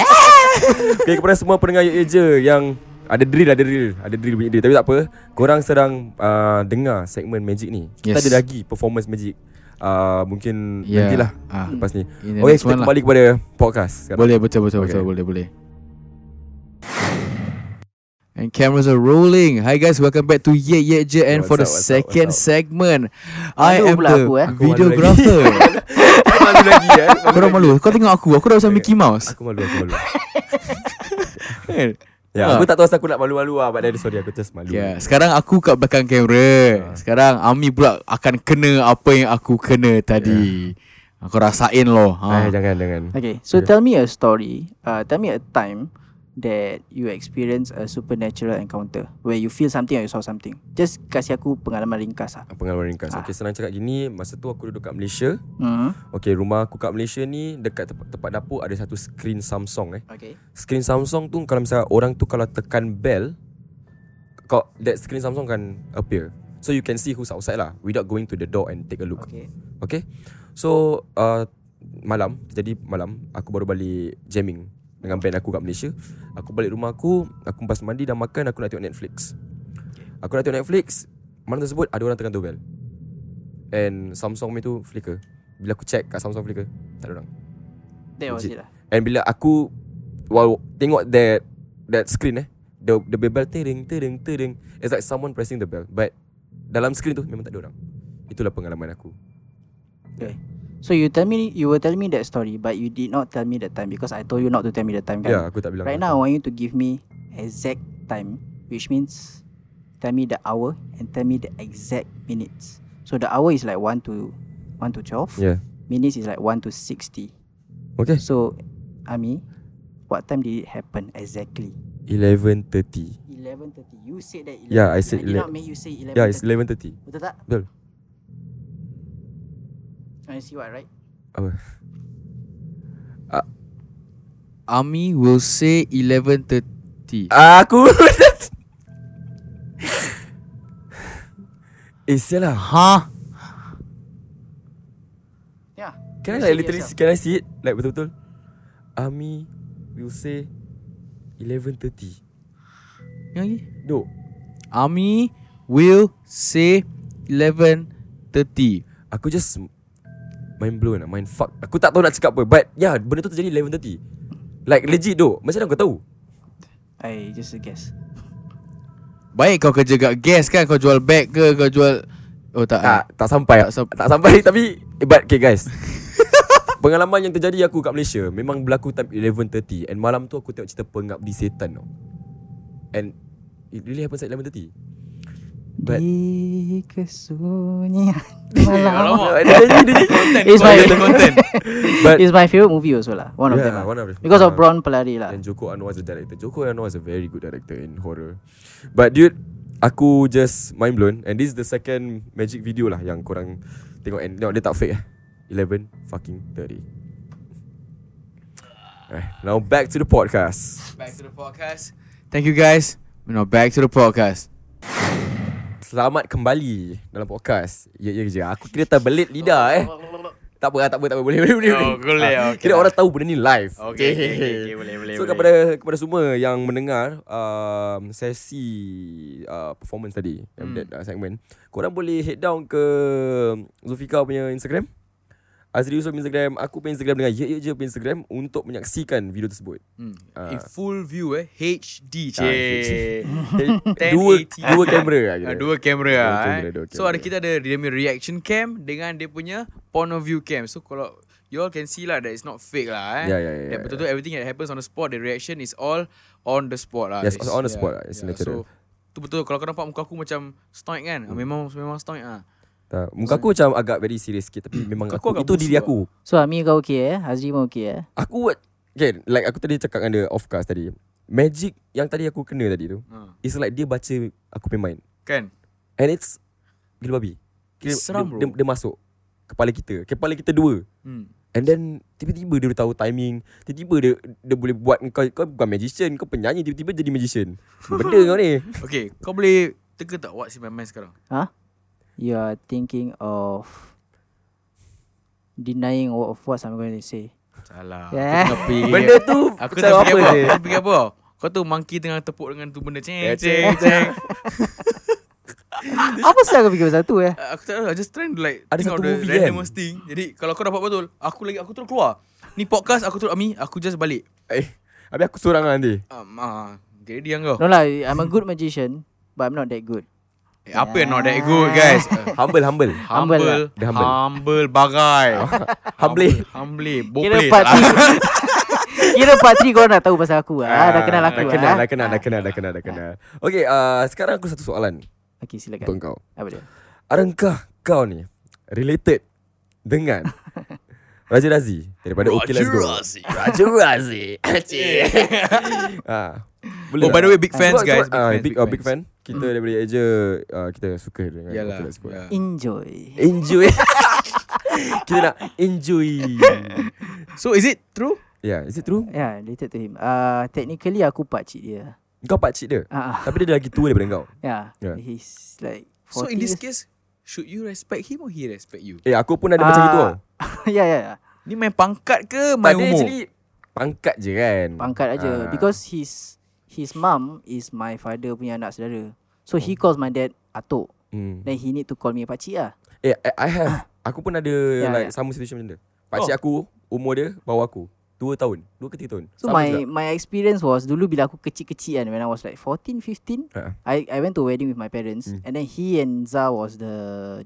Speaker 2: Okay, kepada semua pendengar Ye Ye Je yang ada drill, ada drill, ada drill bunyi drill. Tapi tak apa, korang sedang uh, dengar segmen magic ni. Kita
Speaker 3: Yes.
Speaker 2: ada lagi performance magic. Uh, mungkin
Speaker 3: Yeah.
Speaker 2: nantilah
Speaker 3: Ah.
Speaker 2: lepas ni.
Speaker 3: In the
Speaker 2: Okay,
Speaker 3: next
Speaker 2: kita
Speaker 3: one lah.
Speaker 2: kembali kepada podcast sekarang.
Speaker 3: Boleh betul betul
Speaker 2: Okay.
Speaker 3: betul boleh boleh. And cameras are rolling. Hi guys, welcome back to Yeah Yeah Je and
Speaker 2: What's
Speaker 3: for the
Speaker 2: up, what's up, what's
Speaker 3: second
Speaker 2: up?
Speaker 3: segment. I
Speaker 4: Malu
Speaker 3: am
Speaker 4: pula
Speaker 3: the
Speaker 4: aku, eh.
Speaker 2: Aku malu
Speaker 3: videographer.
Speaker 2: Malu lagi eh
Speaker 3: Kau dah malu. Kau tengok aku. Aku dah macam Mickey Mouse.
Speaker 2: Aku malu Aku malu
Speaker 3: Kan?
Speaker 2: Ya,
Speaker 3: Ah.
Speaker 2: Aku tak tahu asal aku nak malu-malu lah But then sorry Aku just malu
Speaker 3: Yeah, Ya, sekarang aku kat belakang
Speaker 2: Ah.
Speaker 3: kamera. Sekarang Ami pula akan kena apa yang aku
Speaker 2: Ya.
Speaker 3: kena tadi. Aku rasain loh.
Speaker 2: Ah,
Speaker 3: Ha.
Speaker 2: jangan jangan.
Speaker 4: Okay, so
Speaker 2: Yeah.
Speaker 4: tell me a story. Uh, tell me a time that you experience a supernatural encounter where you feel something or you saw something. Just kasih aku pengalaman ringkas lah.
Speaker 2: Pengalaman ringkas.
Speaker 4: Ah.
Speaker 2: Okay, senang cakap gini, masa tu aku duduk kat Malaysia.
Speaker 4: Hmm.
Speaker 2: Okay, rumah aku kat Malaysia ni dekat tempat, tempat dapur ada satu screen Samsung eh.
Speaker 4: Okay.
Speaker 2: Screen Samsung tu kalau misalnya orang tu kalau tekan bell, kau that screen Samsung kan appear. So you can see who's outside lah without going to the door and take a look.
Speaker 4: Okay.
Speaker 2: Okay So uh, Malam Jadi malam Aku baru balik jamming Dengan band aku kat Malaysia Aku balik rumah aku Aku pas mandi dan makan Aku nak tengok Netflix Aku nak tengok Netflix Malam tersebut Ada orang tekan doorbell And Samsung punya tu flicker Bila aku check kat Samsung flicker Tak ada orang
Speaker 4: That was
Speaker 2: Legit.
Speaker 4: it lah.
Speaker 2: And bila aku Wow Tengok that That screen eh The, the bell tering tering tering It's like someone pressing the bell But Dalam screen tu Memang tak ada orang Itulah pengalaman aku
Speaker 4: So you tell me you were telling me that story but you did not tell me the time because I told you not to tell me the time
Speaker 2: Ya yeah,
Speaker 4: kan.
Speaker 2: aku tak bilang
Speaker 4: right now I want you to give me exact time which means tell me the hour and tell me the exact minutes. So the hour is like 1 to 1 to 12.
Speaker 2: Yeah.
Speaker 4: Minutes is like 1 to 60.
Speaker 2: Okay
Speaker 4: So Ami, what time did it happen exactly?
Speaker 2: 11.30
Speaker 4: 11:30. You said that 11.
Speaker 2: Yeah, I said
Speaker 4: I did
Speaker 2: ele-
Speaker 4: not make you say 11.
Speaker 2: Yeah it's 11.30
Speaker 4: Betul tak?
Speaker 2: Betul.
Speaker 4: I see what right?
Speaker 2: Apa
Speaker 3: Ami will say 11.30.
Speaker 2: Aku Eh sial lah
Speaker 3: Ha?
Speaker 4: Yeah.
Speaker 2: Can I like
Speaker 4: You said
Speaker 2: literally
Speaker 4: yourself.
Speaker 2: Can I see it Like betul-betul Ami Will say 11.30
Speaker 3: Yang lagi?
Speaker 2: No
Speaker 3: Ami will say 11.30.
Speaker 2: Aku just Mind blown lah Mind fuck Aku tak tahu nak cakap apa But yeah Benda tu terjadi 11.30 Like legit doh Macam mana kau tahu
Speaker 4: I just a guess.
Speaker 3: Baik kau kerja kat gas kan? Kau jual bag ke? Kau jual... Oh tak.
Speaker 2: Tak Ah, tak sampai
Speaker 3: Tak
Speaker 2: tak,
Speaker 3: sam-
Speaker 2: tak sampai Tapi eh, But okay guys Pengalaman yang terjadi aku kat Malaysia Memang berlaku time 11.30 And malam tu aku tengok cerita Pengabdi Setan tau And It really happens at 11.30 But Eh, Ya,
Speaker 4: Di kesunyian malam.
Speaker 2: Dia jadi Dia jadi
Speaker 4: It's my
Speaker 3: Eh, content.
Speaker 2: But
Speaker 4: It's my favorite movie also lah. One of
Speaker 2: Yeah,
Speaker 4: them. lah.
Speaker 2: one of them.
Speaker 4: Because of
Speaker 2: Ah.
Speaker 4: Braun Pelari lah.
Speaker 2: And Joko Anwar is the director Joko Anwar is a very good director in horror But dude Aku just mind blown And this is the second magic video lah Yang korang tengok And no, dia tak fake eh 11 fucking 30 Alright, now back to the podcast
Speaker 3: Back to the podcast. Thank you guys. Now back to the podcast.
Speaker 2: Selamat kembali dalam podcast Ya, ya je Aku kira terbelit lidah eh Tak apa, tak apa, tak apa Boleh, boleh, boleh
Speaker 3: Oh, boleh,
Speaker 2: Ah,
Speaker 3: okay
Speaker 2: Kira
Speaker 3: lah.
Speaker 2: orang tahu benda ni live
Speaker 3: Okay, okay, okay, okay, boleh, boleh,
Speaker 2: So
Speaker 3: boleh.
Speaker 2: kepada kepada semua yang mendengar um, sesi uh, performance tadi hmm. that uh, segment, korang boleh head down ke Zulfika punya Instagram. Azri Yusof punya Instagram, aku punya Instagram dengan Ye Ye Je punya Instagram untuk menyaksikan video tersebut.
Speaker 3: Hmm.
Speaker 2: Ah.
Speaker 3: In full view eh HD
Speaker 2: Ah,
Speaker 3: je.
Speaker 2: Jadi, dua
Speaker 3: 1080.
Speaker 2: dua kamera lah kira.
Speaker 3: Ah, dua kamera
Speaker 2: Dua
Speaker 3: lah
Speaker 2: kamera,
Speaker 3: eh.
Speaker 2: dua
Speaker 3: So ada
Speaker 2: kamera.
Speaker 3: kita ada dia punya reaction cam dengan dia punya point of view cam. So kalau you all can see lah that it's not fake lah eh.
Speaker 2: Yeah, yeah, yeah,
Speaker 3: That
Speaker 2: yeah,
Speaker 3: betul-betul everything that happens on the spot, the reaction is all on the spot lah.
Speaker 2: Yes, on the spot lah. It's natural. Hmm.
Speaker 3: So tu betul kalau kau nampak muka aku macam stoic kan. Ah, Memang memang stoic ah.
Speaker 2: Tak, muka aku macam agak very serious sikit tapi memang
Speaker 3: Muka aku
Speaker 2: aku,
Speaker 3: agak
Speaker 2: itu
Speaker 3: busuk
Speaker 2: diri
Speaker 3: lah.
Speaker 2: aku.
Speaker 4: So Ami kau okay eh? Hazri pun okay eh?
Speaker 2: Aku okay, like aku tadi cakap dengan dia off cast tadi. Magic yang tadi aku kena tadi tu.
Speaker 3: Ah.
Speaker 2: It's like dia baca aku punya mind.
Speaker 3: Kan?
Speaker 2: And it's Gila babi Kira,
Speaker 3: It's seram,
Speaker 2: dia, dia,
Speaker 3: bro.
Speaker 2: dia masuk Kepala kita Kepala kita dua
Speaker 3: Hmm.
Speaker 2: And then Tiba-tiba dia tahu timing Tiba-tiba dia Dia boleh buat Kau, kau bukan magician Kau penyanyi Tiba-tiba jadi magician Benda kau ni
Speaker 3: Okay, kau boleh teka tak what's in my mind sekarang?
Speaker 4: You are thinking of denying what of what I'm going to say.
Speaker 3: Salah. Aku
Speaker 4: Yeah.
Speaker 3: tengah fikir.
Speaker 2: Benda tu
Speaker 3: Aku
Speaker 2: macam
Speaker 3: tak fikir apa.
Speaker 2: je?
Speaker 3: Aku fikir apa? tau? Kau tu monkey tengah tepuk dengan tu benda ceng
Speaker 2: Eh,
Speaker 3: ceng ceng.
Speaker 4: Apa sih aku fikir pasal tu eh?
Speaker 3: Uh, Aku tak tahu I just trying to like
Speaker 2: Ada
Speaker 3: Think of
Speaker 2: satu
Speaker 3: the
Speaker 2: movie kan?
Speaker 3: randomest thing Jadi kalau kau dapat betul Aku lagi Aku terus keluar Ni podcast aku terus Ami Aku just balik
Speaker 2: Eh Habis aku seorang lah nanti
Speaker 3: um, uh, Jadi diam kau.
Speaker 4: No lah, I'm a good magician, but I'm not that good.
Speaker 3: Eh, apa yang not that good guys? Uh,
Speaker 2: Humble humble
Speaker 4: Humble
Speaker 3: humble,
Speaker 4: lah.
Speaker 2: Dia humble.
Speaker 3: humble. humble bagai.
Speaker 2: Humble. Oh,
Speaker 3: humble, Ah,
Speaker 4: Kira
Speaker 3: boplay.
Speaker 4: part 3 Kira part 3 korang dah tahu pasal aku ah, Dah kenal aku
Speaker 2: Dah kenal
Speaker 4: ah.
Speaker 2: Dah kenal Dah kenal Dah kenal Dah kenal Okay uh, Sekarang aku satu soalan
Speaker 4: Okay silakan
Speaker 2: Untuk kau
Speaker 4: Apa dia?
Speaker 2: Adakah kau ni Related Dengan Raja Razi Daripada Okay Let's Go Raja Razi ha, boleh
Speaker 3: Oh,
Speaker 2: tak?
Speaker 3: by the way, big
Speaker 2: Sebab-
Speaker 3: fans,
Speaker 2: sebab,
Speaker 3: guys.
Speaker 2: ah,
Speaker 3: Big fans,
Speaker 2: big,
Speaker 3: big
Speaker 2: oh, big fan
Speaker 3: fans.
Speaker 2: Kita daripada Aja uh, Kita suka dengan
Speaker 3: Yalah.
Speaker 2: Okay Let's Go
Speaker 3: Yeah.
Speaker 4: Enjoy
Speaker 2: Enjoy Kita nak enjoy
Speaker 3: So is it true?
Speaker 2: Yeah is it true?
Speaker 4: Yeah, Ya, related to him uh, Technically aku pakcik dia
Speaker 2: Kau pakcik dia
Speaker 4: Ah,
Speaker 2: Tapi dia dah lagi tua daripada kau
Speaker 4: yeah.
Speaker 2: Yeah.
Speaker 4: yeah, he's like 40
Speaker 3: So in this
Speaker 4: years.
Speaker 3: case, should you respect him or he respect you?
Speaker 2: Eh aku pun ada macam
Speaker 4: Ah,
Speaker 2: itu tau
Speaker 4: yeah, yeah, yeah.
Speaker 3: Ni main pangkat ke
Speaker 2: Tak
Speaker 3: main
Speaker 2: dia
Speaker 3: umur?
Speaker 2: actually Pangkat je kan
Speaker 4: Pangkat aja
Speaker 2: Ah.
Speaker 4: Because his His mum is my father punya anak saudara So
Speaker 2: Oh.
Speaker 4: he calls my dad Atok
Speaker 2: Hmm.
Speaker 4: Then he need to call me pakcik lah
Speaker 2: Eh, I, I have.
Speaker 4: Ah.
Speaker 2: Aku pun ada yeah, like
Speaker 4: yeah.
Speaker 2: sama situation macam tu. Pakcik aku, umur dia bawah aku. 2 tahun. 2 ke 3 tahun.
Speaker 4: So my my experience was dulu bila aku kecil-kecil kan when I was like 14, 15,
Speaker 2: Ha.
Speaker 4: I I went to a wedding with my parents
Speaker 2: Hmm.
Speaker 4: and then he and Za was the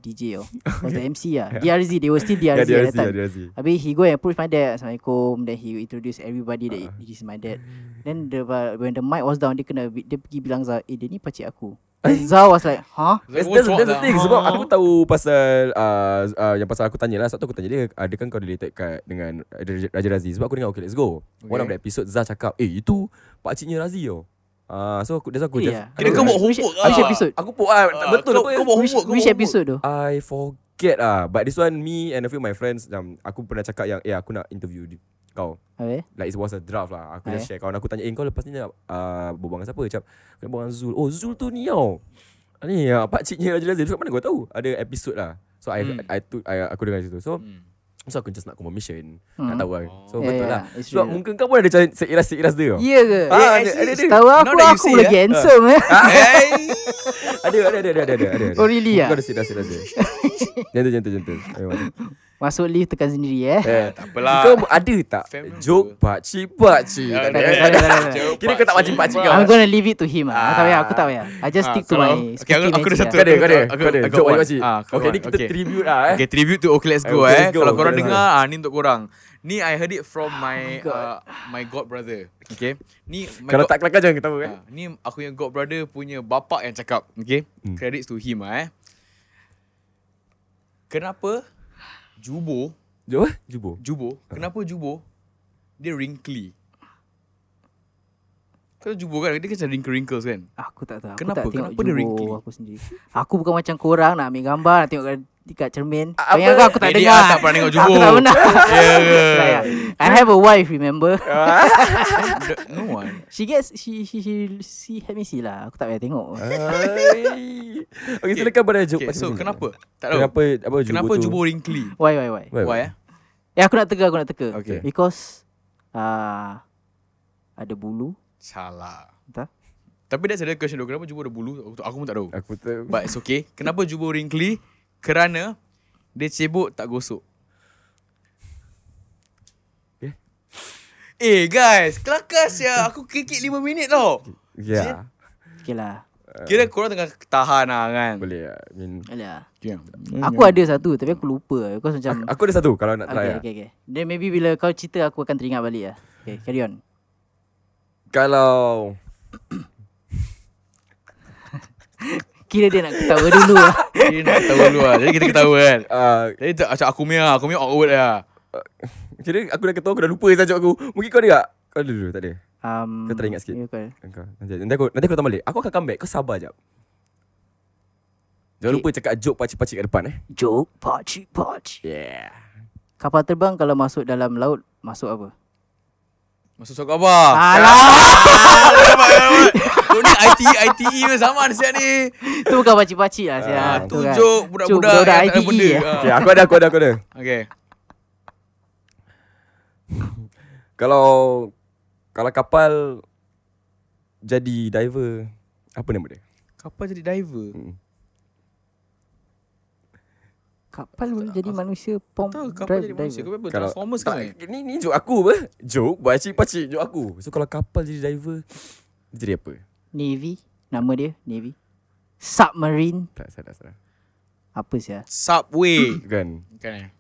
Speaker 4: DJ oh, was the MC ah. DRZ they were still
Speaker 2: Ya,
Speaker 4: DRZ,
Speaker 2: dia Razi,
Speaker 4: at that time.
Speaker 2: dia Razi.
Speaker 4: Habis he go and approach my dad Assalamualaikum Then he introduce everybody That
Speaker 3: Ah.
Speaker 4: this is my dad Then the, when the mic was down Dia kena Dia pergi bilang Zah Eh dia ni pakcik aku Then Zah was like Huh?
Speaker 2: That's, that's, that's the
Speaker 3: lah.
Speaker 2: thing Sebab
Speaker 4: Oh.
Speaker 2: aku tahu pasal uh, uh, Yang pasal aku tanya lah Sebab tu aku tanya dia Adakah kau related kat Dengan Raja Raja Razi Sebab aku dengar Okay Let's Go okay. One of the episode Zah cakap Eh itu Pakciknya Razi tau Ah, So aku, that's why aku
Speaker 4: Eh,
Speaker 2: just-
Speaker 4: ya.
Speaker 3: Kira
Speaker 2: aku-
Speaker 3: kau buat
Speaker 4: Which-
Speaker 3: homework
Speaker 4: Which
Speaker 3: lah.
Speaker 4: episode?
Speaker 2: Aku pun ah,
Speaker 3: Ah,
Speaker 2: Betul
Speaker 3: kau-
Speaker 2: apa
Speaker 3: kau buat
Speaker 4: Which,
Speaker 3: homework, kau
Speaker 4: which
Speaker 3: buat
Speaker 4: episode tu?
Speaker 2: I forget ah But this one Me and a few of my friends macam, Aku pernah cakap yang Eh aku nak interview di- kau
Speaker 4: Habis?
Speaker 2: Like it was a draft lah Aku just
Speaker 4: Eh.
Speaker 2: share Kawan aku tanya Eh kau lepas ni nak uh, Berbual dengan siapa Macam Aku nak berbual dengan Zul Oh Zul tu ni tau Ni uh, pakciknya Raja Razif Sebab mana kau tahu Ada episode lah So I,
Speaker 3: Hmm.
Speaker 2: I, I, tu- I, Aku dengar situ So
Speaker 3: Hmm.
Speaker 2: So aku just nak confirmation
Speaker 4: Hmm.
Speaker 2: Nak tahu lah So
Speaker 3: Oh,
Speaker 4: Yeah,
Speaker 2: betul
Speaker 4: yeah,
Speaker 2: lah
Speaker 4: ya, it's
Speaker 2: Sebab
Speaker 4: real.
Speaker 2: mungkin kau pun ada macam Seiras-seiras dia tau
Speaker 4: Iya ke?
Speaker 2: Ah,
Speaker 4: Eh,
Speaker 2: ada- ada- ada.
Speaker 4: Tahu
Speaker 3: Now
Speaker 4: aku
Speaker 3: that you
Speaker 4: Aku
Speaker 3: say,
Speaker 4: lagi
Speaker 3: ah.
Speaker 4: handsome eh
Speaker 3: Hey!
Speaker 2: Ada ada ada ada ada, ada, ada.
Speaker 4: Oh, really,
Speaker 2: Mungkin
Speaker 4: ah?
Speaker 2: Kau ada seiras-seiras dia Gentle gentle gentle Memang.
Speaker 4: Masuk lift tekan sendiri eh
Speaker 2: Eh,
Speaker 3: apalah.
Speaker 2: Kau ada tak
Speaker 3: Family
Speaker 2: Joke pakcik-pakcik
Speaker 3: Tak
Speaker 2: Tak ada,
Speaker 3: ada,
Speaker 2: tak ada.
Speaker 4: tak ada, tak ada.
Speaker 2: ya, Kira kau tak pakcik-pakcik kau
Speaker 4: I'm gonna leave it to him ah. Tak payah Aku tak payah I just
Speaker 3: Eh, Ah,
Speaker 4: stick to
Speaker 3: kalau-
Speaker 4: my
Speaker 3: okay, aku- aku
Speaker 4: spooky
Speaker 3: ada
Speaker 4: magic
Speaker 3: satu.
Speaker 2: Kau ada, kau ada,
Speaker 3: Aku-
Speaker 2: kau ada.
Speaker 3: aku-
Speaker 2: Joke
Speaker 3: aku-
Speaker 2: pakcik.
Speaker 3: ah, kau
Speaker 2: Okay, ni
Speaker 3: ada,
Speaker 2: kita
Speaker 3: okay.
Speaker 2: tribute lah eh.
Speaker 3: Okay, tribute to Okay Let's Go
Speaker 2: Okay,
Speaker 3: eh.
Speaker 2: Let's Go,
Speaker 3: Kalau korang
Speaker 2: Okay, Let's
Speaker 3: dengar, ah, ni untuk korang. Ni I heard it from my
Speaker 4: God.
Speaker 3: uh, my god brother. Okay. Ni my
Speaker 2: Kalau
Speaker 3: god-
Speaker 2: tak kelakar jangan ketawa kan.
Speaker 3: Ah, ni aku yang god brother punya bapak yang cakap. Okay. Credits to him ah, eh. Kenapa Jubo,
Speaker 2: Jom eh, jubo.
Speaker 3: Jubo, kenapa Jubo dia wrinkly? Kau tahu Jubo kan? Dia macam wrinkle-wrinkles kan?
Speaker 4: Aku tak tahu.
Speaker 3: Kenapa?
Speaker 4: Aku tak tengok
Speaker 3: Kenapa dia
Speaker 4: jumbo
Speaker 3: wrinkly?
Speaker 4: aku sendiri. Aku bukan macam korang nak ambil gambar, nak tengok kat- dekat cermin.
Speaker 2: Apa?
Speaker 4: Bayang kau aku tak
Speaker 3: Eh, dia
Speaker 4: dengar.
Speaker 3: tak pernah tengok
Speaker 4: Aku
Speaker 3: jumbo.
Speaker 4: tak pernah.
Speaker 3: Ya ke?
Speaker 2: Eh.
Speaker 4: Tak, ya. I have a wife remember.
Speaker 2: Ya.
Speaker 3: No one.
Speaker 4: She gets she she she, she help me see lah. Aku tak payah tengok.
Speaker 2: Ya. Hai. Okay, silakan pada joke.
Speaker 3: Okay, so kenapa? Tak tahu.
Speaker 2: Kenapa apa jubo
Speaker 3: Kenapa
Speaker 2: tu?
Speaker 3: Jubo wrinkly?
Speaker 4: Why why why?
Speaker 2: Why,
Speaker 3: Why eh?
Speaker 4: Eh aku nak teka, aku nak teka.
Speaker 3: Okay.
Speaker 4: Because ah ada bulu.
Speaker 3: Salah.
Speaker 4: Entah.
Speaker 3: Tapi that's another question though. Kenapa Jubo ada bulu? Aku, aku pun tak tahu.
Speaker 2: Aku tu.
Speaker 3: But it's okay. Kenapa Jubo wrinkly? Kerana dia cebok tak gosok.
Speaker 2: Eh?
Speaker 3: Eh guys, kelakar sia. Aku kikik 5 minit tau.
Speaker 2: Ya.
Speaker 4: Okay lah.
Speaker 3: Kira korang tengah tahan lah kan.
Speaker 2: Eh. Boleh lah. I mean,
Speaker 4: Alah.
Speaker 3: Yeah.
Speaker 4: Aku ada satu tapi aku lupa. lah. Because
Speaker 2: Hmm.
Speaker 4: macam
Speaker 2: aku ada satu kalau nak
Speaker 4: Okay,
Speaker 2: try. lah.
Speaker 4: okay, okay. Then maybe bila kau cerita aku akan teringat balik lah. Okay, carry on.
Speaker 2: Kalau
Speaker 4: Kira dia nak ketawa dulu lah.
Speaker 3: Kira nak ketawa dulu lah. Jadi kita ketawa kan.
Speaker 2: ah,
Speaker 3: Jadi tak- macam aku punya, aku punya awkward lah.
Speaker 2: kira aku dah ketawa aku dah lupa saja aku. Mungkin kau ada tak? Kau ada dulu, tak ada.
Speaker 4: Um,
Speaker 2: Kau teringat sikit.
Speaker 4: ya, kau.
Speaker 2: Engkau. Nanti, nanti aku nanti aku datang balik. Aku akan come back. Kau sabar jap. Jangan
Speaker 4: Okay.
Speaker 2: lupa cakap joke pacik-pacik kat depan eh.
Speaker 4: Joke, pakcik, pakcik.
Speaker 2: Yeah.
Speaker 4: Kapal terbang kalau masuk dalam laut, masuk apa?
Speaker 3: Masuk sokok apa?
Speaker 2: Ah,
Speaker 4: Alah,
Speaker 3: Kau ni ITE, ITE E pun sama lah siap ni.
Speaker 4: tu bukan pakcik-pakcik lah. sial.
Speaker 2: Ah,
Speaker 3: Tu
Speaker 4: kan.
Speaker 3: joke budak-budak yang
Speaker 4: budak-budak
Speaker 3: tak ada
Speaker 4: ITE,
Speaker 3: benda.
Speaker 4: eh.
Speaker 2: Okay, aku ada, aku ada, aku ada.
Speaker 3: Ah. Okay.
Speaker 2: Kalau kalau kapal jadi diver, apa nama dia?
Speaker 3: Kapal jadi diver.
Speaker 4: Kapal boleh jadi manusia, pom,
Speaker 3: Tahu kapal
Speaker 4: drive,
Speaker 3: jadi manusia. Kau
Speaker 4: drive.
Speaker 3: apa?
Speaker 2: Kalau-
Speaker 3: Transformers kan?
Speaker 2: Tak, ni ni joke aku apa? Joke buat cik pacik joke aku. So kalau kapal jadi diver, Jadi apa?
Speaker 4: Navy Nama dia Navy Submarine
Speaker 2: Tak salah salah.
Speaker 4: Apa sih
Speaker 3: Subway.
Speaker 2: Bukan.
Speaker 3: Bukan eh.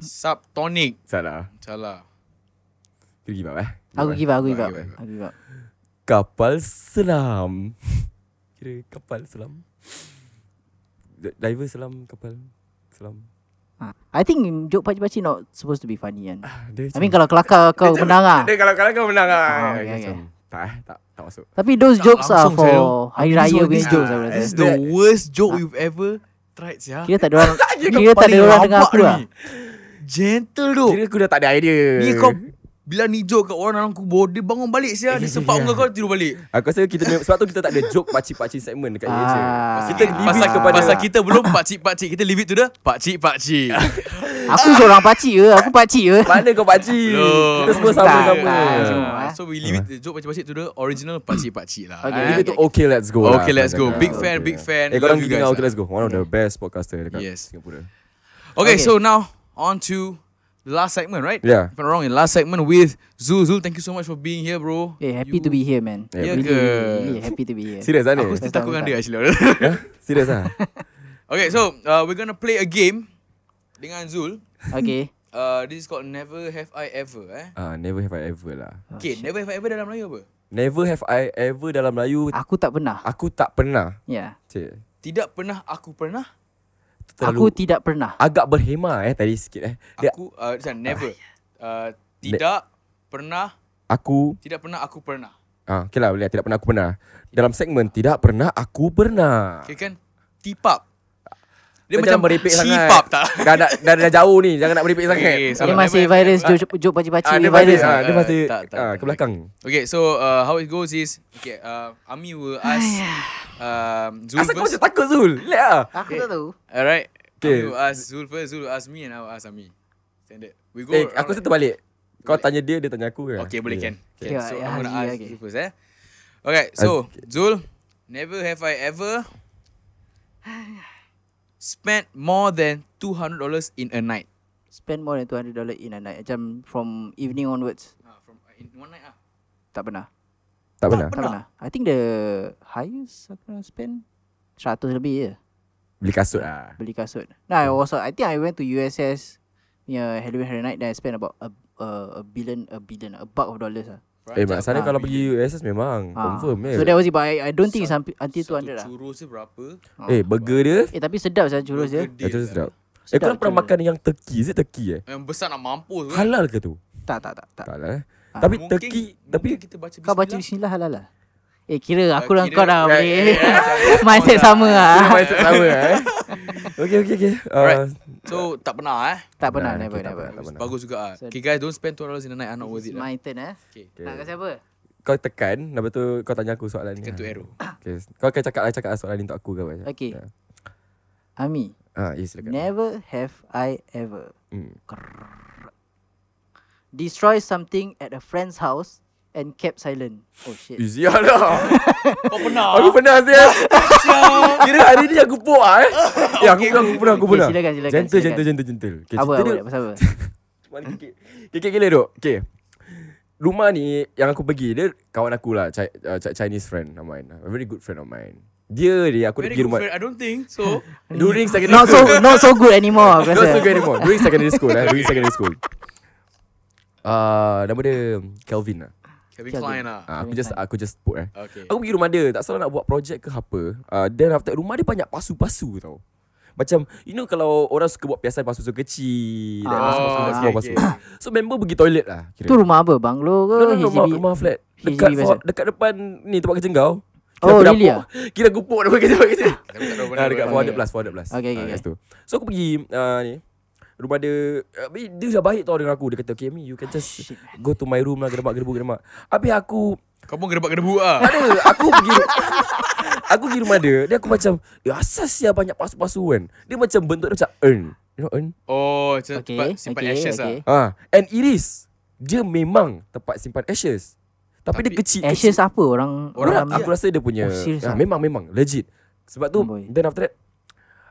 Speaker 3: Subtonic.
Speaker 2: Salah.
Speaker 3: Salah.
Speaker 2: Kita give up eh.
Speaker 4: Aku give up Aku give up
Speaker 3: give up.
Speaker 4: Aku give up
Speaker 2: Kapal selam. Kira kapal selam. D- Diver selam kapal selam.
Speaker 4: Ah, I think joke paci-paci not supposed to be funny kan
Speaker 2: Ah,
Speaker 3: Ah,
Speaker 2: Dia
Speaker 4: I mean kalau kelakar kau menang ah.
Speaker 2: Dia kalau kalau kau menang ah.
Speaker 4: Ah,
Speaker 2: Dia
Speaker 4: okay, okay.
Speaker 2: macam, Tak eh, tak tak masuk.
Speaker 4: Tapi those jokes are
Speaker 3: langsung,
Speaker 4: for
Speaker 3: Syarul.
Speaker 4: Hari
Speaker 3: This
Speaker 4: Raya
Speaker 3: one-
Speaker 4: punya
Speaker 3: this-
Speaker 4: jokes aku
Speaker 3: ah,
Speaker 4: rasa
Speaker 3: This is the worst joke we've ever tried sia.
Speaker 4: Ah. Kira tak ada orang Kira tak ada
Speaker 3: Paling
Speaker 4: orang dengar
Speaker 3: rabak
Speaker 4: aku lah
Speaker 3: ni. Gentle tu.
Speaker 2: Kira aku dah tak ada idea.
Speaker 3: Ni kau bila ni joke kat orang dalam kubur Dia bangun balik sia Dia sempat muka kau tidur balik
Speaker 2: Aku rasa kita memang- sebab tu kita tak ada joke pakcik-pakcik segmen dekat ah. je.
Speaker 4: Ah.
Speaker 2: Kita leave
Speaker 3: Pasal,
Speaker 2: it kepada
Speaker 3: pasal kita belum pakcik-pakcik Kita leave it to the pakcik-pakcik
Speaker 4: Aku seorang pakcik ke Aku pakcik ke
Speaker 2: Mana kau pakcik?
Speaker 3: Belum.
Speaker 2: Kita semua
Speaker 4: Tak,
Speaker 2: sama-sama.
Speaker 4: tak,
Speaker 2: Ah.
Speaker 4: semua.
Speaker 3: Ah, So we leave it the joke pakcik-pakcik to the original pakcik-pakcik lah
Speaker 4: Okay,
Speaker 3: eh.
Speaker 2: Kita tu okay let's go lah,
Speaker 3: Okay, let's go.
Speaker 2: sebenarnya.
Speaker 3: Big fan, big fan.
Speaker 2: Eh korang
Speaker 3: Love you
Speaker 2: dengar
Speaker 3: guys
Speaker 2: okay
Speaker 3: lah.
Speaker 2: let's go One of the best podcaster dekat
Speaker 3: Yes.
Speaker 2: Singapura
Speaker 3: Okay,
Speaker 4: Okay.
Speaker 3: so now on to the last segment, right?
Speaker 2: Yeah.
Speaker 3: If I'm not wrong, in last segment with Zul. Zul, thank you so much for being here, bro.
Speaker 4: Eh happy to be here man
Speaker 2: Yeah,
Speaker 3: Ya
Speaker 4: Really,
Speaker 3: ke?
Speaker 4: really happy to be here
Speaker 2: Serius lah ni
Speaker 3: Aku still
Speaker 4: Betul,
Speaker 3: takutkan dia
Speaker 4: betul.
Speaker 3: actually.
Speaker 2: Serius lah
Speaker 3: okay, so uh, we're gonna play a game dengan Zul.
Speaker 4: Okay
Speaker 3: Uh, this is called Never Have I Ever. Eh?
Speaker 2: Ah, Never have I ever lah
Speaker 4: Oh,
Speaker 3: Okay, Never Have I Ever dalam Melayu apa?
Speaker 2: Never have I ever dalam Melayu
Speaker 4: Aku tak pernah
Speaker 3: Ah.
Speaker 2: Aku tak pernah
Speaker 4: Ya
Speaker 2: Cik
Speaker 3: Tidak pernah aku pernah.
Speaker 2: tu Terlalu
Speaker 4: Aku tidak pernah
Speaker 2: Agak berhema eh tadi sikit eh Dia,
Speaker 3: Aku, uh, sorry,
Speaker 4: Ah,
Speaker 3: never. Uh, tidak pernah.
Speaker 2: Aku
Speaker 3: Tidak pernah aku pernah.
Speaker 2: ah, Okay lah boleh Tidak pernah aku pernah Dalam segmen Tidak pernah aku pernah
Speaker 3: Okay kan? Tipap. Dia
Speaker 2: Kau
Speaker 3: macam
Speaker 2: jangan merepek sangat
Speaker 3: cipap tak? Eh,
Speaker 2: Dah, dah, dah, dah jauh ni Jangan nak merepek sangat
Speaker 3: Okay, so- Salah,
Speaker 4: Dia masih
Speaker 3: never-
Speaker 4: virus joke joke
Speaker 2: ah,
Speaker 4: pakcik-pakcik ni
Speaker 2: Dia masih
Speaker 4: virus
Speaker 2: ah,
Speaker 4: ah.
Speaker 2: Dia
Speaker 3: Ah,
Speaker 2: masih
Speaker 3: tak, tak,
Speaker 2: ah,
Speaker 3: tak.
Speaker 2: Ke belakang
Speaker 3: Okay, so uh, how it goes is okay. Uh, Ami will ask um, Zul
Speaker 2: Asal kau
Speaker 3: first.
Speaker 2: macam takut Zul Relax lah
Speaker 4: Aku tak tahu
Speaker 3: Alright.
Speaker 2: Okay.
Speaker 3: Okay. Ami will ask Zul first. Zul will ask me, and I will ask Ami. Standard. We go.
Speaker 2: Eh,
Speaker 3: round
Speaker 2: aku
Speaker 3: like-
Speaker 2: rasa terbalik. Kau
Speaker 3: Boleh.
Speaker 2: tanya dia, dia tanya aku kan? ke?
Speaker 3: Okay, boleh can. Okay,
Speaker 4: Okay,
Speaker 3: so
Speaker 4: ya,
Speaker 3: I'm gonna
Speaker 4: Haji,
Speaker 3: ask
Speaker 4: okay.
Speaker 3: Zul first eh. Okay, so Zul, never have I ever spent more than two hundred dollars in a night.
Speaker 4: Spend more than $200 in a night Macam from evening onwards
Speaker 3: Ah, from in one night ah.
Speaker 4: Tak pernah
Speaker 2: Tak pernah.
Speaker 4: Tak pernah. I think the highest aku pernah spend 100 lebih je
Speaker 2: Beli kasut lah.
Speaker 4: beli kasut. Nah, I also I think I went to USS punya Halloween Horror Night then I spent about a a, a billion a billion a buck of dollars lah.
Speaker 2: Eh, mak sana
Speaker 4: Ah,
Speaker 2: kalau pergi USS memang
Speaker 4: Ah.
Speaker 2: confirm eh.
Speaker 4: So that was it but I, I don't think it's
Speaker 3: Satu-
Speaker 4: until, until 200 lah.
Speaker 3: Satu churros dia berapa?
Speaker 2: Eh, burger dia,
Speaker 4: Eh tapi sedap saya churros
Speaker 3: Burger
Speaker 4: dia.
Speaker 2: eh,
Speaker 3: deal
Speaker 2: terus sedap.
Speaker 3: lah.
Speaker 2: Eh, korang
Speaker 4: Sedap
Speaker 2: pernah
Speaker 4: tu.
Speaker 2: makan yang turkey? Is it turkey eh?
Speaker 3: Yang besar nak mampus ke?
Speaker 2: Halal ke tu?
Speaker 4: Tak tak tak tak.
Speaker 2: Tak lah eh.
Speaker 4: Ah.
Speaker 2: Tapi
Speaker 3: Mungkin-
Speaker 2: turkey, tapi
Speaker 3: mungkin kita baca
Speaker 4: Kau baca
Speaker 3: bismillah.
Speaker 4: bismillah halal lah. Eh kira
Speaker 3: Ah,
Speaker 4: aku dan
Speaker 3: kira-
Speaker 4: kau dah
Speaker 3: eh, eh,
Speaker 4: boleh.
Speaker 3: eh, jangan
Speaker 4: Mindset
Speaker 3: kau
Speaker 4: sama
Speaker 3: lah.
Speaker 4: ah.
Speaker 2: mindset sama eh. Okay, okay, okay.
Speaker 3: Alright.
Speaker 2: Uh,
Speaker 3: So tak pernah eh.
Speaker 4: Tak pernah
Speaker 2: Nah,
Speaker 4: never
Speaker 2: kita tak
Speaker 4: never.
Speaker 2: pernah. Tak
Speaker 3: Bagus juga ah.
Speaker 4: So-
Speaker 3: Okay guys, don't spend $2 in a night. I'm not worth it.
Speaker 4: It's
Speaker 3: lah.
Speaker 4: my turn eh.
Speaker 3: Okay.
Speaker 4: Nak kasi apa?
Speaker 2: Kau tekan, lepas tu kau tanya aku soalan ni. Ah.
Speaker 3: Tekan tu arrow.
Speaker 2: Okay. Kau akan cakap lah, cakap lah soalan ni untuk aku ke apa.
Speaker 4: Okay.
Speaker 2: Ya.
Speaker 4: Ami,
Speaker 2: Ah, yes, silakan.
Speaker 4: never have I ever
Speaker 2: Hmm.
Speaker 4: destroy something at a friend's house and kept silent. Oh shit.
Speaker 2: Easy lah.
Speaker 3: Kau pernah?
Speaker 2: Aku pernah saya. Kira hari ni aku puak eh. Ya aku pernah aku pernah aku
Speaker 4: Okay,
Speaker 2: pernah.
Speaker 4: silakan, silakan,
Speaker 2: Gentle
Speaker 4: silakan.
Speaker 2: gentle gentle gentle. Okay,
Speaker 4: Apa
Speaker 2: cerita
Speaker 4: apa
Speaker 2: dia-
Speaker 4: pasal apa?
Speaker 2: Mana kikik. Kikik gila duk. Okay. Rumah ni yang aku pergi dia kawan aku lah Chi- uh, Chi- Chinese friend of mine. A very good friend of mine. Dia dia aku
Speaker 3: Very
Speaker 2: Very pergi
Speaker 3: good
Speaker 2: rumah
Speaker 3: friend. I don't think so.
Speaker 2: during secondary
Speaker 4: not so
Speaker 2: school.
Speaker 4: not so good anymore aku
Speaker 2: Not so
Speaker 4: rasa.
Speaker 2: good anymore. During secondary school eh. During secondary school. Ah uh, nama dia Kelvin lah.
Speaker 3: Kevin
Speaker 4: Kelvin.
Speaker 3: Klein lah.
Speaker 2: Ah, aku just aku just put eh.
Speaker 3: Okay.
Speaker 2: Aku pergi rumah dia Tak salah nak buat projek ke apa uh, Then after rumah dia banyak pasu-pasu tau Macam You know kalau orang suka buat piasan pasu-pasu kecil
Speaker 4: Ah,
Speaker 2: pasu-pasu,
Speaker 3: Oh, okay,
Speaker 2: pasu-pasu,
Speaker 3: okay.
Speaker 2: pasu-pasu. So member pergi toilet lah kira.
Speaker 4: Tu rumah apa? Banglo ke?
Speaker 2: No, no, no, rumah,
Speaker 4: HDB?
Speaker 2: rumah flat
Speaker 4: HDB
Speaker 2: Dekat,
Speaker 4: biasa.
Speaker 2: for, dekat depan ni tempat kerja kau
Speaker 4: Oh,
Speaker 2: aku
Speaker 4: really
Speaker 2: dapuk- Kira gupuk depan kerja depan kerja
Speaker 3: Tapi tak tahu
Speaker 2: Ah, dekat
Speaker 4: okay.
Speaker 2: 400 plus 400 plus
Speaker 4: Okay, okay,
Speaker 2: Ah,
Speaker 4: okay.
Speaker 2: kat situ. So aku pergi uh, ni Rumah dia uh, Dia dah baik tau dengan aku Dia kata okay Ami you can
Speaker 4: Ah,
Speaker 2: just Go to my room lah Gerbak gerbu germak Habis aku
Speaker 3: Kau pun gerbak-gerbu ah.
Speaker 2: tak ada Aku pergi Aku pergi rumah dia Dia aku macam Eh asas ya banyak pasu-pasu kan Dia macam bentuk dia macam Earn You know earn
Speaker 3: Oh, macam
Speaker 4: Okay,
Speaker 3: tempat simpan
Speaker 4: okay,
Speaker 3: ashes
Speaker 4: okay.
Speaker 3: lah.
Speaker 2: ha. And iris Dia memang tempat simpan ashes Tapi, dia
Speaker 3: Tapi
Speaker 2: kecil
Speaker 4: Ashes
Speaker 2: kecil.
Speaker 4: apa orang
Speaker 2: Orang
Speaker 4: orang
Speaker 2: Aku rasa dia punya
Speaker 4: Oh, serious
Speaker 2: ha,
Speaker 4: ah?
Speaker 2: Memang memang Legit Sebab tu
Speaker 4: Oh boy.
Speaker 2: Then after that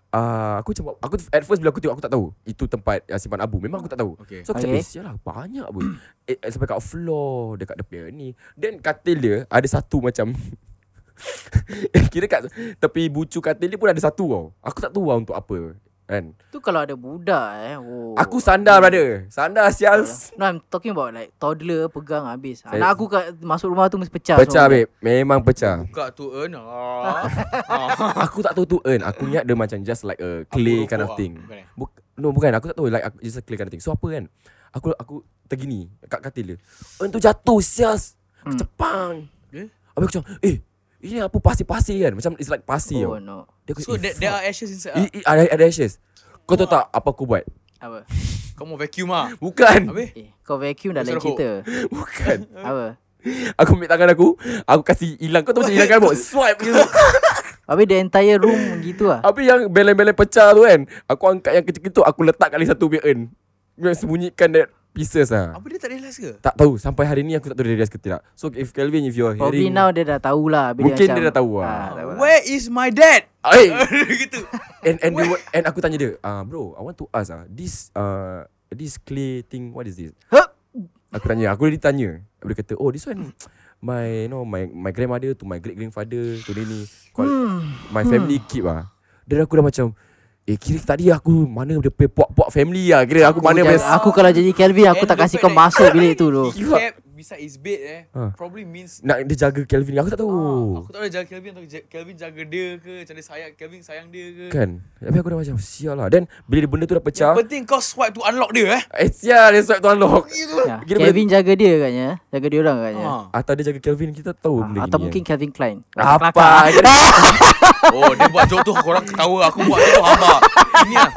Speaker 2: uh, aku macam aku at first bila aku tengok aku tak tahu itu tempat uh, simpan abu. Memang aku tak tahu.
Speaker 3: Okay.
Speaker 2: So aku okay.
Speaker 4: Okay.
Speaker 2: macam eh sialah banyak pun. eh, eh, sampai kat floor dekat tepi ni. Then katil dia ada satu macam kira kat tepi bucu katil dia pun ada satu tau. Aku tak tahu lah untuk apa. Kan?
Speaker 4: Tu kalau ada budak eh. Oh.
Speaker 2: Aku sandar brother. Sandar sial.
Speaker 4: No, I'm talking about like toddler pegang habis.
Speaker 2: Saya-
Speaker 4: Anak aku kat, masuk rumah tu mesti pecah.
Speaker 2: Pecah babe.
Speaker 4: semua.
Speaker 2: Memang pecah.
Speaker 3: Buka tu earn ah.
Speaker 2: Aku tak tahu tu earn. Aku ingat dia macam just like a clay kind of thing. Buk- no bukan aku tak tahu like aku- just a clay kind of thing. So apa kan? Aku aku tergini kat katil dia. Earn tu jatuh sias. Hmm. Cepang.
Speaker 3: Eh?
Speaker 2: Habis aku macam eh ini apa pasir-pasir kan? Macam it's like pasir.
Speaker 4: Oh
Speaker 2: Oh,
Speaker 4: no.
Speaker 2: Dia aku,
Speaker 3: So
Speaker 2: eh,
Speaker 3: there, there
Speaker 2: fuck.
Speaker 3: are ashes inside
Speaker 2: I, I,
Speaker 3: ah.
Speaker 2: ada, ada ashes. Kau tahu tak apa aku buat?
Speaker 4: Apa?
Speaker 3: Kau mau vacuum ah.
Speaker 2: Bukan.
Speaker 3: Habis
Speaker 4: Eh, kau vacuum dah
Speaker 3: Kau
Speaker 4: lain
Speaker 3: suruh
Speaker 4: cerita.
Speaker 2: Bukan.
Speaker 4: Apa?
Speaker 2: Aku ambil tangan aku. Aku kasih hilang. Kau tahu macam hilangkan bot. Swipe gitu.
Speaker 4: Habis the entire room gitu ah.
Speaker 2: Habis yang belen-belen pecah tu kan Aku angkat yang kecil-kecil tu Aku letak kali satu punya earn Yang sembunyikan that pieces lah
Speaker 3: apa dia tak realise ke?
Speaker 2: Tak tahu Sampai hari ni aku tak tahu dia realise ke tidak So if Kelvin if you're
Speaker 4: Probably
Speaker 2: hearing
Speaker 4: now dia dah tahulah. Habis
Speaker 2: Mungkin
Speaker 4: macam,
Speaker 2: dia dah tahu lah.
Speaker 4: Ah, tak apa lah.
Speaker 3: Where is my dad?
Speaker 2: Hey,
Speaker 3: gitu.
Speaker 2: and and, they were, and aku tanya dia ah, Bro I want to ask ah This uh, This clay thing What is this?
Speaker 4: Hup!
Speaker 2: Aku tanya Aku dia tanya Dia kata Oh this one My you know My my grandmother To my great grandfather To dia ni Call
Speaker 4: Hmm.
Speaker 2: My family keep ah Dan aku dah macam Eh kira tadi aku Mana dia punya puak-puak family lah Kira aku mana punya
Speaker 4: Aku, Oh, jangan- aku kalau jadi Kelvin aku
Speaker 3: And
Speaker 4: tak
Speaker 3: the
Speaker 4: kasih
Speaker 3: fact
Speaker 4: kau
Speaker 3: that-
Speaker 4: masuk bilik tu tu.
Speaker 3: He kept beside his bed eh.
Speaker 2: Ah.
Speaker 3: Probably means
Speaker 2: nak dia jaga Kelvin ni. aku tak tahu
Speaker 4: Oh,
Speaker 3: ah, aku tak tahu jaga Kelvin atau Ja- Kelvin jaga dia ke, macam dia sayang Kelvin sayang dia ke.
Speaker 2: kan tapi aku dah macam sial lah then bila dia benda tu dah pecah
Speaker 3: Yang penting kau swipe to unlock dia eh.
Speaker 2: eh sial dia swipe tu unlock
Speaker 4: Ya,
Speaker 2: Kira
Speaker 4: Kelvin jaga dia katnya, eh. jaga dia orang katnya.
Speaker 3: Ah.
Speaker 2: atau dia jaga Kelvin kita tahu benda
Speaker 4: Ah, Atau
Speaker 2: gini eh.
Speaker 4: mungkin Kelvin Klein.
Speaker 2: kan. apa
Speaker 3: Oh, dia buat joke tu korang ketawa, aku buat joke tu hamba. Ini ah.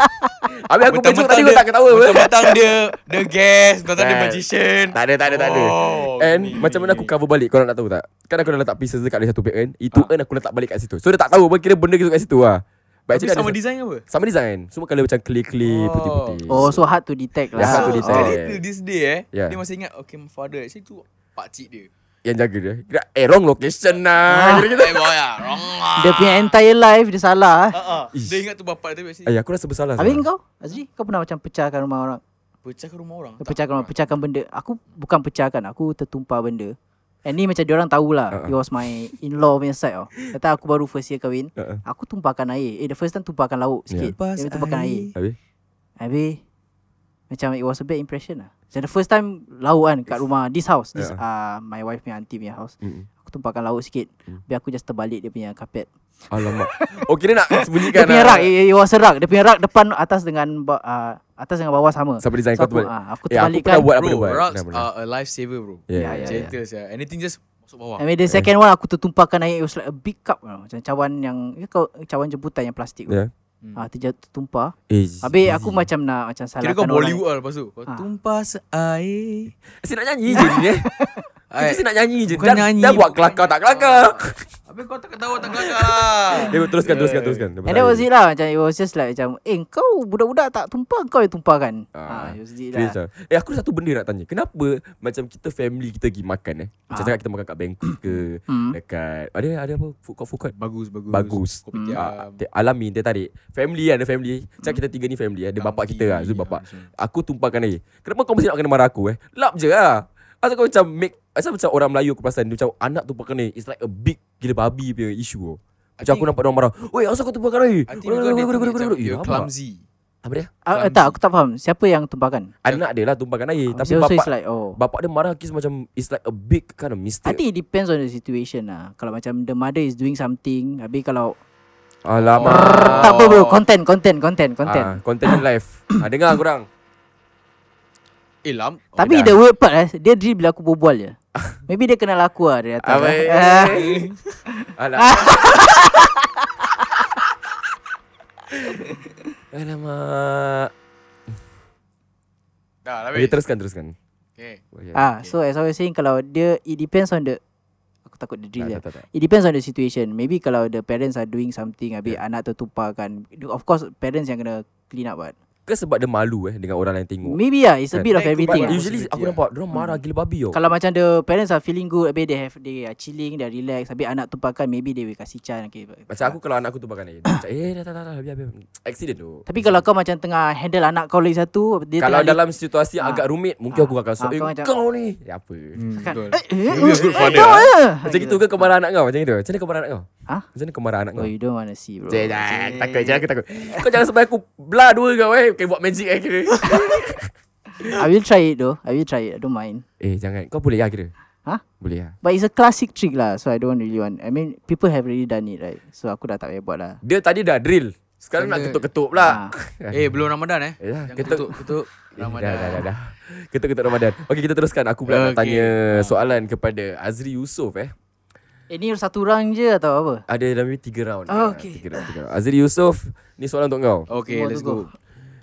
Speaker 2: habis aku pencuk tadi aku
Speaker 3: dia-
Speaker 2: tak ketawa apa
Speaker 3: Mentang-mentang dia the guest, mentang dia
Speaker 2: Kan.
Speaker 3: magician.
Speaker 2: tak ada tak ada tak ada
Speaker 3: Oh,
Speaker 2: and
Speaker 3: gini,
Speaker 2: macam mana aku
Speaker 3: gini.
Speaker 2: cover balik korang nak tahu tak kan aku dah letak pieces dekat ada satu bag kan itu
Speaker 4: Ah.
Speaker 2: earn aku letak balik kat situ so dia tak tahu apa kira benda gitu kat situ lah But
Speaker 3: Tapi
Speaker 2: actually
Speaker 3: sama
Speaker 2: ada-
Speaker 3: design apa?
Speaker 2: sama design semua colour macam clay-clay
Speaker 3: Oh.
Speaker 2: putih-putih
Speaker 4: Oh, so hard to detect lah.
Speaker 2: Yeah, hard to Ya,
Speaker 3: So,
Speaker 2: design.
Speaker 3: Kelly till Ah, this day eh,
Speaker 2: Yeah.
Speaker 3: dia masih ingat, okay, my father, actually tu pakcik dia.
Speaker 2: yang jaga dia Kira, eh wrong location lah
Speaker 4: Ah.
Speaker 2: Kira-
Speaker 3: Eh, boy lah, wrong lah.
Speaker 4: Dia punya entire life dia salah. ah.
Speaker 3: Ah, ah.
Speaker 2: Ish.
Speaker 3: Dia ingat tu bapak dia, tapi actually
Speaker 2: Eh aku rasa bersalah
Speaker 4: Habis
Speaker 2: sekarang.
Speaker 4: kau, Azri, kau pernah macam pecahkan rumah orang?
Speaker 3: pecah ke rumah orang.
Speaker 4: Kau pecahkan orang, pecahkan benda. Aku bukan pecahkan, aku tertumpah benda. And ni macam diorang tahulah uh-uh. It was my in-law punya side tau Kata aku baru first year kahwin
Speaker 2: Uh-uh.
Speaker 4: uh-uh. Aku tumpahkan air Eh the first time tumpahkan lauk
Speaker 2: Yeah.
Speaker 4: sikit yeah. Then tumpahkan air
Speaker 2: Habis
Speaker 4: Habis Macam it was a bad impression lah Macam the first time Lauk kan kat rumah This house This uh, my wife punya auntie punya house
Speaker 2: Mm-mm.
Speaker 4: Aku tumpahkan lauk sikit Habis aku just terbalik dia punya kapet
Speaker 2: Alamak Oh kira nak
Speaker 4: Dia
Speaker 2: sembunyikan
Speaker 4: punya
Speaker 2: lah.
Speaker 4: rak eh. it, it was a rak Dia punya rak depan atas dengan ba- uh, Atas dengan bawah sama
Speaker 2: Sampai design
Speaker 4: So
Speaker 2: kau tu
Speaker 4: aku,
Speaker 2: buat
Speaker 4: ah, aku
Speaker 2: Eh aku
Speaker 4: terbalikkan
Speaker 2: pernah buat apa dia
Speaker 3: Bro,
Speaker 2: buat
Speaker 3: rugs
Speaker 2: Pernah, pernah.
Speaker 3: are a lifesaver bro.
Speaker 2: Yeah,
Speaker 4: ah. Ya,
Speaker 2: yeah.
Speaker 4: ya.
Speaker 3: Cerita yeah. Anything just masuk bawah.
Speaker 4: Habis the
Speaker 2: Ya.
Speaker 4: second one aku tertumpahkan air It was like a big cup you know, Macam cawan yang ya, kau, Cawan jemputan yang
Speaker 2: Ya.
Speaker 4: plastik yeah. Ah, terjatuh tertumpah
Speaker 2: Eh,
Speaker 4: Habis
Speaker 2: easy.
Speaker 4: aku macam nak Macam
Speaker 3: Kira
Speaker 4: salahkan
Speaker 3: kau
Speaker 4: orang
Speaker 3: Bollywood lah lepas tu. Kau
Speaker 4: Ah.
Speaker 3: tumpah seair.
Speaker 2: Asyik nak nyanyi je ni eh Kita
Speaker 3: Ai.
Speaker 2: asyik nak nyanyi je
Speaker 3: Bukan
Speaker 2: Dah,
Speaker 3: nyanyi,
Speaker 2: dah buat
Speaker 3: bukan
Speaker 2: kelakar tak kelakar
Speaker 3: Habis kau tak ketawa tak kelakar lah.
Speaker 2: Eh teruskan teruskan teruskan
Speaker 4: And that was it lah Macam it was just like Macam eh kau budak-budak tak tumpah Kau yang tumpahkan
Speaker 2: Ah,
Speaker 4: ah, it was it
Speaker 2: Kira
Speaker 4: lah
Speaker 2: macam Eh aku ada satu benda nak tanya Kenapa Macam kita family kita pergi makan eh Macam
Speaker 4: Ah.
Speaker 2: cakap kita makan kat Bangkok ke
Speaker 4: Hmm.
Speaker 3: Eh,
Speaker 2: Dekat Ada ada apa Food court food court
Speaker 3: Bagus, bagus.
Speaker 2: Bagus
Speaker 4: Um.
Speaker 3: Kopitiam.
Speaker 2: Ah, te- Alami dia tarik Family kan Ada family Macam kita tiga ni family eh. Ada bapak
Speaker 3: Kambing,
Speaker 2: kita lah
Speaker 4: ah.
Speaker 2: Zul bapak
Speaker 3: macam-
Speaker 2: Aku tumpahkan air Kenapa kau mesti nak kena marah aku eh Lap je lah Asal kau macam make Asal macam orang Melayu aku perasan dia Macam anak tumpahkan air It's like a big Gila babi punya issue tau. Macam aku
Speaker 3: I think-
Speaker 2: nampak orang marah Weh asal kau tumpahkan air
Speaker 3: I think because dia punya macam
Speaker 2: Ya,
Speaker 3: dia clumsy.
Speaker 2: Apa dia?
Speaker 4: Ah,
Speaker 3: clumsy.
Speaker 4: tak aku tak faham Siapa yang tumpahkan
Speaker 2: Anak dia lah tumpahkan air Tapi
Speaker 4: so, so
Speaker 2: bapak
Speaker 4: it's like oh
Speaker 2: Bapak dia marah Kis macam It's like a big kind of
Speaker 4: I
Speaker 2: mistake
Speaker 4: think it depends on the situation lah. Kalau macam the mother is doing something, habis kalau
Speaker 2: Alamak
Speaker 4: oh. tak apa bro, content, content, content, content.
Speaker 2: Ah, Content in life ah, Dengar korang
Speaker 3: Eh, lam.
Speaker 2: Oh,
Speaker 4: Tapi
Speaker 2: dah.
Speaker 4: the weird part eh, dia drill bila aku berbual je. Maybe dia kenal aku lah dia datang.
Speaker 2: Abai.
Speaker 4: Ah,
Speaker 2: Alamak Alamak
Speaker 3: Dah, dah
Speaker 2: Okay
Speaker 3: habis.
Speaker 2: teruskan teruskan Oh, ya.
Speaker 3: Okay.
Speaker 2: Okay.
Speaker 4: ah, so as I was saying kalau dia it depends on the aku takut dia drill
Speaker 2: Ah, Tak,
Speaker 4: lah.
Speaker 2: tak, tak, tak.
Speaker 4: It depends on the situation. Maybe kalau the parents are doing something habis anak tertumpahkan. Of course parents yang kena clean up but
Speaker 2: Ke sebab dia malu eh Dengan orang lain tengok
Speaker 4: Maybe lah It's
Speaker 2: Kan?
Speaker 4: a bit of
Speaker 3: Like,
Speaker 4: everything
Speaker 2: But
Speaker 3: Yeah.
Speaker 4: lah.
Speaker 2: usually aku
Speaker 3: Yeah.
Speaker 2: nampak Diorang marah gila babi tau
Speaker 4: Kalau macam the parents are feeling good Habis they have They are chilling They are relax Habis anak tu pakan Maybe they will kasih can okay.
Speaker 2: Macam aku kalau anak aku tumpahkan air dia Macam eh dah dah dah dah Biar biar Accident tu
Speaker 4: Tapi kalau kau macam tengah Handle anak kau lagi satu dia
Speaker 2: Kalau
Speaker 4: tengah
Speaker 2: dalam situasi
Speaker 4: Ah.
Speaker 2: agak rumit Mungkin
Speaker 4: Ah.
Speaker 2: aku akan sok
Speaker 4: Ah,
Speaker 2: Eh
Speaker 4: kau macam-
Speaker 2: kau ni Ya apa
Speaker 3: Hmm, betul.
Speaker 4: eh,
Speaker 3: Maybe a good father. lah.
Speaker 4: Ah,
Speaker 2: Macam gitu ke kau marah anak kau Macam gitu Macam mana kau marah anak kau
Speaker 4: Hah?
Speaker 2: Macam mana kau marah anak
Speaker 4: Oh
Speaker 2: kau
Speaker 4: you don't want to see bro
Speaker 2: Cik, jangan, takut, jangan aku takut Kau jangan sampai aku Belah dua kau eh Kau buat magic eh kira
Speaker 4: I will try it though I will try it I don't mind
Speaker 2: Eh jangan Kau boleh ya kira
Speaker 4: Hah?
Speaker 2: Boleh ya
Speaker 4: But it's a classic trick lah So I don't really want I mean people have already done it right So aku dah tak payah buat lah
Speaker 2: Dia tadi dah drill Sekarang nak
Speaker 3: Jangan.
Speaker 2: ketuk-ketuk pula
Speaker 4: Ah.
Speaker 3: Eh, belum Ramadan eh.
Speaker 2: Yalah,
Speaker 3: Jangan
Speaker 2: ketuk
Speaker 3: ketuk ketuk
Speaker 2: Ya, Eh,
Speaker 3: Ramadan.
Speaker 2: Dah, dah, dah, dah. Ketuk-ketuk Ramadan. Okey, kita teruskan. Aku pula nak
Speaker 3: Okay.
Speaker 2: tanya soalan kepada Azri Yusof eh.
Speaker 4: Eh ni satu orang je atau apa
Speaker 2: Ada dalam ni tiga round.
Speaker 4: Oh, okay.
Speaker 2: Tiga round, tiga round. Azri Yusof, ni soalan untuk kau.
Speaker 3: Okay,
Speaker 4: Semua
Speaker 3: let's
Speaker 4: tu
Speaker 3: go.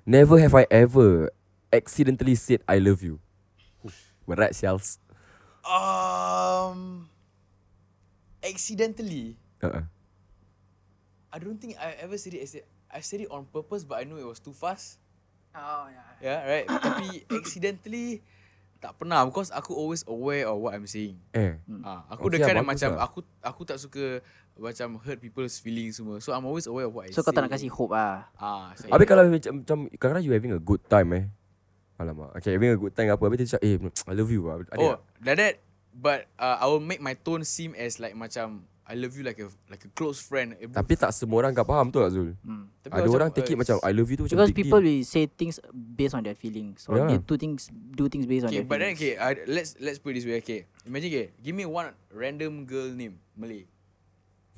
Speaker 2: Never have I ever accidentally said I love you. Berat, Shells.
Speaker 3: Um, accidentally,
Speaker 2: Uh-uh.
Speaker 3: I don't think I ever said it. acci- I said it on purpose, but I know it was too fast.
Speaker 4: Oh yeah
Speaker 3: Yeah, right. Tapi accidentally tak pernah because aku always aware of what I'm saying.
Speaker 2: Eh.
Speaker 4: Hmm.
Speaker 3: Ah, aku
Speaker 2: Okay,
Speaker 3: okay, dekat
Speaker 2: bagus
Speaker 3: macam
Speaker 2: lah.
Speaker 3: aku aku tak suka macam hurt people's feelings semua. So I'm always aware of what I
Speaker 4: So
Speaker 3: say.
Speaker 4: kau tak nak kasih hope ah
Speaker 3: Ah, so
Speaker 2: Habis kalau macam, macam kadang-kadang you having a good time eh. Alamak. Okay, having a good time ke apa. Habis dia cakap, eh, I love you. lah. Ada
Speaker 3: Oh,
Speaker 2: tak?
Speaker 3: like that. But uh, I will make my tone seem as like macam I love you like a like a close friend. Eh,
Speaker 2: Tapi tak semua orang kau faham tu tak, Zul?
Speaker 3: tapi
Speaker 2: Ada
Speaker 3: macam,
Speaker 2: orang take it
Speaker 3: uh,
Speaker 2: macam I love you tu macam
Speaker 4: Hmm. Because
Speaker 2: big deal.
Speaker 4: people will say things based on their feelings. So
Speaker 2: Yeah.
Speaker 4: they do things do things based on
Speaker 3: Okay,
Speaker 4: their
Speaker 3: but then
Speaker 4: feelings.
Speaker 3: okay, I, let's let's put it this way. Okay, imagine okay, give me one random girl name Malay.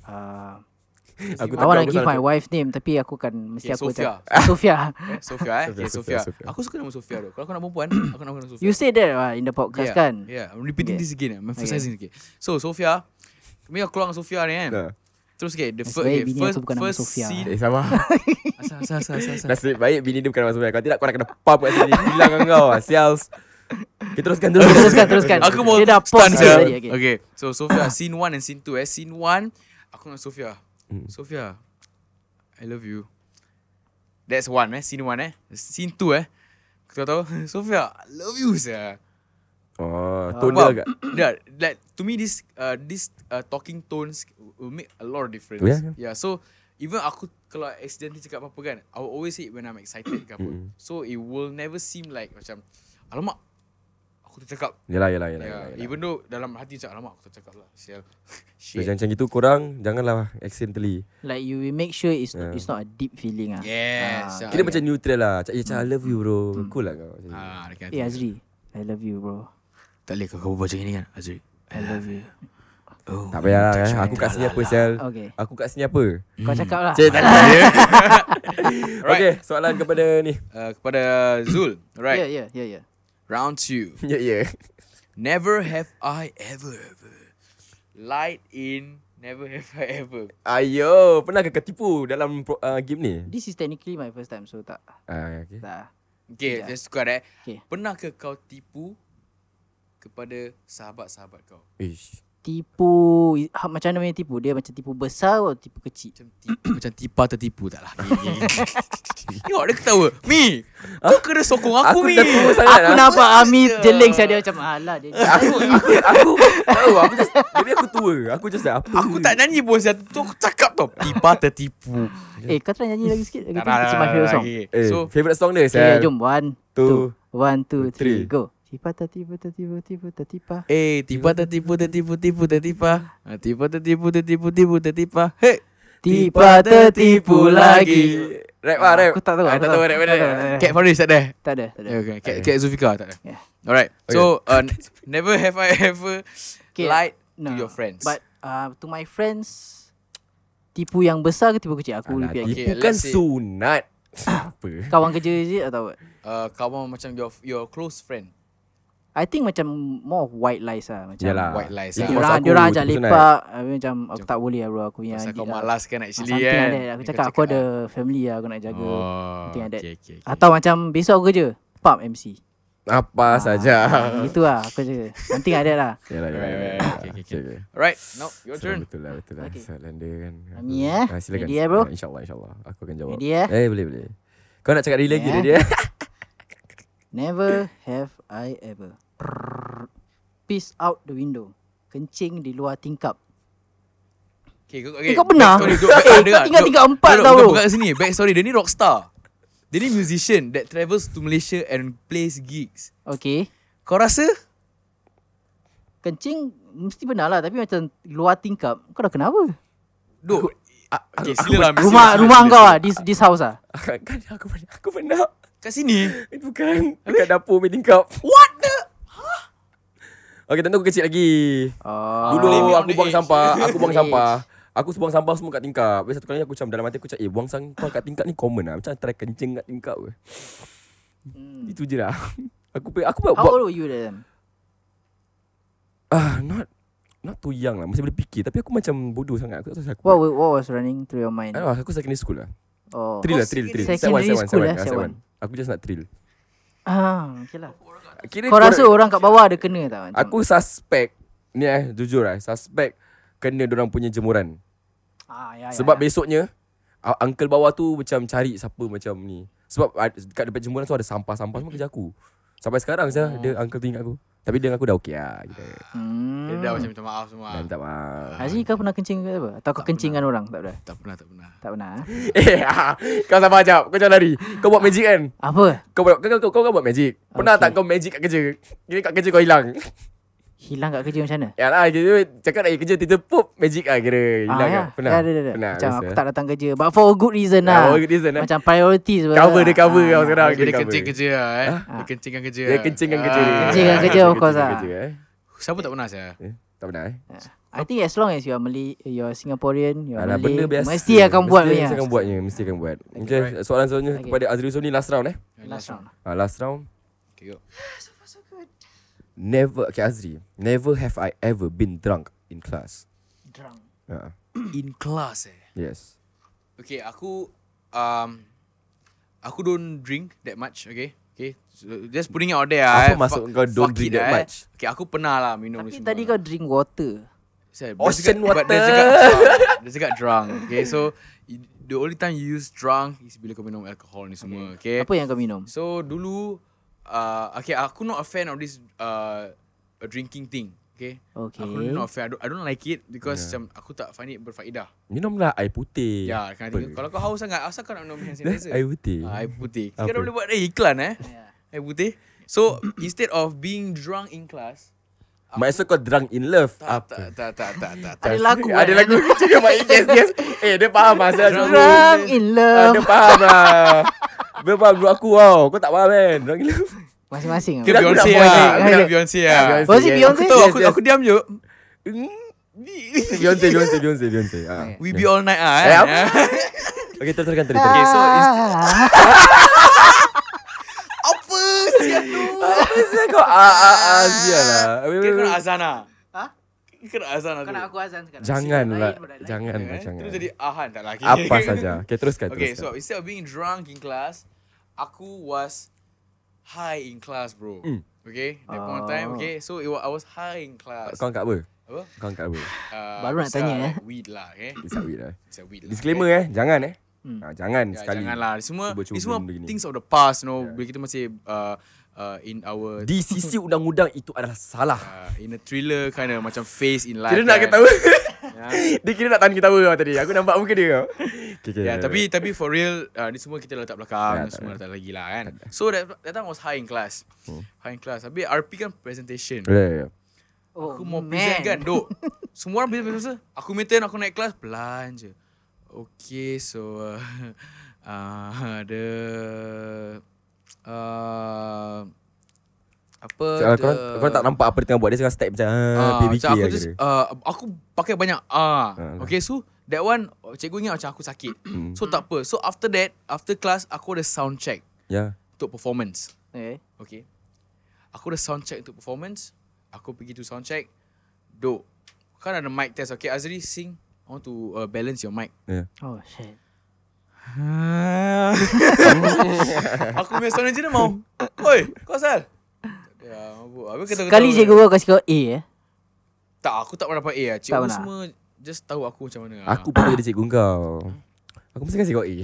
Speaker 4: uh,
Speaker 2: Aku
Speaker 4: I
Speaker 2: takut
Speaker 4: want to
Speaker 2: aku
Speaker 4: give
Speaker 2: salah
Speaker 4: my wife name tapi aku kan mesti
Speaker 3: Okay,
Speaker 4: aku
Speaker 3: Sophia.
Speaker 4: cakap- Sophia.
Speaker 3: Eh, Sofia eh.
Speaker 2: Sophia,
Speaker 3: okay,
Speaker 2: Sophia,
Speaker 3: Sofia.
Speaker 2: Sophia.
Speaker 3: Aku suka nama Sofia tu. Kalau aku nak perempuan, aku nak nama Sofia.
Speaker 4: you said that uh, in the
Speaker 3: yeah,
Speaker 4: podcast kan?
Speaker 3: Yeah, I'm repeating
Speaker 4: Okay.
Speaker 3: this again. I'm emphasizing okay. again. So Sofia, kami aku keluar dengan Sofia ni kan.
Speaker 2: Yeah.
Speaker 3: Terus okay, the
Speaker 4: Nasib
Speaker 3: fir-
Speaker 4: baik
Speaker 3: okay,
Speaker 4: bini
Speaker 3: first
Speaker 4: aku bukan nama
Speaker 3: first
Speaker 4: Sophia.
Speaker 3: scene.
Speaker 2: Eh sama
Speaker 3: Asal asal asal asal. asal.
Speaker 2: Nasib baik bini dia bukan masuk Kalau tidak kau nak kena pump kat sini Hilang kan kau ah, Sials Kita teruskan terus
Speaker 4: teruskan, teruskan.
Speaker 3: Aku mau
Speaker 4: Dia dah
Speaker 3: stun
Speaker 4: pause
Speaker 3: sia.
Speaker 4: tadi. Okay.
Speaker 3: Okay, so Sofia, scene 1 and scene 2 eh. Scene 1, aku dengan Sofia.
Speaker 2: Hmm.
Speaker 3: Sofia, I love you. That's one eh, scene 1 eh. Scene 2 eh. Kau tahu, Sofia, I love you sia.
Speaker 2: Oh Tone dia
Speaker 3: Wow.
Speaker 2: agak
Speaker 3: yeah, like to me this uh, this uh, talking tones will make a lot of difference.
Speaker 2: Yeah,
Speaker 3: yeah so even aku kalau accidentally cakap apa-apa kan, I will always say it when I'm excited ke apa.
Speaker 2: Mm-mm.
Speaker 3: So it will never seem like macam alamak aku tercakap.
Speaker 2: Yelah yelah yelah, yelah,
Speaker 3: Yeah,
Speaker 2: yelah.
Speaker 3: Ya, even though dalam hati cakap alamak aku tercakap lah. Sial.
Speaker 2: So
Speaker 3: Shit.
Speaker 2: jangan macam gitu korang Janganlah accidentally
Speaker 4: Like you will make sure it's
Speaker 2: Yeah.
Speaker 4: it's not a deep feeling ah.
Speaker 3: Yes.
Speaker 4: Ah,
Speaker 3: yeah.
Speaker 2: Kita macam neutral lah Cak, eh, cak I love you bro
Speaker 4: Hmm.
Speaker 2: Cool lah kau
Speaker 3: ya. ah, dekat hati.
Speaker 4: Eh Azri, I love you bro.
Speaker 3: Tak boleh kau kau buat macam ni kan, Azri.
Speaker 4: I love you.
Speaker 3: Oh.
Speaker 2: Tak payah lah eh. Aku kat sini apa Sial
Speaker 4: Okay.
Speaker 2: Aku kat sini apa
Speaker 4: Kau cakap lah.
Speaker 2: Cik tak ada Okay
Speaker 3: Alright.
Speaker 2: soalan kepada ni
Speaker 3: Uh, kepada Zul.
Speaker 4: Yeah,
Speaker 3: Right.
Speaker 4: yeah, yeah, yeah.
Speaker 3: Round two.
Speaker 2: Ya ya
Speaker 3: Never have I ever ever lied in. Never have I ever.
Speaker 2: Ayo Pernah ke ketipu dalam pro- ah, game ni
Speaker 4: This is technically my first time so tak
Speaker 2: Ah, okay.
Speaker 4: tak.
Speaker 3: Okay,
Speaker 4: Sekejap.
Speaker 3: let's tukar eh.
Speaker 4: Okay.
Speaker 3: Pernah ke kau tipu kepada sahabat-sahabat kau?
Speaker 2: Ish.
Speaker 4: Tipu i- ha, macam mana punya tipu? Dia macam tipu besar atau tipu kecil?
Speaker 3: Macam tipu, macam tipa tertipu tak lah. Tengok dia ketawa. Mi, kau kena sokong aku, Mi.
Speaker 2: terpukul sangat
Speaker 4: Aku
Speaker 2: ah.
Speaker 4: nampak Ami jeling saya dia macam alah dia.
Speaker 2: aku aku aku tahu aku just maybe aku tua aku just like, apa
Speaker 3: Aku tak nyanyi pun saya tu aku cakap tau. Tipa tertipu.
Speaker 4: Eh kau try nyanyi lagi sikit. Okay,
Speaker 3: Tak, tak,
Speaker 4: it's
Speaker 3: tak,
Speaker 4: my
Speaker 3: tak,
Speaker 4: favorite
Speaker 3: tak,
Speaker 4: song.
Speaker 3: okay.
Speaker 2: eh,
Speaker 3: So,
Speaker 2: so, favorite song dia
Speaker 4: Okay,
Speaker 2: saya
Speaker 4: jom. One,
Speaker 2: two,
Speaker 4: two, one, two,
Speaker 2: three.
Speaker 4: three, go. Tipa ta tipa ta tipa tipa ta tipa.
Speaker 3: eh, tipa tertipu, tertipu, tipu, tertipa. Ah, Tipa tertipu, tertipu, tipu, tertipa. Hei.
Speaker 4: Tipa tertipu lagi.
Speaker 2: rap lah rap
Speaker 4: Aku tak tahu,
Speaker 2: Ah,
Speaker 4: aku
Speaker 2: tak
Speaker 4: tak
Speaker 2: tahu
Speaker 4: tahu.
Speaker 2: rap mana
Speaker 4: Tak tahu, tak
Speaker 3: Cat Faris tak ada.
Speaker 4: Tak ada, tak ada.
Speaker 3: Yeah, okay. Cat, Cat Zulfika tak ada.
Speaker 4: Yeah.
Speaker 3: Alright. So, uh, never have I ever
Speaker 4: Okay,
Speaker 3: lied to
Speaker 4: no.
Speaker 3: your friends.
Speaker 4: But uh, to my friends, tipu yang besar ke tipu kecil? Aku
Speaker 2: Alah,
Speaker 4: repeat lagi.
Speaker 2: tipu
Speaker 3: Okay,
Speaker 2: kan
Speaker 3: let's say-
Speaker 2: sunat apa
Speaker 4: Kawan kerja je atau what?
Speaker 3: uh, kawan macam your your close friend.
Speaker 4: I think macam more of white lies lah. Macam
Speaker 2: Yalah
Speaker 3: white lies
Speaker 2: Itu
Speaker 3: lah.
Speaker 4: Dia
Speaker 2: maksud
Speaker 4: orang,
Speaker 2: aku,
Speaker 4: dia orang ajak
Speaker 2: tipu sunat.
Speaker 4: lepak. Habis macam aku tak boleh lah bro. Aku punya
Speaker 3: Pasal
Speaker 4: gig
Speaker 3: kau
Speaker 4: lah.
Speaker 3: malas kan
Speaker 4: Ah,
Speaker 3: actually
Speaker 4: Something
Speaker 3: kan.
Speaker 4: like that. Aku
Speaker 3: Ni
Speaker 4: cakap aku ada family lah. Aku nak jaga.
Speaker 3: Oh,
Speaker 4: Something like that. Ah,
Speaker 3: okay, okay, okay.
Speaker 4: Atau macam besok aku kerja. Pub MC.
Speaker 2: apa
Speaker 4: Ah.
Speaker 2: saja
Speaker 4: Gitu lah aku kerja. Something like that lah.
Speaker 2: yalah yalah yalah.
Speaker 3: Right, right, right. Okay, okay, okay. Alright, now your
Speaker 2: So,
Speaker 3: turn.
Speaker 2: betul lah betul lah
Speaker 4: Okay.
Speaker 2: soalan dia kan
Speaker 4: Ami, eh?
Speaker 2: Ah, silakan
Speaker 4: Ready, eh, bro?
Speaker 2: Ah, insyaallah insyaallah aku akan jawab
Speaker 4: Ready, eh?
Speaker 2: eh boleh boleh Kau nak cakap dia lagi
Speaker 4: Yeah.
Speaker 2: tadi eh?
Speaker 4: Never have I ever. Piss out the window. Kencing di luar tingkap.
Speaker 3: Okay, kau,
Speaker 4: Eh, kau benar.
Speaker 3: Backstory, lah. duk, back,
Speaker 4: Eh, kau tinggal tingkat empat tau,
Speaker 3: Kau
Speaker 4: bro.
Speaker 3: buka kat sini. Backstory, dia ni rockstar. Dia ni musician that travels to Malaysia and plays gigs.
Speaker 4: Okay.
Speaker 3: Kau rasa?
Speaker 4: Kencing mesti benar lah. Tapi macam luar tingkap. Kau dah kenapa?
Speaker 3: Duk. Okay, sila lah. Mesti
Speaker 4: Rumah
Speaker 3: sila,
Speaker 4: rumah
Speaker 3: sila,
Speaker 4: kau
Speaker 3: sila.
Speaker 4: lah. This, this house lah.
Speaker 2: kan aku pernah. Aku pernah.
Speaker 3: Kat sini.
Speaker 4: Hmm.
Speaker 2: Itu Eh, bukan. Dekat dapur meeting cup.
Speaker 3: What the?
Speaker 2: Okay, tentu aku kecil lagi.
Speaker 3: Ah.
Speaker 4: Oh.
Speaker 2: Dulu
Speaker 3: blame it on
Speaker 2: aku
Speaker 3: the
Speaker 2: buang
Speaker 3: age.
Speaker 2: sampah, aku buang
Speaker 4: On the
Speaker 2: sampah. Aku buang sampah semua kat tingkap. Habis satu kali aku macam dalam hati aku macam eh buang sampah kat tingkap ni common lah. Macam try kencing kat tingkap ke.
Speaker 4: Hmm.
Speaker 2: Itu je lah. Aku pe- aku buat,
Speaker 4: How
Speaker 2: buat
Speaker 4: old were you then?
Speaker 2: ah not not too young lah. Masih boleh fikir tapi aku macam bodoh sangat. Aku tak tahu
Speaker 4: What,
Speaker 2: aku.
Speaker 4: wa- what was running through your mind?
Speaker 2: Aduh, aku secondary school lah.
Speaker 4: Oh.
Speaker 2: Thrill lah, thrill, thrill. Set one,
Speaker 4: Secondary
Speaker 2: set one, set one.
Speaker 4: school lah,
Speaker 2: Ah,
Speaker 4: set
Speaker 2: set
Speaker 4: one.
Speaker 2: one. Aku just nak thrill.
Speaker 4: Ah, okay lah.
Speaker 2: Kira
Speaker 4: Kau rasa orang kat bawah ada kena tak? Macam?
Speaker 2: Aku suspect Ni eh Jujur lah Suspect Kena dorang punya jemuran
Speaker 4: Ah, ya, ya,
Speaker 2: Sebab
Speaker 4: ya.
Speaker 2: besoknya uh, Uncle bawah tu Macam cari siapa macam ni Sebab uh, Dekat depan jemuran tu Ada sampah-sampah Semua kerja aku Sampai sekarang saya Dia uncle tu ingat aku Tapi dia dengan aku dah okay lah kita.
Speaker 3: Dia
Speaker 4: Hmm.
Speaker 3: dah macam minta maaf semua.
Speaker 2: Dah minta maaf
Speaker 4: Haji kau pernah kencing ke apa? Atau kau kencing dengan orang? Tak pernah.
Speaker 3: Tak pernah, tak pernah.
Speaker 4: Tak pernah. ah?
Speaker 2: Eh ah, Kau sabar jap Kau jangan lari Kau buat magic kan
Speaker 4: Apa?
Speaker 2: Kau buat, kau, kau, kau, kau buat magic Pernah
Speaker 4: Okay.
Speaker 2: tak kau magic kat kerja Kira kat kerja kau hilang
Speaker 4: Hilang kat kerja macam mana?
Speaker 2: Yalah kira Cakap nak pergi kerja Tiba-tiba pop Magic lah kira Hilang
Speaker 4: ya.
Speaker 2: ah, Pernah
Speaker 4: Ya, ada, ada, ada.
Speaker 2: Pernah
Speaker 4: Macam
Speaker 2: biasa.
Speaker 4: aku tak datang kerja. But for a good reason
Speaker 2: Ah,
Speaker 4: lah.
Speaker 2: for a good reason, eh.
Speaker 4: Macam priority sebenarnya.
Speaker 2: Cover Ah, dia cover kau
Speaker 4: ya.
Speaker 2: sekarang
Speaker 3: Dia, dia
Speaker 2: cover.
Speaker 3: kencing kerja lah eh. Dia
Speaker 4: Ah.
Speaker 3: kencingkan kerja.
Speaker 2: Dia
Speaker 3: lah.
Speaker 2: kencingkan
Speaker 3: Ah.
Speaker 2: kerja dia
Speaker 4: Kencingkan kerja, of course
Speaker 2: Kencingkan
Speaker 4: lah.
Speaker 2: kerja, eh.
Speaker 3: Siapa tak pernah saya?
Speaker 2: Eh, Tak pernah eh
Speaker 4: I think as long as you are Malay, you are Singaporean, you are
Speaker 2: Alah,
Speaker 4: Malay,
Speaker 2: benda biasa
Speaker 4: Ah, mesti akan buat
Speaker 2: Mesti
Speaker 4: punya.
Speaker 2: akan buatnya Mesti akan buat Okay
Speaker 3: Alright.
Speaker 2: soalan selanjutnya
Speaker 4: Okay.
Speaker 2: Kepada Azri Yusof ni last round eh
Speaker 4: Last round.
Speaker 2: Ah, Last round
Speaker 3: Okay, go.
Speaker 2: Never Okay Azri Never have I ever been drunk In class
Speaker 4: Drunk.
Speaker 2: Ah,
Speaker 6: In class eh.
Speaker 2: Yes
Speaker 3: Okay, aku um aku don't drink that much, okay? Okay. So, just putting it out there ah.
Speaker 2: Apa
Speaker 3: eh.
Speaker 2: maksud
Speaker 3: Fuck-
Speaker 2: kau don't
Speaker 3: fuck
Speaker 2: drink
Speaker 3: it
Speaker 2: that
Speaker 3: ah, eh.
Speaker 2: much?
Speaker 3: Okay, aku pernah lah minum ni
Speaker 4: Tapi
Speaker 3: semua.
Speaker 4: tadi kau drink water.
Speaker 3: Saya-
Speaker 2: Ocean
Speaker 3: dia cakap, but Dia
Speaker 2: water.
Speaker 3: cakap drunk. Dia cakap drunk. Okay, so i- the only time you use drunk is bila kau minum alcohol ni semua, okay?
Speaker 4: Apa yang kau minum?
Speaker 3: So dulu uh, okay, aku not a fan of this uh drinking thing, okay?
Speaker 4: Okay.
Speaker 3: Aku not a fan. I don't, I don't like it because yeah. macam aku tak find it berfaedah.
Speaker 2: Minumlah air putih
Speaker 3: Ya, yeah, kind of thing. Kalau kau haus sangat, asal kau nak minum hand
Speaker 2: Dah,
Speaker 3: sanitizer?
Speaker 2: Air putih
Speaker 3: Ah, Air putih.
Speaker 2: Apa?
Speaker 3: Kita dah boleh buat eh, iklan eh.
Speaker 4: Ya.
Speaker 3: Air putih. So instead of being drunk in class,
Speaker 2: Maksud kau drunk in love
Speaker 3: tak
Speaker 2: Apa?
Speaker 3: tak tak tak tak tak. tak.
Speaker 4: Ada lagu.
Speaker 2: Ada
Speaker 4: eh.
Speaker 2: lagu Cakap baik yes yes Eh dia faham lah Azri Yusof.
Speaker 4: Drunk in
Speaker 2: Ah,
Speaker 4: love.
Speaker 2: Dia faham lah Dia faham group aku wow Kau tak faham kan Drunk in love
Speaker 4: Masing-masing.
Speaker 2: Kira- aku nak
Speaker 3: Beyonce
Speaker 2: voice
Speaker 3: ah,
Speaker 2: ni.
Speaker 3: aku nak Beyonce ah.
Speaker 4: Oh, is it Beyonce?
Speaker 2: Aku
Speaker 3: Tahu
Speaker 2: tahu,
Speaker 3: aku aku diam je.
Speaker 2: Hmm. aku- Eh, Beyonce, Beyonce, Beyonce, Beyonce. Ah.
Speaker 3: We be all night ah.
Speaker 2: Eh,
Speaker 3: eh.
Speaker 2: apa? Okay, terus teruskan terus.
Speaker 3: Okay, so instead
Speaker 6: Apa siap tu?
Speaker 2: Okay, kau ah ah ah sialah.
Speaker 3: kau nak azana.
Speaker 4: Ha?
Speaker 3: Kau nak azana
Speaker 4: Kau
Speaker 3: tu.
Speaker 4: nak aku azan sekarang?
Speaker 2: Janganlah,
Speaker 4: Lain, lain.
Speaker 2: janganlah,
Speaker 3: Eh,
Speaker 2: lah. jangan.
Speaker 3: Terus jadi ahan tak lagi.
Speaker 2: Kan Apa saja. Okay, teruskan,
Speaker 3: Okay, so
Speaker 2: teruskan.
Speaker 3: instead of being drunk in class, aku was high in class, bro.
Speaker 2: Mm.
Speaker 3: Okay, that point of time.
Speaker 4: Oh.
Speaker 3: Okay, so it was, I was high in class.
Speaker 2: Kau angkat apa?
Speaker 3: Apa?
Speaker 2: Kau angkat apa?
Speaker 3: Uh,
Speaker 4: Baru nak
Speaker 3: besar
Speaker 4: tanya,
Speaker 3: like
Speaker 4: eh.
Speaker 3: Weed lah, okay.
Speaker 2: It's a weed lah.
Speaker 3: It's a weed lah.
Speaker 2: Disclaimer
Speaker 3: okay?
Speaker 2: eh, jangan eh.
Speaker 4: Hmm.
Speaker 2: Ah, jangan
Speaker 3: Ya,
Speaker 2: sekali.
Speaker 3: janganlah. Ni Semua,
Speaker 2: Cuba-cuba
Speaker 3: ni semua
Speaker 2: benda gini. Ya.
Speaker 3: things of the past, you know. Bila kita masih uh, uh, in our...
Speaker 2: Di sisi undang-undang itu adalah salah.
Speaker 3: Uh, in a thriller kind of macam phase in life.
Speaker 2: Kira nak
Speaker 3: kan.
Speaker 2: ketawa. Dia kira nak tahan ketawa kau tadi. Aku nampak muka dia kau. Okay, okay.
Speaker 3: Ya, yeah, tapi tapi for real uh, ni semua kita letak
Speaker 2: Ya,
Speaker 3: belakang, ni
Speaker 2: tak
Speaker 3: semua
Speaker 2: ada. Hmm.
Speaker 3: letak lagi lah kan. So that, that time was high in class. High in class. Habis RP kan presentation.
Speaker 2: Ya, ya, ya.
Speaker 4: Oh,
Speaker 3: Aku mau
Speaker 4: man.
Speaker 3: present kan Dok Semua orang present present Aku maintain aku naik kelas Pelan je Okay so uh, uh, The uh, Apa
Speaker 2: Kau- Kau
Speaker 3: the-
Speaker 2: kau lah, tak nampak apa dia tengah buat Dia tengah step macam ah,
Speaker 3: Ah,
Speaker 2: PBK
Speaker 3: macam aku
Speaker 2: lah
Speaker 3: just,
Speaker 2: kira
Speaker 3: uh, Aku pakai banyak ah.
Speaker 2: Ah.
Speaker 3: Okay so That one oh, Cikgu ingat macam aku sakit
Speaker 2: Hmm.
Speaker 3: So tak apa So after that After class Aku ada sound check
Speaker 2: Ya
Speaker 3: Untuk performance
Speaker 4: Okay.
Speaker 3: Okay. Aku dah sound check untuk performance. Aku pergi tu sound check. Dok. Kan ada mic test. Okay, Azri sing. I want to uh, balance your mic.
Speaker 4: Oh, shit.
Speaker 3: aku punya sound engineer mau. Oi, kau asal? Ya, mabuk. Habis kata
Speaker 4: Sekali cikgu kau kasi kau A eh.
Speaker 3: Tak, aku tak pernah dapat A lah. Cikgu
Speaker 4: pernah.
Speaker 3: semua just tahu aku macam mana.
Speaker 2: Aku pun jadi cikgu kau Aku mesti kasi kau A.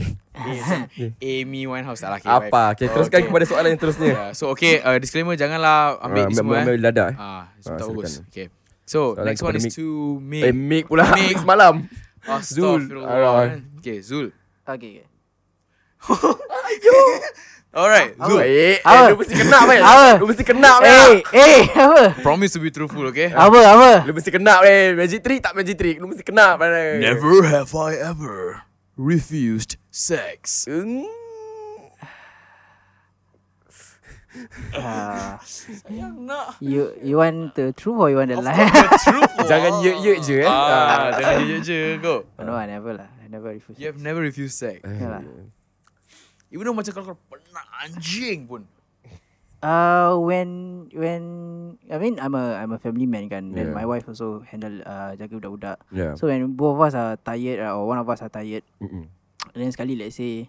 Speaker 3: Amy Winehouse tak lah okay,
Speaker 2: Apa? Okay, teruskan kepada soalan yang terusnya.
Speaker 3: yeah. So okay uh, Disclaimer janganlah
Speaker 2: Ah,
Speaker 3: Ambil uh, semua
Speaker 2: ambil-
Speaker 3: eh
Speaker 2: ambil dadah. eh.
Speaker 3: Ah,
Speaker 2: Ah,
Speaker 3: Tak bagus
Speaker 2: silakan.
Speaker 3: Okay So
Speaker 2: Soalan
Speaker 3: next one
Speaker 2: kepada
Speaker 3: is
Speaker 2: Mick.
Speaker 3: to
Speaker 2: Eh,
Speaker 3: Mick
Speaker 2: Mick pula.
Speaker 3: Mick.
Speaker 2: Mick semalam. Alright.
Speaker 3: Astaghfirullah Okay Zul
Speaker 4: Okay, okay.
Speaker 3: Alright Zul
Speaker 2: Baik. Eh,
Speaker 4: Apa?
Speaker 2: lu mesti kena, man.
Speaker 4: Apa?
Speaker 2: Lu mesti kena, man.
Speaker 4: Eh, eh, apa?
Speaker 3: Promise to be truthful okay
Speaker 4: Apa, apa?
Speaker 2: Lu mesti kena, man. Magic trick tak magic trick. Lu mesti kena, man.
Speaker 3: Never have I ever refused sex
Speaker 2: Hmm.
Speaker 4: Ah. You you want the truth or you want the lie?
Speaker 3: Truthful
Speaker 2: Jangan ye-ye je, eh.
Speaker 3: Oh. Ah, Jangan ye je Go
Speaker 4: no, I never lah. I never refuse.
Speaker 3: You have never refused sex
Speaker 4: Yeah lah.
Speaker 3: Even though macam kalau kau pernah anjing pun
Speaker 4: Uh, when when I mean I'm a I'm a family man kan.
Speaker 2: Yeah.
Speaker 4: Then my wife also handle uh, jaga budak-budak.
Speaker 2: Yeah.
Speaker 4: So when both of us are tired uh, or one of us are tired,
Speaker 2: Ya. Mm-mm.
Speaker 4: and then sekali let's say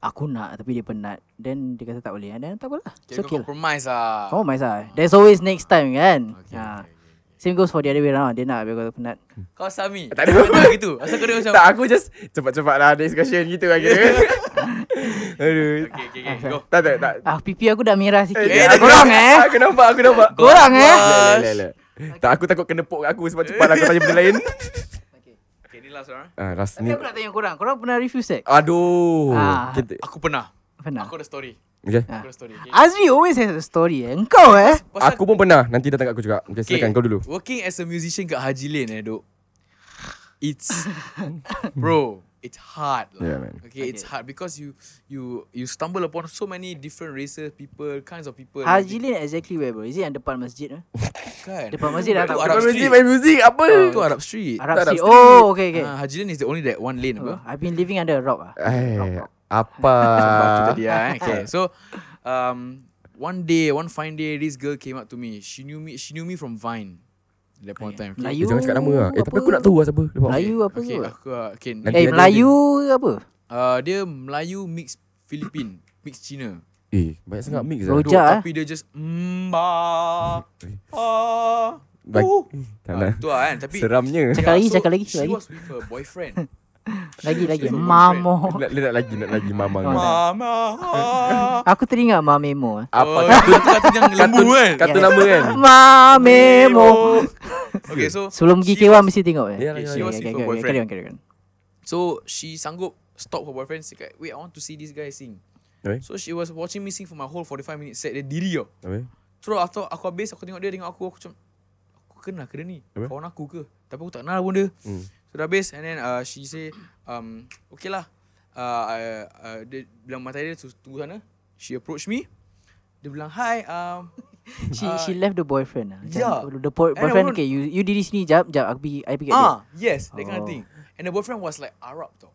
Speaker 4: aku nak tapi dia penat, then dia kata tak boleh. And then tak apalah. It's
Speaker 3: Okay,
Speaker 4: okay
Speaker 3: kau
Speaker 4: lah.
Speaker 3: compromise lah
Speaker 4: Kamu main lah. There's always next time kan.
Speaker 3: Okay,
Speaker 4: Ah.
Speaker 3: okay, okay.
Speaker 4: Same goes for the other way round. Dia nak bila kau penat.
Speaker 3: Kau Sami
Speaker 2: Tak ada.
Speaker 3: Kau tak gitu Asal kau dia macam
Speaker 2: Tak, aku just cepat-cepat lah discussion gitu kan kira. Aduh.
Speaker 3: Okay okay okay Go
Speaker 2: Tak, tak, tak.
Speaker 4: Ah, pipi aku dah merah sikit.
Speaker 2: Eh,
Speaker 4: Eh,
Speaker 2: aku
Speaker 4: korang
Speaker 2: nampak,
Speaker 4: eh.
Speaker 2: Aku nampak, aku nampak.
Speaker 4: Korang eh.
Speaker 2: Lek, lek, lek, lek. Tak, aku takut kena pok kat aku sebab cepat lah aku tanya benda lain.
Speaker 3: Okay ni last one eh?
Speaker 2: Ah, ras
Speaker 4: Tapi
Speaker 2: ni.
Speaker 4: aku nak tanya korang. Korang pernah refuse sex?
Speaker 2: Aduh.
Speaker 4: Ah.
Speaker 2: Kita,
Speaker 3: Aku pernah
Speaker 4: Pernah.
Speaker 3: Aku ada story
Speaker 2: okay.
Speaker 4: Ah.
Speaker 3: Aku ada story okay.
Speaker 4: Azri always has a story eh. Engkau eh.
Speaker 3: Pasal-
Speaker 2: Aku pun pernah. Nanti datang kat aku juga. Okay, silakan kau dulu.
Speaker 3: Working as a musician kat Haji Lane eh, Dok. It's bro, it's hard lah.
Speaker 2: Yeah, man.
Speaker 3: Okay, it's hard because you you you stumble upon so many different races, people, kinds of people.
Speaker 4: Haji Lane exactly where bro? Is it yang depan masjid eh?
Speaker 3: kan?
Speaker 4: Depan masjid dah tak
Speaker 3: Itu
Speaker 2: Kau
Speaker 3: Arab
Speaker 2: music,
Speaker 3: Street.
Speaker 2: main music apa?
Speaker 3: Itu Arab Street.
Speaker 4: Arab
Speaker 2: tak,
Speaker 4: Street.
Speaker 2: Arab Street.
Speaker 4: Oh, okay, okay.
Speaker 3: Ah, Haji Lane is the only that one lane apa?
Speaker 4: Oh, I've been living under a rock ah.
Speaker 2: Eh, apa?
Speaker 3: Sebab tu tadi ah. eh. Okay. So um one day, one fine day this girl came up to me. She knew me she knew me from Vine. At that point of time. okay?
Speaker 2: Eh,
Speaker 4: Melayu.
Speaker 2: jangan cakap nama lah. Eh, tapi
Speaker 4: apa?
Speaker 2: aku nak tahu lah siapa. Lepas-
Speaker 4: Melayu apa
Speaker 3: okay,
Speaker 4: tu?
Speaker 3: aku, ah, okay,
Speaker 2: Nanti
Speaker 4: Eh,
Speaker 2: ada-
Speaker 4: Melayu apa?
Speaker 3: Uh, dia Melayu mix Filipin, mix Cina.
Speaker 2: Eh, banyak sangat mix lah.
Speaker 3: Duk,
Speaker 4: Rojak eh.
Speaker 3: Tapi dia just mba ah.
Speaker 2: Baik.
Speaker 3: Uh.
Speaker 2: Tak
Speaker 3: Ah,
Speaker 2: lah.
Speaker 3: Itu lah kan Tapi
Speaker 2: Seramnya.
Speaker 4: Cakap lagi, cakap lagi,
Speaker 3: She
Speaker 4: cakap lagi.
Speaker 3: was with her boyfriend
Speaker 4: Lagi lagi.
Speaker 3: She's a
Speaker 4: Mamo.
Speaker 2: Nak- Dia nak lagi, nak lagi mamang.
Speaker 4: Oh, dah.
Speaker 3: Mama
Speaker 4: Aku teringat Mamemo. eh.
Speaker 2: Apa
Speaker 3: Oh,
Speaker 2: kartun?
Speaker 3: itu kartun yang lembu
Speaker 2: Kartun,
Speaker 3: kan?
Speaker 2: kartun nama kan?
Speaker 4: Ya, Mamemo.
Speaker 3: Okay so
Speaker 4: Sebelum pergi
Speaker 3: she
Speaker 4: K1
Speaker 3: was-
Speaker 4: mesti tengok eh.
Speaker 2: Ya,
Speaker 3: Okay,
Speaker 2: ya,
Speaker 3: she
Speaker 2: ya.
Speaker 3: was with her
Speaker 4: Okay, okay, okay, carry
Speaker 3: boyfriend
Speaker 4: on, carry on.
Speaker 3: So she sanggup Stop her boyfriend Cakap wait I want to see this guy sing
Speaker 2: Alright.
Speaker 3: So she was watching me sing For my whole 45 minutes Set dia diri tau
Speaker 2: Apa?
Speaker 3: Terus after aku habis Aku tengok dia Tengok aku Aku macam Aku kenal ke dia ni
Speaker 2: Apa?
Speaker 3: Kawan aku ke Tapi aku tak kenal pun dia
Speaker 2: Hmm.
Speaker 3: So dah habis And then uh, she say um, Okay lah uh, uh, uh, Dia bilang mata dia tu- Tunggu sana She approach me Dia bilang Hi um,
Speaker 4: She
Speaker 3: Ah, Ya.
Speaker 4: she left the boyfriend ah. Macam
Speaker 3: yeah.
Speaker 4: The boy-
Speaker 3: And I
Speaker 4: boyfriend
Speaker 3: want-
Speaker 4: okay you you diri sini jap jap aku pergi I pergi kat Ya, dia.
Speaker 3: Ah Yes That kind of
Speaker 4: Oh.
Speaker 3: thing And the boyfriend was like Arab tau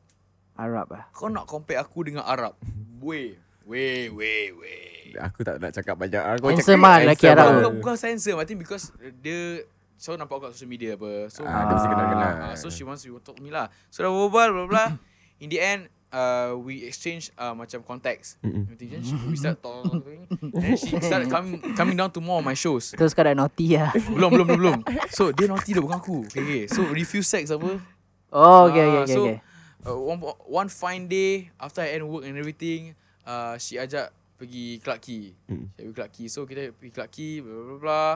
Speaker 4: Arab ah.
Speaker 3: Kau nak compare aku dengan Arab Weh Weh Weh Weh
Speaker 2: Aku tak nak cakap banyak. Aku
Speaker 4: Handsome
Speaker 2: cakap-
Speaker 4: ah, lelaki
Speaker 2: handsome
Speaker 4: Arab.
Speaker 2: ah.
Speaker 3: Bukan, bukan handsome I think because uh, Dia So nampak aku kat social media apa So
Speaker 2: Ah, dia mesti kenal-kenal.
Speaker 3: Ah, So she wants to talk to me lah So dah berbual blah blah In the end uh, We exchange uh, Macam contacts
Speaker 2: Mm-mm.
Speaker 3: Everything then she- We start talk talk, talk, talk. Then she start coming Coming down to more of my shows
Speaker 4: Terus kau dah naughty ah.
Speaker 3: Belum belum belum belum So dia naughty dah bukan aku okay, okay. So refuse sex apa
Speaker 4: Oh, okay, okay,
Speaker 3: Ah,
Speaker 4: okay.
Speaker 3: so,
Speaker 4: okay.
Speaker 3: Uh, one, one fine day After I end work and everything uh, She ajak pergi Clark Key
Speaker 2: Mm.
Speaker 3: She pergi Clark Key So kita pergi Clark Key blah, blah, blah, blah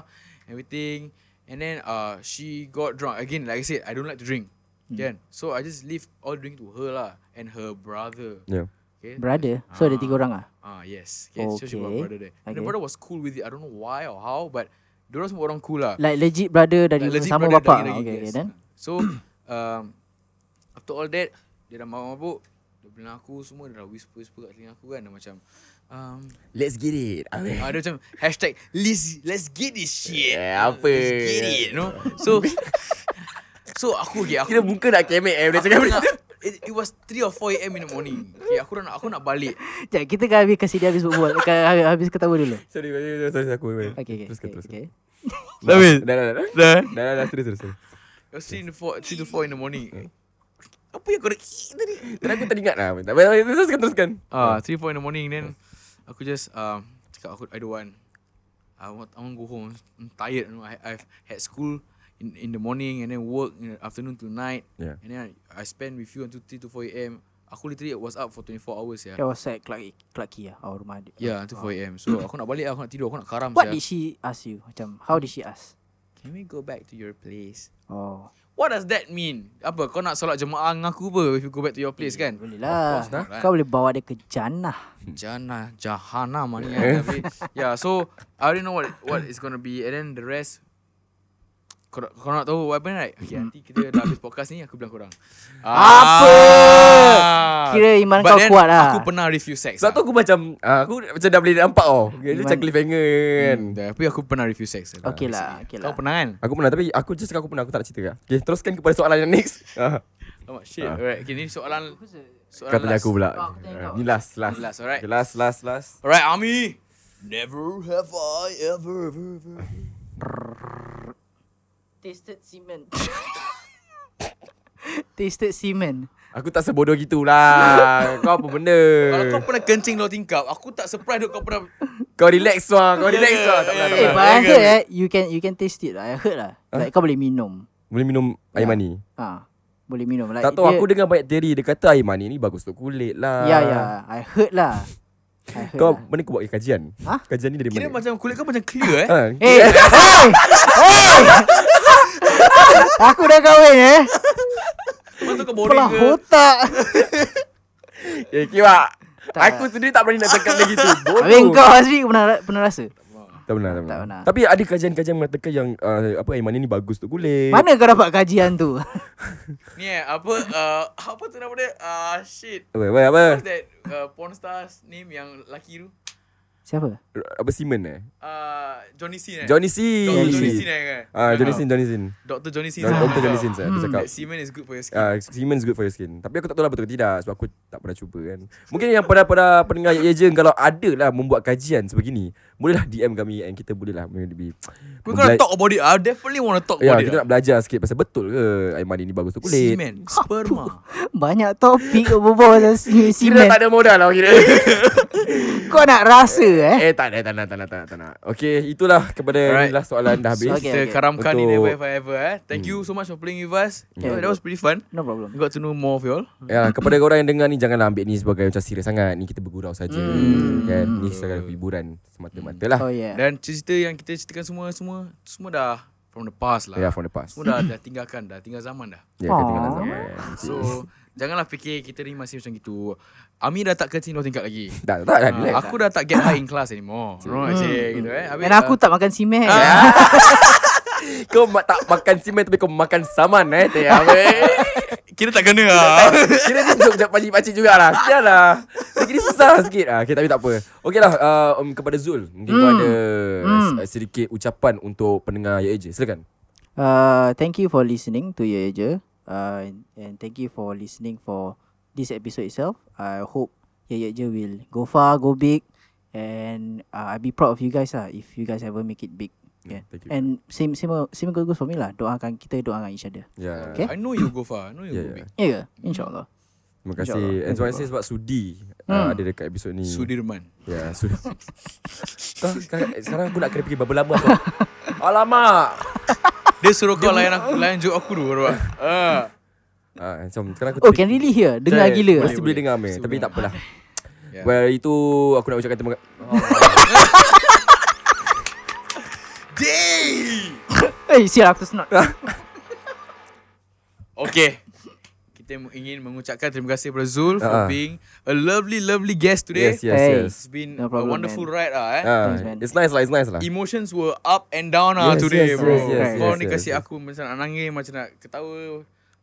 Speaker 3: Everything And then uh, She got drunk Again like I said I don't like to drink
Speaker 4: Hmm.
Speaker 3: Kan So I just leave all drink to her lah And her brother
Speaker 2: Yeah.
Speaker 3: okay?
Speaker 4: Brother. So ada tiga orang ah.
Speaker 3: Ah yes okay, So she got
Speaker 4: Okay.
Speaker 3: brother there And The
Speaker 4: Okay.
Speaker 3: brother was cool with it I don't know why or how But Diorang semua orang cool lah
Speaker 4: Like legit brother dari
Speaker 3: Like legit
Speaker 4: sama
Speaker 3: brother
Speaker 4: bapak.
Speaker 3: dari-
Speaker 4: ah.
Speaker 3: dari-
Speaker 4: Okay, okay,
Speaker 3: yes.
Speaker 4: then.
Speaker 3: So um, After all that Dia dah mabuk-mabuk Dia bilang aku semua Dia dah whisper-whisper kat telinga aku kan Dia macam um,
Speaker 2: Let's get it. Apa?
Speaker 3: ah, Dia macam Hashtag let's, let's get this shit
Speaker 2: Eh, apa?
Speaker 3: Let's get it You know So So aku okay, aku,
Speaker 2: Kira muka nak kemek eh bila
Speaker 3: aku
Speaker 2: cakap benda
Speaker 3: nak,
Speaker 2: tu.
Speaker 3: it, it was 3 or 4 am in the morning okay, Aku dah nak, aku nak balik
Speaker 4: Jap, kita kan habis kasi dia habis berbual. Kan habis- habis ketawa dulu.
Speaker 2: Sorry, sorry, sorry, sorry, aku.
Speaker 4: Okay, okay.
Speaker 2: Teruskan,
Speaker 4: okay,
Speaker 2: teruskan.
Speaker 4: okay.
Speaker 2: Dah, dah, dah, dah.
Speaker 3: Dah eh?
Speaker 2: Dah, dah, dah, terus, terus, terus.
Speaker 3: It was 3 to 4, 3 to 4 in the morning Apa yang kau nak tadi
Speaker 2: Tadi aku tak ingat lah. Tak apa, tak apa, Teruskan, teruskan.
Speaker 3: Ah, uh, three four in the morning then aku just um cakap aku I don't want. I want I want go home. I'm tired. You know, I I've had school in in the morning and then work in the afternoon to night.
Speaker 2: Yeah.
Speaker 3: And then I, I spend with you until three to four a.m. Aku literally was up for 24 hours ya.
Speaker 4: That was at Clark Clark Key lah, Our rumah adik
Speaker 3: Yeah, until 4 am. So aku nak balik aku nak tidur, aku nak karam
Speaker 4: What
Speaker 3: sia.
Speaker 4: did she ask you? Macam how did she ask?
Speaker 3: Can we go back to your place?
Speaker 4: Oh
Speaker 3: What does that mean? Apa kau nak solat jemaah dengan aku apa if you go back to your place kan?
Speaker 4: Boleh lah
Speaker 3: course not, right?
Speaker 4: Kau boleh bawa dia ke jannah
Speaker 3: Jannah Jahannam ah ni kan Tapi, Yeah so I already know what what is gonna be And then the rest Kau, nak- kau nak tahu what happened right Okay nanti kita dah habis podcast ni Aku bilang korang
Speaker 4: Apa?
Speaker 3: Ah.
Speaker 4: Kira iman
Speaker 3: But
Speaker 4: kau
Speaker 3: then,
Speaker 4: kuat lah.
Speaker 3: Aku pernah refuse sex
Speaker 2: Sebab tu aku macam ah, Aku macam dah boleh nampak tau Dia macam
Speaker 4: Iman-
Speaker 2: cliffhanger kan
Speaker 3: Hmm, Tapi aku pernah refuse sex
Speaker 4: Okay lah, okay lah.
Speaker 3: Kau pernah kan?
Speaker 2: Aku pernah tapi aku just aku pernah aku tak nak cerita lah. Okay, teruskan kepada soalan yang next. Ah,
Speaker 3: Oh, shit Alright okay, ni soalan Soalan
Speaker 2: Kau tanya
Speaker 3: last.
Speaker 2: aku pula.
Speaker 4: Oh, aku tanya
Speaker 2: Ah,
Speaker 4: kau.
Speaker 2: Ni last, last.
Speaker 3: Ni last, alright.
Speaker 2: Okay, last, last, last.
Speaker 3: Alright
Speaker 2: Eh.
Speaker 3: Ami
Speaker 6: Never have I ever, ever, ever.
Speaker 4: Tasted semen Tasted semen
Speaker 2: Aku tak sebodoh gitulah. kau apa benda?
Speaker 3: Kalau kau pernah kencing low tingkap Aku tak surprise duk kau pernah
Speaker 2: Kau relax lah, kau relax lah. Tak pernah, tak
Speaker 4: Eh
Speaker 2: pernah.
Speaker 4: but I heard eh You can you can taste it lah I heard lah Like kau boleh minum
Speaker 2: Boleh minum air
Speaker 4: Ya.
Speaker 2: mani.
Speaker 4: Ah, Boleh minum like,
Speaker 2: Tak tahu
Speaker 4: dia-
Speaker 2: aku dengar banyak teori dia kata air mani ni bagus untuk kulit lah.
Speaker 4: Ya ya I heard lah I heard
Speaker 2: Kau
Speaker 4: lah.
Speaker 2: mana kau buat kajian?
Speaker 4: Hah?
Speaker 2: Kajian ni dari
Speaker 3: Kira
Speaker 2: mana?
Speaker 3: macam kulit kau macam clear eh
Speaker 2: Ha,
Speaker 4: Eh hey. Aku dah kahwin eh
Speaker 3: Lepas tu kau boring
Speaker 4: Pelah
Speaker 3: ke
Speaker 4: otak
Speaker 2: eh kiwa.
Speaker 4: Tak.
Speaker 2: Aku sendiri tak berani nak cakap dia gitu.
Speaker 4: Habis
Speaker 2: Bodoh.
Speaker 4: kau Azri pernah, pernah rasa
Speaker 2: Tak pernah, tak
Speaker 4: Tak
Speaker 2: pernah.
Speaker 4: pernah.
Speaker 2: Tapi ada kajian-kajian mengatakan yang ah, apa air mani ni bagus untuk kulit.
Speaker 4: Mana kau dapat kajian tu
Speaker 3: Ni eh apa uh, Apa tu nama dia Ah shit
Speaker 2: Apa, apa, apa?
Speaker 3: What's that uh, porn star's name yang lelaki tu?
Speaker 4: Siapa?
Speaker 2: Apa Simon eh?
Speaker 3: Uh, Johnny Sin eh?
Speaker 2: Johnny C.
Speaker 3: Dr. Johnny
Speaker 2: C.
Speaker 3: Sin eh kan?
Speaker 2: Ah, Johnny Sin, Johnny Sin.
Speaker 3: Dr. Johnny Sin. Hmm,
Speaker 2: Dr. Dr. Johnny Sin, saya dia cakap.
Speaker 3: That semen is good for your skin.
Speaker 2: Ah, semen is good for your skin. Tapi aku tak tahu lah betul ke tidak sebab aku tak pernah cuba kan. Mungkin yang pada pada pendengar Ye je kalau ada lah membuat kajian sebegini, bolehlah DM kami and kita bolehlah maybe.
Speaker 3: We gonna talk about it. I definitely want to talk
Speaker 2: Ya,
Speaker 3: about it.
Speaker 2: kita nak Ha, belajar sikit pasal betul ke air mani ni bagus untuk kulit.
Speaker 3: Semen, sperma.
Speaker 4: Banyak topik kau berbual pasal
Speaker 2: Kira
Speaker 4: si- semen
Speaker 2: tak ada modal lah kira.
Speaker 4: Kau nak rasa eh
Speaker 2: eh tak ada tak nak tak nak tak nak, tak nak. Okey, itulah kepada
Speaker 3: Alright.
Speaker 2: inilah soalan dah habis.
Speaker 4: Okay,
Speaker 3: Kita
Speaker 4: okay.
Speaker 3: karamkan ini
Speaker 2: Untuk-
Speaker 3: Never Ever Ever eh. Thank
Speaker 2: Hmm.
Speaker 3: you so much for playing with us.
Speaker 4: Okay.
Speaker 3: Yeah, that was pretty fun.
Speaker 4: No
Speaker 3: We
Speaker 4: problem
Speaker 3: got to know more of y'all.
Speaker 2: Ya, kepada korang yang dengar ni janganlah ambil ni sebagai macam serius sangat. Ni kita bergurau saja. Kan? Ni sebagai hiburan semata-mata lah.
Speaker 4: Oh yeah
Speaker 3: Dan cerita yang kita ceritakan semua semua semua dah from the past lah.
Speaker 2: Ya, from the past.
Speaker 3: Semua dah dah tinggalkan dah, tinggal zaman dah.
Speaker 2: Ya, kita
Speaker 4: Aw.
Speaker 2: tinggalkan zaman.
Speaker 3: So janganlah fikir kita ni masih macam gitu. Ami dah tak kecil tingkat lagi.
Speaker 2: Dah, dah, dah.
Speaker 3: Ah,
Speaker 2: Kan, relax. Hmm.
Speaker 3: aku dah tak get high in class anymore. Right, cik, gitu eh. Habis,
Speaker 4: Dan aku tak makan semen
Speaker 2: Ah. Kau ma- tak makan simen tapi kau makan saman eh. Tak apa. eh.
Speaker 3: kita tak kena ah.
Speaker 2: Kira ni joke macam pakcik-pakcik jugalah. Sial lah. Lagi ni susah lah sikit. Ah, okay, tapi tak apa. Okey lah. Uh, um, kepada Zul. Mungkin kau
Speaker 4: Hmm.
Speaker 2: ada s- sedikit ucapan untuk pendengar Ya Je. Silakan.
Speaker 4: Uh, thank you for listening to Ye Je. Uh, and, and thank you for listening for this episode itself. I hope Ye Ye Je will go far, go big, and uh, I'll be proud of you guys lah if you guys ever make it big. Yeah.
Speaker 2: Hmm, Thank you.
Speaker 4: And same same same goes goes for me lah. Doakan kita doakan each other.
Speaker 2: Ya.
Speaker 4: Okay.
Speaker 3: I know you go far. I know you
Speaker 2: Ya,
Speaker 3: go
Speaker 2: ya.
Speaker 3: big.
Speaker 4: Ya yeah, ke? Insyaallah.
Speaker 2: Terima kasih.
Speaker 4: InsyaAllah.
Speaker 2: And terima kasih sebab sudi
Speaker 4: Hmm.
Speaker 2: uh, ada dekat episod ni.
Speaker 3: Sudirman.
Speaker 2: Ya, sudi. Kau, kau- eh, sekarang aku nak kena fikir berapa lama aku. Alamak.
Speaker 3: Dia suruh kau layan aku, layan joke aku dulu baru. Ah.
Speaker 2: Ah, macam sekarang aku
Speaker 4: Oh, can really hear. Dengar
Speaker 2: Betul.
Speaker 4: gila.
Speaker 2: Mesti boleh, dengar Amir Tapi tak apalah
Speaker 3: Ya.
Speaker 2: Well itu Aku nak ucapkan terima kasih
Speaker 3: Day.
Speaker 4: Eh, sial aku snot.
Speaker 2: Ah.
Speaker 3: Okay. Kita ingin mengucapkan terima kasih kepada
Speaker 2: Ah,
Speaker 3: Zul
Speaker 2: ah.
Speaker 3: for being a lovely lovely guest today.
Speaker 2: Yes yes
Speaker 4: Hey.
Speaker 2: yes
Speaker 3: It's been a
Speaker 4: No problem,
Speaker 3: wonderful
Speaker 4: man.
Speaker 3: ride ah eh.
Speaker 2: Ah,
Speaker 4: Thanks, man.
Speaker 2: It's nice lah It's nice lah
Speaker 3: Emotions were up and down ah
Speaker 2: Yes,
Speaker 3: today
Speaker 2: yes,
Speaker 3: bro.
Speaker 2: yes,
Speaker 4: yes,
Speaker 3: kau
Speaker 2: yes,
Speaker 3: ni
Speaker 2: yes,
Speaker 3: kasih
Speaker 2: yes.
Speaker 3: aku macam nak nangis, macam nak ketawa.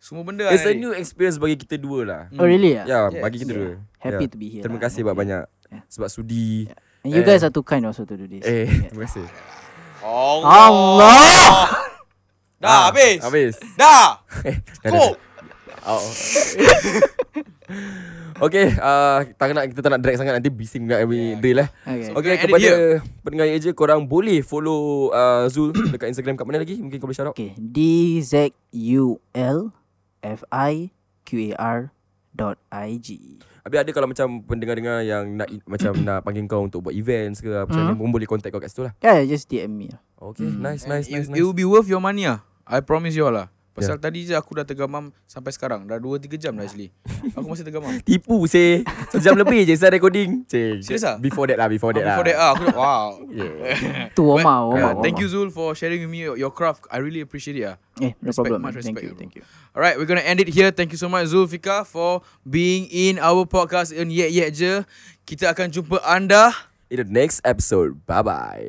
Speaker 3: Semua benda kan
Speaker 2: It's a
Speaker 3: hari ni.
Speaker 2: new experience Bagi kita dua lah
Speaker 3: Mm.
Speaker 4: Oh, really?
Speaker 2: Ya
Speaker 4: Yeah.
Speaker 2: yeah, bagi kita dua
Speaker 4: Happy
Speaker 2: Ya.
Speaker 4: to be here
Speaker 2: Terima
Speaker 4: lah.
Speaker 2: kasih banyak-banyak Sebab sudi
Speaker 4: And you
Speaker 2: Eh.
Speaker 4: guys are too kind also to do this.
Speaker 2: Eh
Speaker 4: Yeah.
Speaker 2: terima kasih
Speaker 3: Allah.
Speaker 4: Allah.
Speaker 3: Dah
Speaker 2: Ah,
Speaker 3: habis.
Speaker 2: Habis
Speaker 3: Dah.
Speaker 2: Eh, dah, dah,
Speaker 3: Cukup.
Speaker 2: dah. Okay ah, tak nak, Kita tak nak drag sangat Nanti bising pula Kami drill eh
Speaker 4: Okay.
Speaker 2: Okay
Speaker 3: kita edit
Speaker 2: kepada Pendengar je Korang boleh follow ah, Zul Dekat Instagram kat mana lagi Mungkin kau boleh shout out
Speaker 4: Okay, D Z U L F I Q A R dot I G.
Speaker 2: Habis ada kalau macam pendengar-dengar yang nak macam nak panggil kau untuk buat events ke apa macam
Speaker 4: Hmm.
Speaker 2: ni pun boleh contact kau kat situ lah.
Speaker 4: Yeah, just DM me.
Speaker 2: Okay, nice, nice, nice,
Speaker 3: It, it
Speaker 2: nice.
Speaker 3: will be worth your money ah. I promise you all lah. Pasal yeah. tadi je aku dah tergamam sampai sekarang. Dah 2-3 jam dah actually. Aku masih tergamam.
Speaker 7: Tipu seh Sejam lebih je Saya recording Cik
Speaker 3: Serius ah?
Speaker 7: Before that lah Before that lah
Speaker 3: Before that ah, aku dah, wow.
Speaker 7: Yeah.
Speaker 4: Tu warm up, warm
Speaker 3: Uh,
Speaker 4: up.
Speaker 3: thank you Zul for sharing with me your, your craft. I really appreciate it. Ah.
Speaker 4: Eh, no
Speaker 3: Respect,
Speaker 4: problem.
Speaker 3: much
Speaker 4: Thank
Speaker 3: respect,
Speaker 4: you,
Speaker 3: bro.
Speaker 4: thank you.
Speaker 3: Alright, we're gonna end it here. Thank you so much Zulfika for being in our podcast in Yet Yet Je. Kita akan jumpa anda.
Speaker 7: In the next episode Bye bye